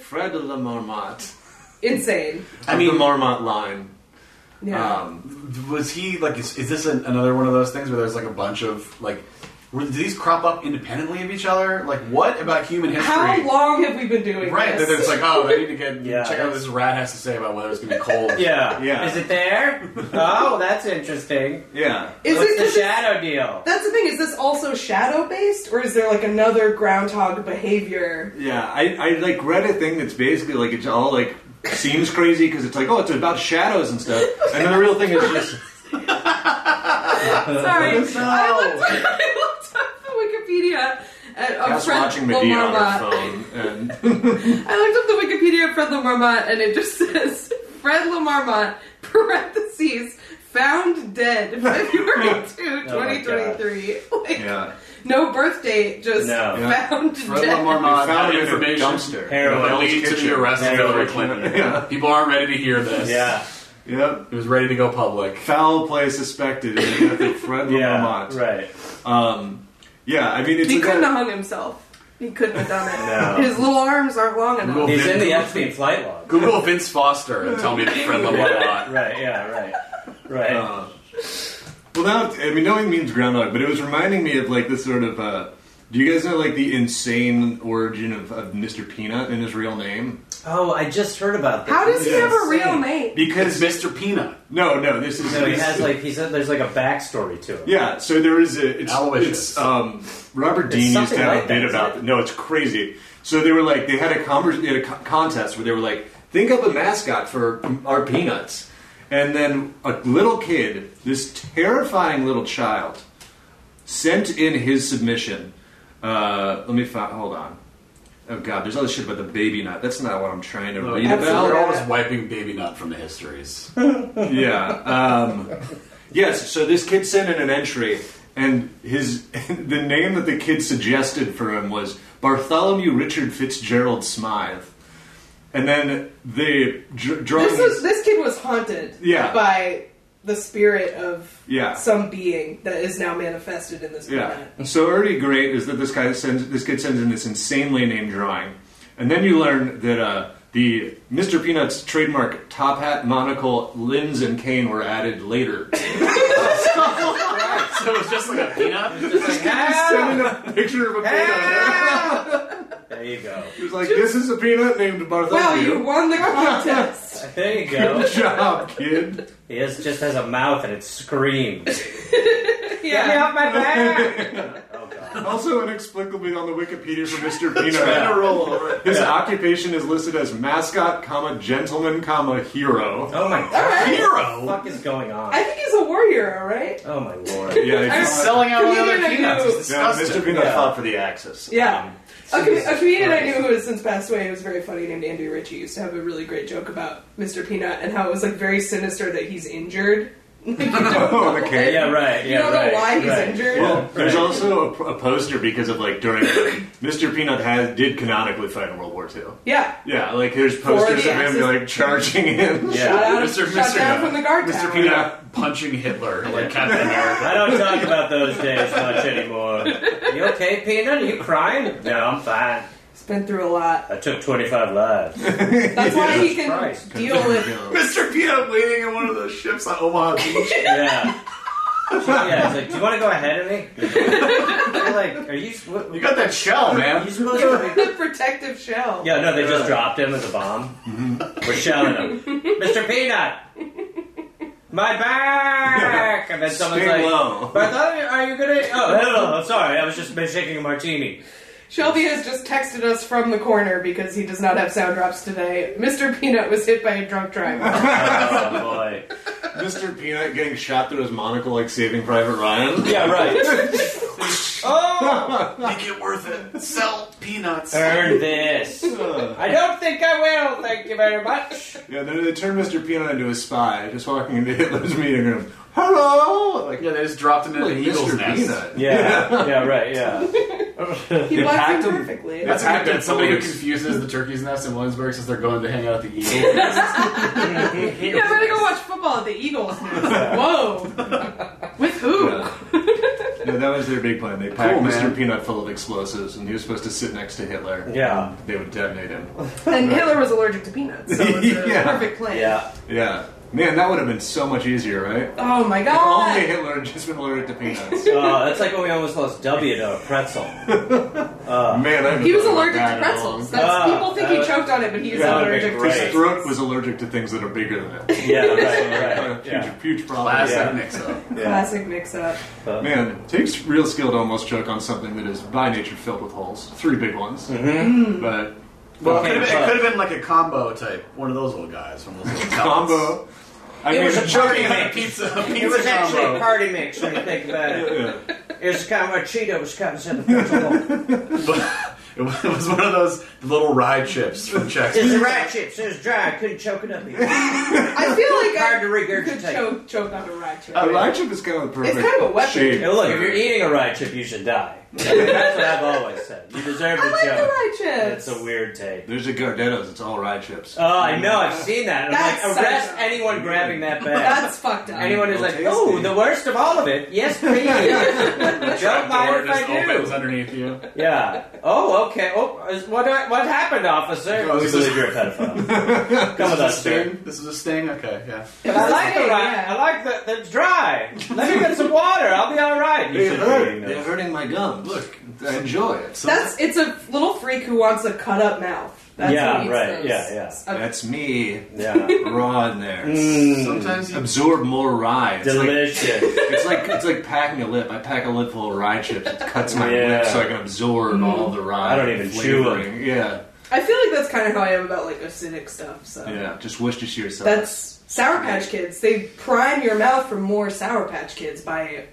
Speaker 2: Fred the Marmot.
Speaker 3: insane.
Speaker 5: I
Speaker 2: I mean
Speaker 5: mean-
Speaker 2: the Marmot line.
Speaker 3: Yeah.
Speaker 2: Um,
Speaker 5: was he like? Is, is this an, another one of those things where there's like a bunch of like? Were, did these crop up independently of each other? Like what about human history?
Speaker 3: How long have we been doing
Speaker 5: Right, that
Speaker 3: this?
Speaker 5: it's like, oh, I need to get
Speaker 4: [laughs] Yeah.
Speaker 5: check out what this rat has to say about whether it's gonna be cold.
Speaker 4: [laughs] Yeah.
Speaker 2: Yeah.
Speaker 6: Is it there? Oh, that's interesting.
Speaker 2: yeah.
Speaker 3: Is
Speaker 6: What's
Speaker 3: it
Speaker 6: the
Speaker 3: does it-
Speaker 6: shadow deal?
Speaker 3: That's the thing. Is this also shadow based, or is there like another groundhog behavior?
Speaker 2: Yeah, I, I like read a thing that's basically like it's all like seems crazy because it's like oh it's about shadows and stuff, and then the real thing is just
Speaker 3: Sorry, I looked up, [laughs] I looked up the Wikipedia at of
Speaker 2: us
Speaker 3: Fred
Speaker 2: watching Medea on
Speaker 3: Lamarmont.
Speaker 2: her phone.
Speaker 3: [laughs]
Speaker 2: And
Speaker 3: I looked up the Wikipedia of Fred Lamarmont, and it just [laughs] says Fred Lamarmont [laughs] parentheses found dead February 2,
Speaker 4: my
Speaker 3: 2023. like,
Speaker 2: yeah,
Speaker 3: no birth date, just
Speaker 4: No.
Speaker 2: Yeah.
Speaker 3: found
Speaker 5: Fred
Speaker 3: dead.
Speaker 5: Lamarmont
Speaker 2: They found
Speaker 5: had
Speaker 2: it in a
Speaker 5: information
Speaker 2: dumpster.
Speaker 5: that
Speaker 4: Heroin.
Speaker 5: leads to
Speaker 2: Kitchen.
Speaker 5: the arrest of Hillary Clinton. People aren't ready to hear this.
Speaker 4: Yeah.
Speaker 2: yep.
Speaker 5: It was ready to go public.
Speaker 2: Foul play suspected. and you got the Fred
Speaker 4: Yeah.
Speaker 2: Lamont.
Speaker 4: Right.
Speaker 2: Um, yeah, I mean, it's
Speaker 3: He
Speaker 2: a
Speaker 3: couldn't
Speaker 2: guy-
Speaker 3: have hung himself. He couldn't have done it.
Speaker 4: No.
Speaker 3: His little arms aren't long enough.
Speaker 5: Little
Speaker 4: He's
Speaker 5: Vince-
Speaker 4: in the Epstein flight log.
Speaker 5: Google Vince Foster and tell me that Fred
Speaker 4: Yeah,
Speaker 2: [laughs]
Speaker 5: Lamarmont.
Speaker 4: right, yeah, right. Right.
Speaker 2: Uh, well, now I mean, knowing means groundhog, but it was reminding me of like this sort of. Uh, do you guys know like the insane origin of, of Mr. Peanut and his real name?
Speaker 4: oh, I just heard about this.
Speaker 3: How does he
Speaker 2: Yeah.
Speaker 3: have a real name?
Speaker 5: It's
Speaker 2: Because
Speaker 5: Mr. Peanut.
Speaker 2: no, no, this is
Speaker 4: No, he
Speaker 2: this-
Speaker 4: has like he said there's like a backstory to it.
Speaker 2: Yeah, so there is a it's,
Speaker 5: Aloysius.
Speaker 2: it's, um, Robert
Speaker 4: It's
Speaker 2: Dean used
Speaker 4: something
Speaker 2: to have
Speaker 4: like that,
Speaker 2: a bit
Speaker 4: isn't
Speaker 2: about
Speaker 4: it?
Speaker 2: it. No, it's crazy. So they were like they had a convers they had a co- contest where they were like think up a mascot for our peanuts, and then a little kid, this terrifying little child, sent in his submission. Uh, let me find. Hold on. Oh God, there's all this shit about the baby nut. That's not what I'm trying to read about
Speaker 5: They're always wiping Baby Nut from the
Speaker 2: [laughs]
Speaker 5: histories.
Speaker 2: yeah. Um, yes. So this kid sent in an entry, and his [laughs] the name that the kid suggested for him was Bartholomew Richard Fitzgerald Smythe. And then they dr- drawing
Speaker 3: This was this kid was haunted
Speaker 2: Yeah.
Speaker 3: by the spirit of
Speaker 2: Yeah.
Speaker 3: some being that is now manifested in this
Speaker 2: Yeah.
Speaker 3: planet.
Speaker 2: So already great is that this guy sends this kid sends in this insanely named drawing, and then you learn that uh, The Mr. Peanut's trademark top hat, monocle, lens, and cane were added later.
Speaker 5: So it was just like a peanut.
Speaker 6: Just like,
Speaker 2: [laughs]
Speaker 6: "Ah,
Speaker 2: Sending a picture of a peanut.
Speaker 6: ah." There you go.
Speaker 2: He was like, "This is a peanut named
Speaker 3: Wow,
Speaker 2: [laughs]
Speaker 3: you
Speaker 2: Bartholomew."
Speaker 3: won the contest.
Speaker 4: There you go.
Speaker 2: Good job, kid.
Speaker 4: He has, just has a mouth and it screams.
Speaker 6: Get me
Speaker 3: yeah.
Speaker 6: off my back.
Speaker 2: Also inexplicably on the Wikipedia for Mr.
Speaker 5: Trying to
Speaker 2: Peanut.
Speaker 5: roll over.
Speaker 2: His occupation is listed as mascot, comma gentleman, comma hero.
Speaker 4: Oh my god.
Speaker 5: Hero.
Speaker 4: What the fuck is going on?
Speaker 3: [laughs] I think he's a war hero, right?
Speaker 4: Oh my lord.
Speaker 2: Yeah,
Speaker 3: I
Speaker 5: He's
Speaker 2: he's-
Speaker 3: was-
Speaker 5: selling out all the other
Speaker 3: Comedian I
Speaker 5: peanuts. It's
Speaker 3: knew-
Speaker 2: yeah,
Speaker 5: disgusting.
Speaker 2: Mr. Peanut
Speaker 4: Yeah.
Speaker 2: fought for the Axis.
Speaker 3: Yeah. A, com- a
Speaker 4: Jesus
Speaker 3: comedian I
Speaker 4: Christ.
Speaker 3: knew who has since passed away who was very funny named Andrew Ritchie used to have a really great joke about Mr. Peanut and how it was like very sinister that he's injured. Like, you don't know,
Speaker 2: Oh, okay.
Speaker 4: Yeah, right.
Speaker 3: you
Speaker 4: Yeah,
Speaker 3: don't know
Speaker 4: right.
Speaker 3: why he's
Speaker 4: right.
Speaker 3: injured.
Speaker 2: Well, there's
Speaker 4: right.
Speaker 2: also a, a poster because of like during [coughs] Mr. Peanut had did canonically fight in World War II.
Speaker 3: yeah.
Speaker 2: Yeah, like there's
Speaker 3: the
Speaker 2: posters of him
Speaker 3: Axis.
Speaker 2: like charging in.
Speaker 3: Shut
Speaker 4: Yeah.
Speaker 3: out of,
Speaker 5: Mr.
Speaker 3: shut down
Speaker 5: Mr.
Speaker 3: from the guard tower.
Speaker 5: Mr. Peanut punching Hitler like Captain [laughs] America.
Speaker 4: I don't talk about those days much anymore. You okay, Peanut? Are you crying? No, I'm fine.
Speaker 3: He's been through a
Speaker 4: [laughs]
Speaker 3: lot.
Speaker 4: I took 25 lives.
Speaker 3: That's why he can
Speaker 4: Christ.
Speaker 3: deal
Speaker 2: [laughs]
Speaker 3: with.
Speaker 5: Mr. Peanut waiting in one of those ships on Omaha Beach.
Speaker 4: Yeah. Yeah, it's like, do you want to go ahead of me? They're like, are you, what,
Speaker 5: You got that shell,
Speaker 4: you
Speaker 5: man.
Speaker 4: supposed to be...
Speaker 3: the protective shell.
Speaker 4: Yeah, no, they just dropped him as a bomb. We're shelling him. Mr. Peanut!
Speaker 6: My back. And then someone's
Speaker 2: Stay
Speaker 6: like,
Speaker 2: low.
Speaker 6: Bartholomew, are you gonna?
Speaker 4: Oh,
Speaker 6: Oh,
Speaker 4: hello, I'm sorry, I was just shaking a martini.
Speaker 3: Shelby has just texted us from the corner because he does not have sound drops today. Mr. Peanut was hit by a drunk driver.
Speaker 4: Oh, boy.
Speaker 2: Mr. Peanut getting shot through his monocle like Saving Private Ryan.
Speaker 4: Yeah, right.
Speaker 5: Make it worth it. Sell peanuts.
Speaker 4: Earn this.
Speaker 6: I don't think I will. Thank you very much.
Speaker 2: [laughs] Yeah, they, they turned Mr. Peanut into a spy, just walking into Hitler's meeting room. Hello! Like,
Speaker 5: Yeah, they just dropped him in
Speaker 2: like
Speaker 5: an eagle's
Speaker 2: Mr.
Speaker 5: nest.
Speaker 2: Peanut.
Speaker 4: Yeah, yeah, right, yeah.
Speaker 3: He
Speaker 2: packed
Speaker 3: left him
Speaker 2: him.
Speaker 3: perfectly.
Speaker 5: That's
Speaker 2: Yeah.
Speaker 5: what I've been. Somebody who
Speaker 2: Active
Speaker 5: confuses the turkey's nest in Williamsburg since they're going to hang out at the [laughs] eagle.
Speaker 2: [laughs]
Speaker 3: Yeah, I'm gonna go watch football at the Eagles now. Whoa. With who?
Speaker 2: No, that was their big plan. They packed
Speaker 5: Cool,
Speaker 2: Mr.
Speaker 5: man.
Speaker 2: Peanut full of explosives, and he was supposed to sit next to Hitler.
Speaker 4: Yeah.
Speaker 2: They would detonate him.
Speaker 3: And Hitler was allergic to peanuts, so it's a
Speaker 2: Yeah.
Speaker 3: perfect plan.
Speaker 4: Yeah.
Speaker 2: Yeah. Man, that would have been so much easier, right?
Speaker 3: Oh my
Speaker 2: If only
Speaker 3: god.
Speaker 2: Hitler had just been allergic to peanuts.
Speaker 4: Oh, that's like when we almost lost W to a pretzel. Uh,
Speaker 2: Man, I
Speaker 3: He was
Speaker 2: haven't
Speaker 3: allergic
Speaker 2: thought about
Speaker 3: to
Speaker 2: that at
Speaker 3: pretzels.
Speaker 2: all.
Speaker 3: That's,
Speaker 4: Ah,
Speaker 3: people think he
Speaker 4: that-
Speaker 3: choked on it, but he was
Speaker 4: that would've been
Speaker 3: allergic to
Speaker 4: great.
Speaker 2: His throat was allergic to things that are bigger than it.
Speaker 4: Yeah, right,
Speaker 2: Huge,
Speaker 4: right. Yeah.
Speaker 2: huge problem.
Speaker 5: Classic
Speaker 4: Yeah.
Speaker 5: mix-up.
Speaker 3: classic mix up.
Speaker 2: Man, it takes real skill to almost choke on something that is by nature filled with holes. Three big ones. But
Speaker 5: Well, it could have been,
Speaker 4: Okay,
Speaker 5: it
Speaker 4: but-
Speaker 5: could've been like a combo type, one of those little guys from those little
Speaker 2: combo. I
Speaker 6: It
Speaker 2: mean,
Speaker 6: was a party
Speaker 5: Choking on a
Speaker 6: mix.
Speaker 5: pizza, a
Speaker 6: It
Speaker 5: pizza
Speaker 6: was actually a
Speaker 5: combo.
Speaker 6: party mix when you think about it.
Speaker 2: yeah.
Speaker 6: It was kind of a Cheeto was kind of in the pretzel.
Speaker 5: But [laughs] it was one of those little rye chips from Chex.
Speaker 6: It's rat chips. It was dry. I couldn't choke it up. Either.
Speaker 3: I feel like
Speaker 6: Hard to
Speaker 3: I could
Speaker 6: regurgitate.
Speaker 3: choke, choke on a rat chip.
Speaker 2: A light chip is kind of the perfect.
Speaker 3: kind of a weapon.
Speaker 2: shape.
Speaker 4: Now, look, if you're eating a rye chip, you should die. That's what I've always said. You deserve
Speaker 3: I
Speaker 4: to
Speaker 3: like the
Speaker 4: choke.
Speaker 3: rye chips.
Speaker 4: That's a weird take.
Speaker 2: There's a Gardetto's. It's all rye chips. [laughs]
Speaker 4: Oh, I know. I've seen that. I'm
Speaker 3: That's
Speaker 4: like,
Speaker 3: so
Speaker 4: arrest
Speaker 3: dumb.
Speaker 4: anyone grabbing that bag.
Speaker 3: That's fucked up.
Speaker 4: anyone who's
Speaker 2: Well,
Speaker 4: like, oh,
Speaker 2: tasty.
Speaker 4: the worst of all of it. Yes, [laughs] please. Don't mind if I
Speaker 5: opens
Speaker 4: do.
Speaker 5: underneath you.
Speaker 4: Yeah. Oh, okay. Oh, is- what do I- what happened, officer?
Speaker 5: Oh,
Speaker 4: we
Speaker 5: this is-
Speaker 4: believe you're a pedophile. [laughs] Come with
Speaker 5: This is a
Speaker 4: us, sir.
Speaker 5: sting. This is a sting. Okay, yeah.
Speaker 6: But I like the
Speaker 3: Yeah.
Speaker 6: rat. I like the, the dry. Let me get some water. I'll be all right.
Speaker 4: You should be eating
Speaker 2: They're
Speaker 4: those.
Speaker 2: hurting my gums. Look, I enjoy it.
Speaker 3: That's it's a little freak who wants a cut up mouth. That's
Speaker 4: Yeah,
Speaker 3: who eats
Speaker 4: right,
Speaker 3: those.
Speaker 4: yeah, yeah.
Speaker 3: Uh,
Speaker 2: That's me.
Speaker 4: Yeah.
Speaker 2: Raw in there.
Speaker 5: Mm. Sometimes you
Speaker 2: Absorb more rye. It's like,
Speaker 4: Delicious.
Speaker 2: it's like it's like packing a lip. I pack a lip full of rye chips. It cuts my
Speaker 4: Yeah.
Speaker 2: lip so I can absorb
Speaker 3: Mm-hmm.
Speaker 2: all the rye.
Speaker 4: I don't even chew 'em.
Speaker 2: flavoring. Yeah,
Speaker 3: I feel like that's kind of how I am about like acidic stuff. So
Speaker 2: yeah. Just Worcestershire sauce. [laughs]
Speaker 3: that's Sour Patch Kids. They prime your mouth for more Sour Patch Kids by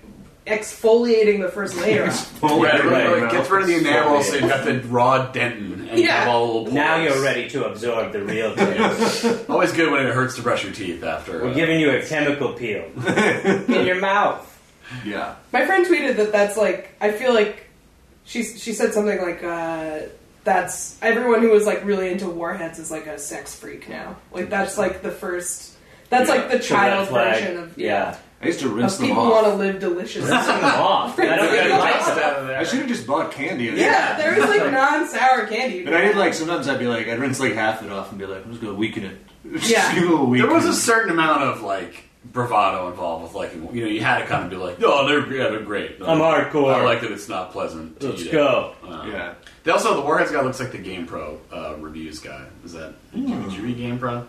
Speaker 3: exfoliating the first layer.
Speaker 4: [laughs]
Speaker 3: off.
Speaker 2: Holy
Speaker 5: Yeah,
Speaker 2: crap.
Speaker 5: Oh, right. Gets rid of the enamel, so
Speaker 4: Sorry.
Speaker 5: you've got the raw dentin. And you
Speaker 3: Yeah.
Speaker 5: have all the little pores.
Speaker 4: now you're ready to absorb the real things.
Speaker 5: Always good when it hurts to brush your teeth after.
Speaker 4: We're
Speaker 5: uh,
Speaker 4: giving you a chemical peel in your mouth.
Speaker 2: Yeah.
Speaker 3: My friend tweeted that that's like I feel like she she said something like uh, that's everyone who was like really into warheads is like a sex freak now. Like that's like the first. That's
Speaker 2: Yeah,
Speaker 3: like the
Speaker 4: It's a red
Speaker 3: child
Speaker 4: flag.
Speaker 3: version of
Speaker 4: yeah.
Speaker 2: I used to rinse
Speaker 3: Of
Speaker 2: them
Speaker 3: people
Speaker 2: off.
Speaker 3: want to live
Speaker 4: [laughs]
Speaker 3: delicious.
Speaker 4: Turn them off.
Speaker 3: [laughs]
Speaker 4: I don't
Speaker 5: Get
Speaker 4: really
Speaker 5: the
Speaker 4: like
Speaker 5: dust
Speaker 4: them.
Speaker 5: out of
Speaker 2: I
Speaker 5: there.
Speaker 2: should have just bought candy. in it.
Speaker 3: yeah, there is like non-sour candy.
Speaker 2: But I did like sometimes I'd be like I'd rinse like half it off and be like I'm just gonna weaken it. [laughs] Just
Speaker 3: Yeah.
Speaker 2: give it a little
Speaker 5: There
Speaker 2: weaken.
Speaker 5: was a certain amount of like bravado involved with liking. You know, you had to kind of be like, "No, they're, yeah, they're great."
Speaker 4: I'm hardcore.
Speaker 5: I like that it's not pleasant. to
Speaker 4: Let's
Speaker 5: eat it.
Speaker 4: go.
Speaker 5: Uh,
Speaker 2: yeah.
Speaker 5: They also the Warheads guy looks like the GamePro uh, reviews guy. Is that did you,
Speaker 4: Hmm.
Speaker 5: did you read GamePro?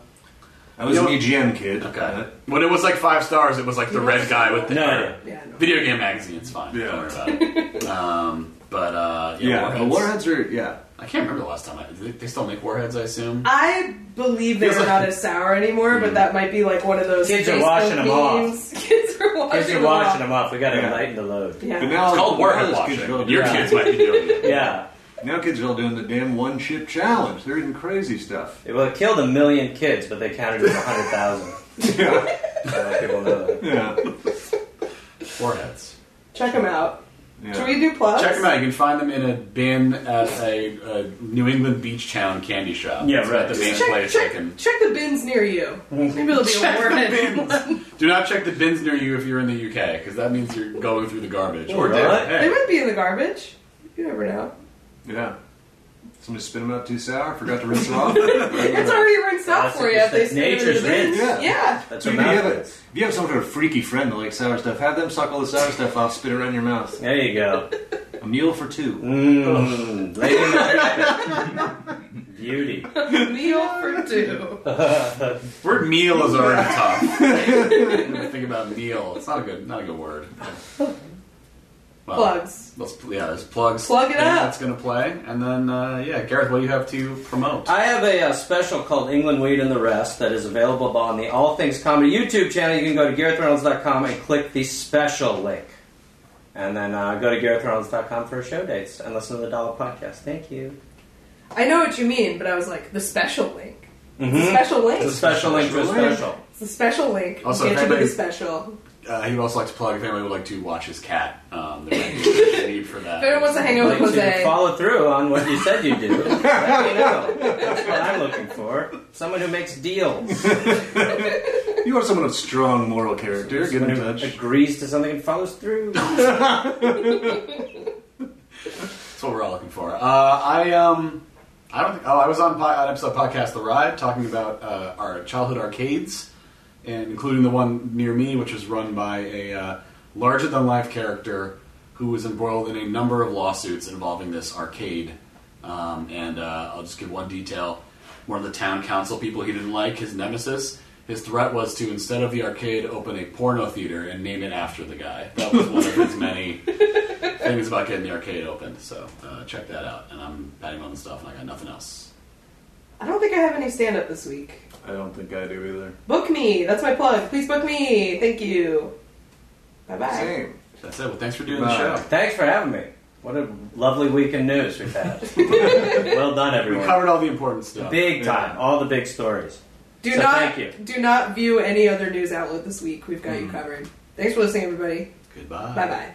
Speaker 2: I was
Speaker 5: You know-
Speaker 2: an EGM kid. Uh,
Speaker 5: Okay. When it was like five stars, it was like the red guy with the
Speaker 4: No,
Speaker 5: hair.
Speaker 4: no.
Speaker 3: Yeah, no.
Speaker 5: Video game magazine, it's fine.
Speaker 2: Yeah.
Speaker 5: Don't worry about it.
Speaker 3: [laughs]
Speaker 5: um, but uh, yeah,
Speaker 2: Yeah.
Speaker 5: warheads.
Speaker 2: Warheads. warheads are yeah.
Speaker 5: I can't remember the last time. I, they, they still make warheads, I assume.
Speaker 3: I believe they're
Speaker 5: Feels like-
Speaker 3: not as sour anymore, but that might be like one of those
Speaker 4: Kids are
Speaker 3: Facebook
Speaker 4: washing 'em off.
Speaker 3: memes. [laughs] Kids are washing
Speaker 4: Kids are
Speaker 3: them off.
Speaker 4: washing them off. We got to
Speaker 2: Yeah.
Speaker 4: lighten the load.
Speaker 3: Yeah.
Speaker 2: But now
Speaker 5: It's called warhead
Speaker 2: now
Speaker 5: watching.
Speaker 2: kids are all
Speaker 5: Your
Speaker 2: doing-
Speaker 5: kids might be doing it.
Speaker 4: Yeah.
Speaker 2: Now kids are all doing the damn one chip challenge. They're eating crazy stuff.
Speaker 4: Well, it killed a million kids, but they counted it as 100,000.
Speaker 2: Yeah.
Speaker 4: So people know that.
Speaker 3: [laughs]
Speaker 2: yeah.
Speaker 5: Warheads.
Speaker 3: Check them out.
Speaker 2: Yeah.
Speaker 3: Should we do plus?
Speaker 5: Check them out. You can find them in a bin at a, a New England beach town candy shop.
Speaker 4: Yeah,
Speaker 5: It's
Speaker 4: right.
Speaker 5: not The main
Speaker 3: Check,
Speaker 5: place.
Speaker 3: check,
Speaker 5: I can.
Speaker 3: check the bins near you. Maybe it'll be a
Speaker 5: [laughs]
Speaker 3: warhead.
Speaker 5: Do not check the bins near you if you're in the UK, because that means you're going through the garbage.
Speaker 4: Or
Speaker 5: do.
Speaker 4: not.
Speaker 5: Hey.
Speaker 3: they might be in the garbage. You never know.
Speaker 2: Yeah. Somebody spit them out too sour. Forgot to rinse them off.
Speaker 3: It's already rinsed out
Speaker 4: That's
Speaker 3: for you if they
Speaker 4: just
Speaker 3: spit it in the
Speaker 4: nature's
Speaker 3: bins.
Speaker 2: rinse.
Speaker 3: Yeah.
Speaker 4: That's
Speaker 2: So
Speaker 4: a
Speaker 2: if you, have a,
Speaker 4: mouthpiece.
Speaker 2: if you have some sort of freaky friend that likes sour stuff, have them suck all the sour stuff off, spit it around your mouth.
Speaker 4: There you
Speaker 2: [laughs]
Speaker 4: go.
Speaker 2: A meal for two.
Speaker 4: Mm. Mmm. Lady in the Tramp.
Speaker 2: [laughs]
Speaker 4: Beauty.
Speaker 3: [laughs] Meal for two.
Speaker 5: Word meal is already
Speaker 3: [laughs]
Speaker 5: tough. When I think about meal. It's not a good, not a good word. Well,
Speaker 3: Plugs.
Speaker 5: Let's yeah, there's plugs.
Speaker 3: Plug it
Speaker 5: thing
Speaker 3: up.
Speaker 5: That's gonna play, and then uh, yeah, Gareth, what do you have to promote?
Speaker 4: I have a, uh special called England Weed and the Rest that is available on the All Things Comedy YouTube channel. You can go to GarethReynolds.com and click the special link. And then uh, go to GarethReynolds.com for show dates and listen to the Dollar Podcast. Thank you.
Speaker 3: I know what you mean, but I was like, the special link.
Speaker 2: Mm-hmm.
Speaker 3: The
Speaker 4: Mm-hmm.
Speaker 3: special link.
Speaker 4: It's a special link to a
Speaker 2: Special link.
Speaker 4: special.
Speaker 3: It's the special link.
Speaker 5: Also,
Speaker 3: Get
Speaker 5: if
Speaker 3: you to the
Speaker 5: anybody-
Speaker 3: special.
Speaker 5: Uh, he would also like to plug if anybody would like to watch his cat. Um,
Speaker 3: [laughs]
Speaker 5: there might be a need for that.
Speaker 3: If anyone wants to hang out with
Speaker 4: Like to
Speaker 3: Jose,
Speaker 4: follow through on what you said you do. Let me know. That's what I'm looking for. Someone who makes deals.
Speaker 2: You want someone of strong moral character, get in
Speaker 4: Someone who
Speaker 2: touch.
Speaker 4: agrees to something and follows through.
Speaker 5: That's what we're all looking for. Uh, I um, I don't. Think, oh, I was on pod, an episode of podcast The Ride talking about uh, our childhood arcades, and including the one near me, which was run by a uh, larger than life character who was embroiled in a number of lawsuits involving this arcade. Um, and uh, I'll just give one detail. One of the town council people he didn't like, his nemesis. His threat was to instead of the arcade, open a porno theater and name it after the guy. That was one of his many things about getting the arcade opened. So uh, check that out. And I'm patting on the stuff, and I got nothing else.
Speaker 3: I don't think I have any stand up this week.
Speaker 2: I don't think I do either.
Speaker 3: Book me. That's my plug. Please book me. Thank you. Bye bye.
Speaker 2: Same.
Speaker 5: That's it. Well, thanks for doing
Speaker 2: Bye.
Speaker 5: the show.
Speaker 4: Thanks for having me. What a lovely week in news we've had. well done,
Speaker 5: We
Speaker 4: everyone.
Speaker 5: covered all the important stuff.
Speaker 4: Big time. All the big stories.
Speaker 3: Do
Speaker 4: So
Speaker 3: not
Speaker 4: thank you. Mm.
Speaker 3: do not view any other news outlet this week. We've got you covered. Thanks for listening, everybody.
Speaker 5: Goodbye.
Speaker 3: Bye bye.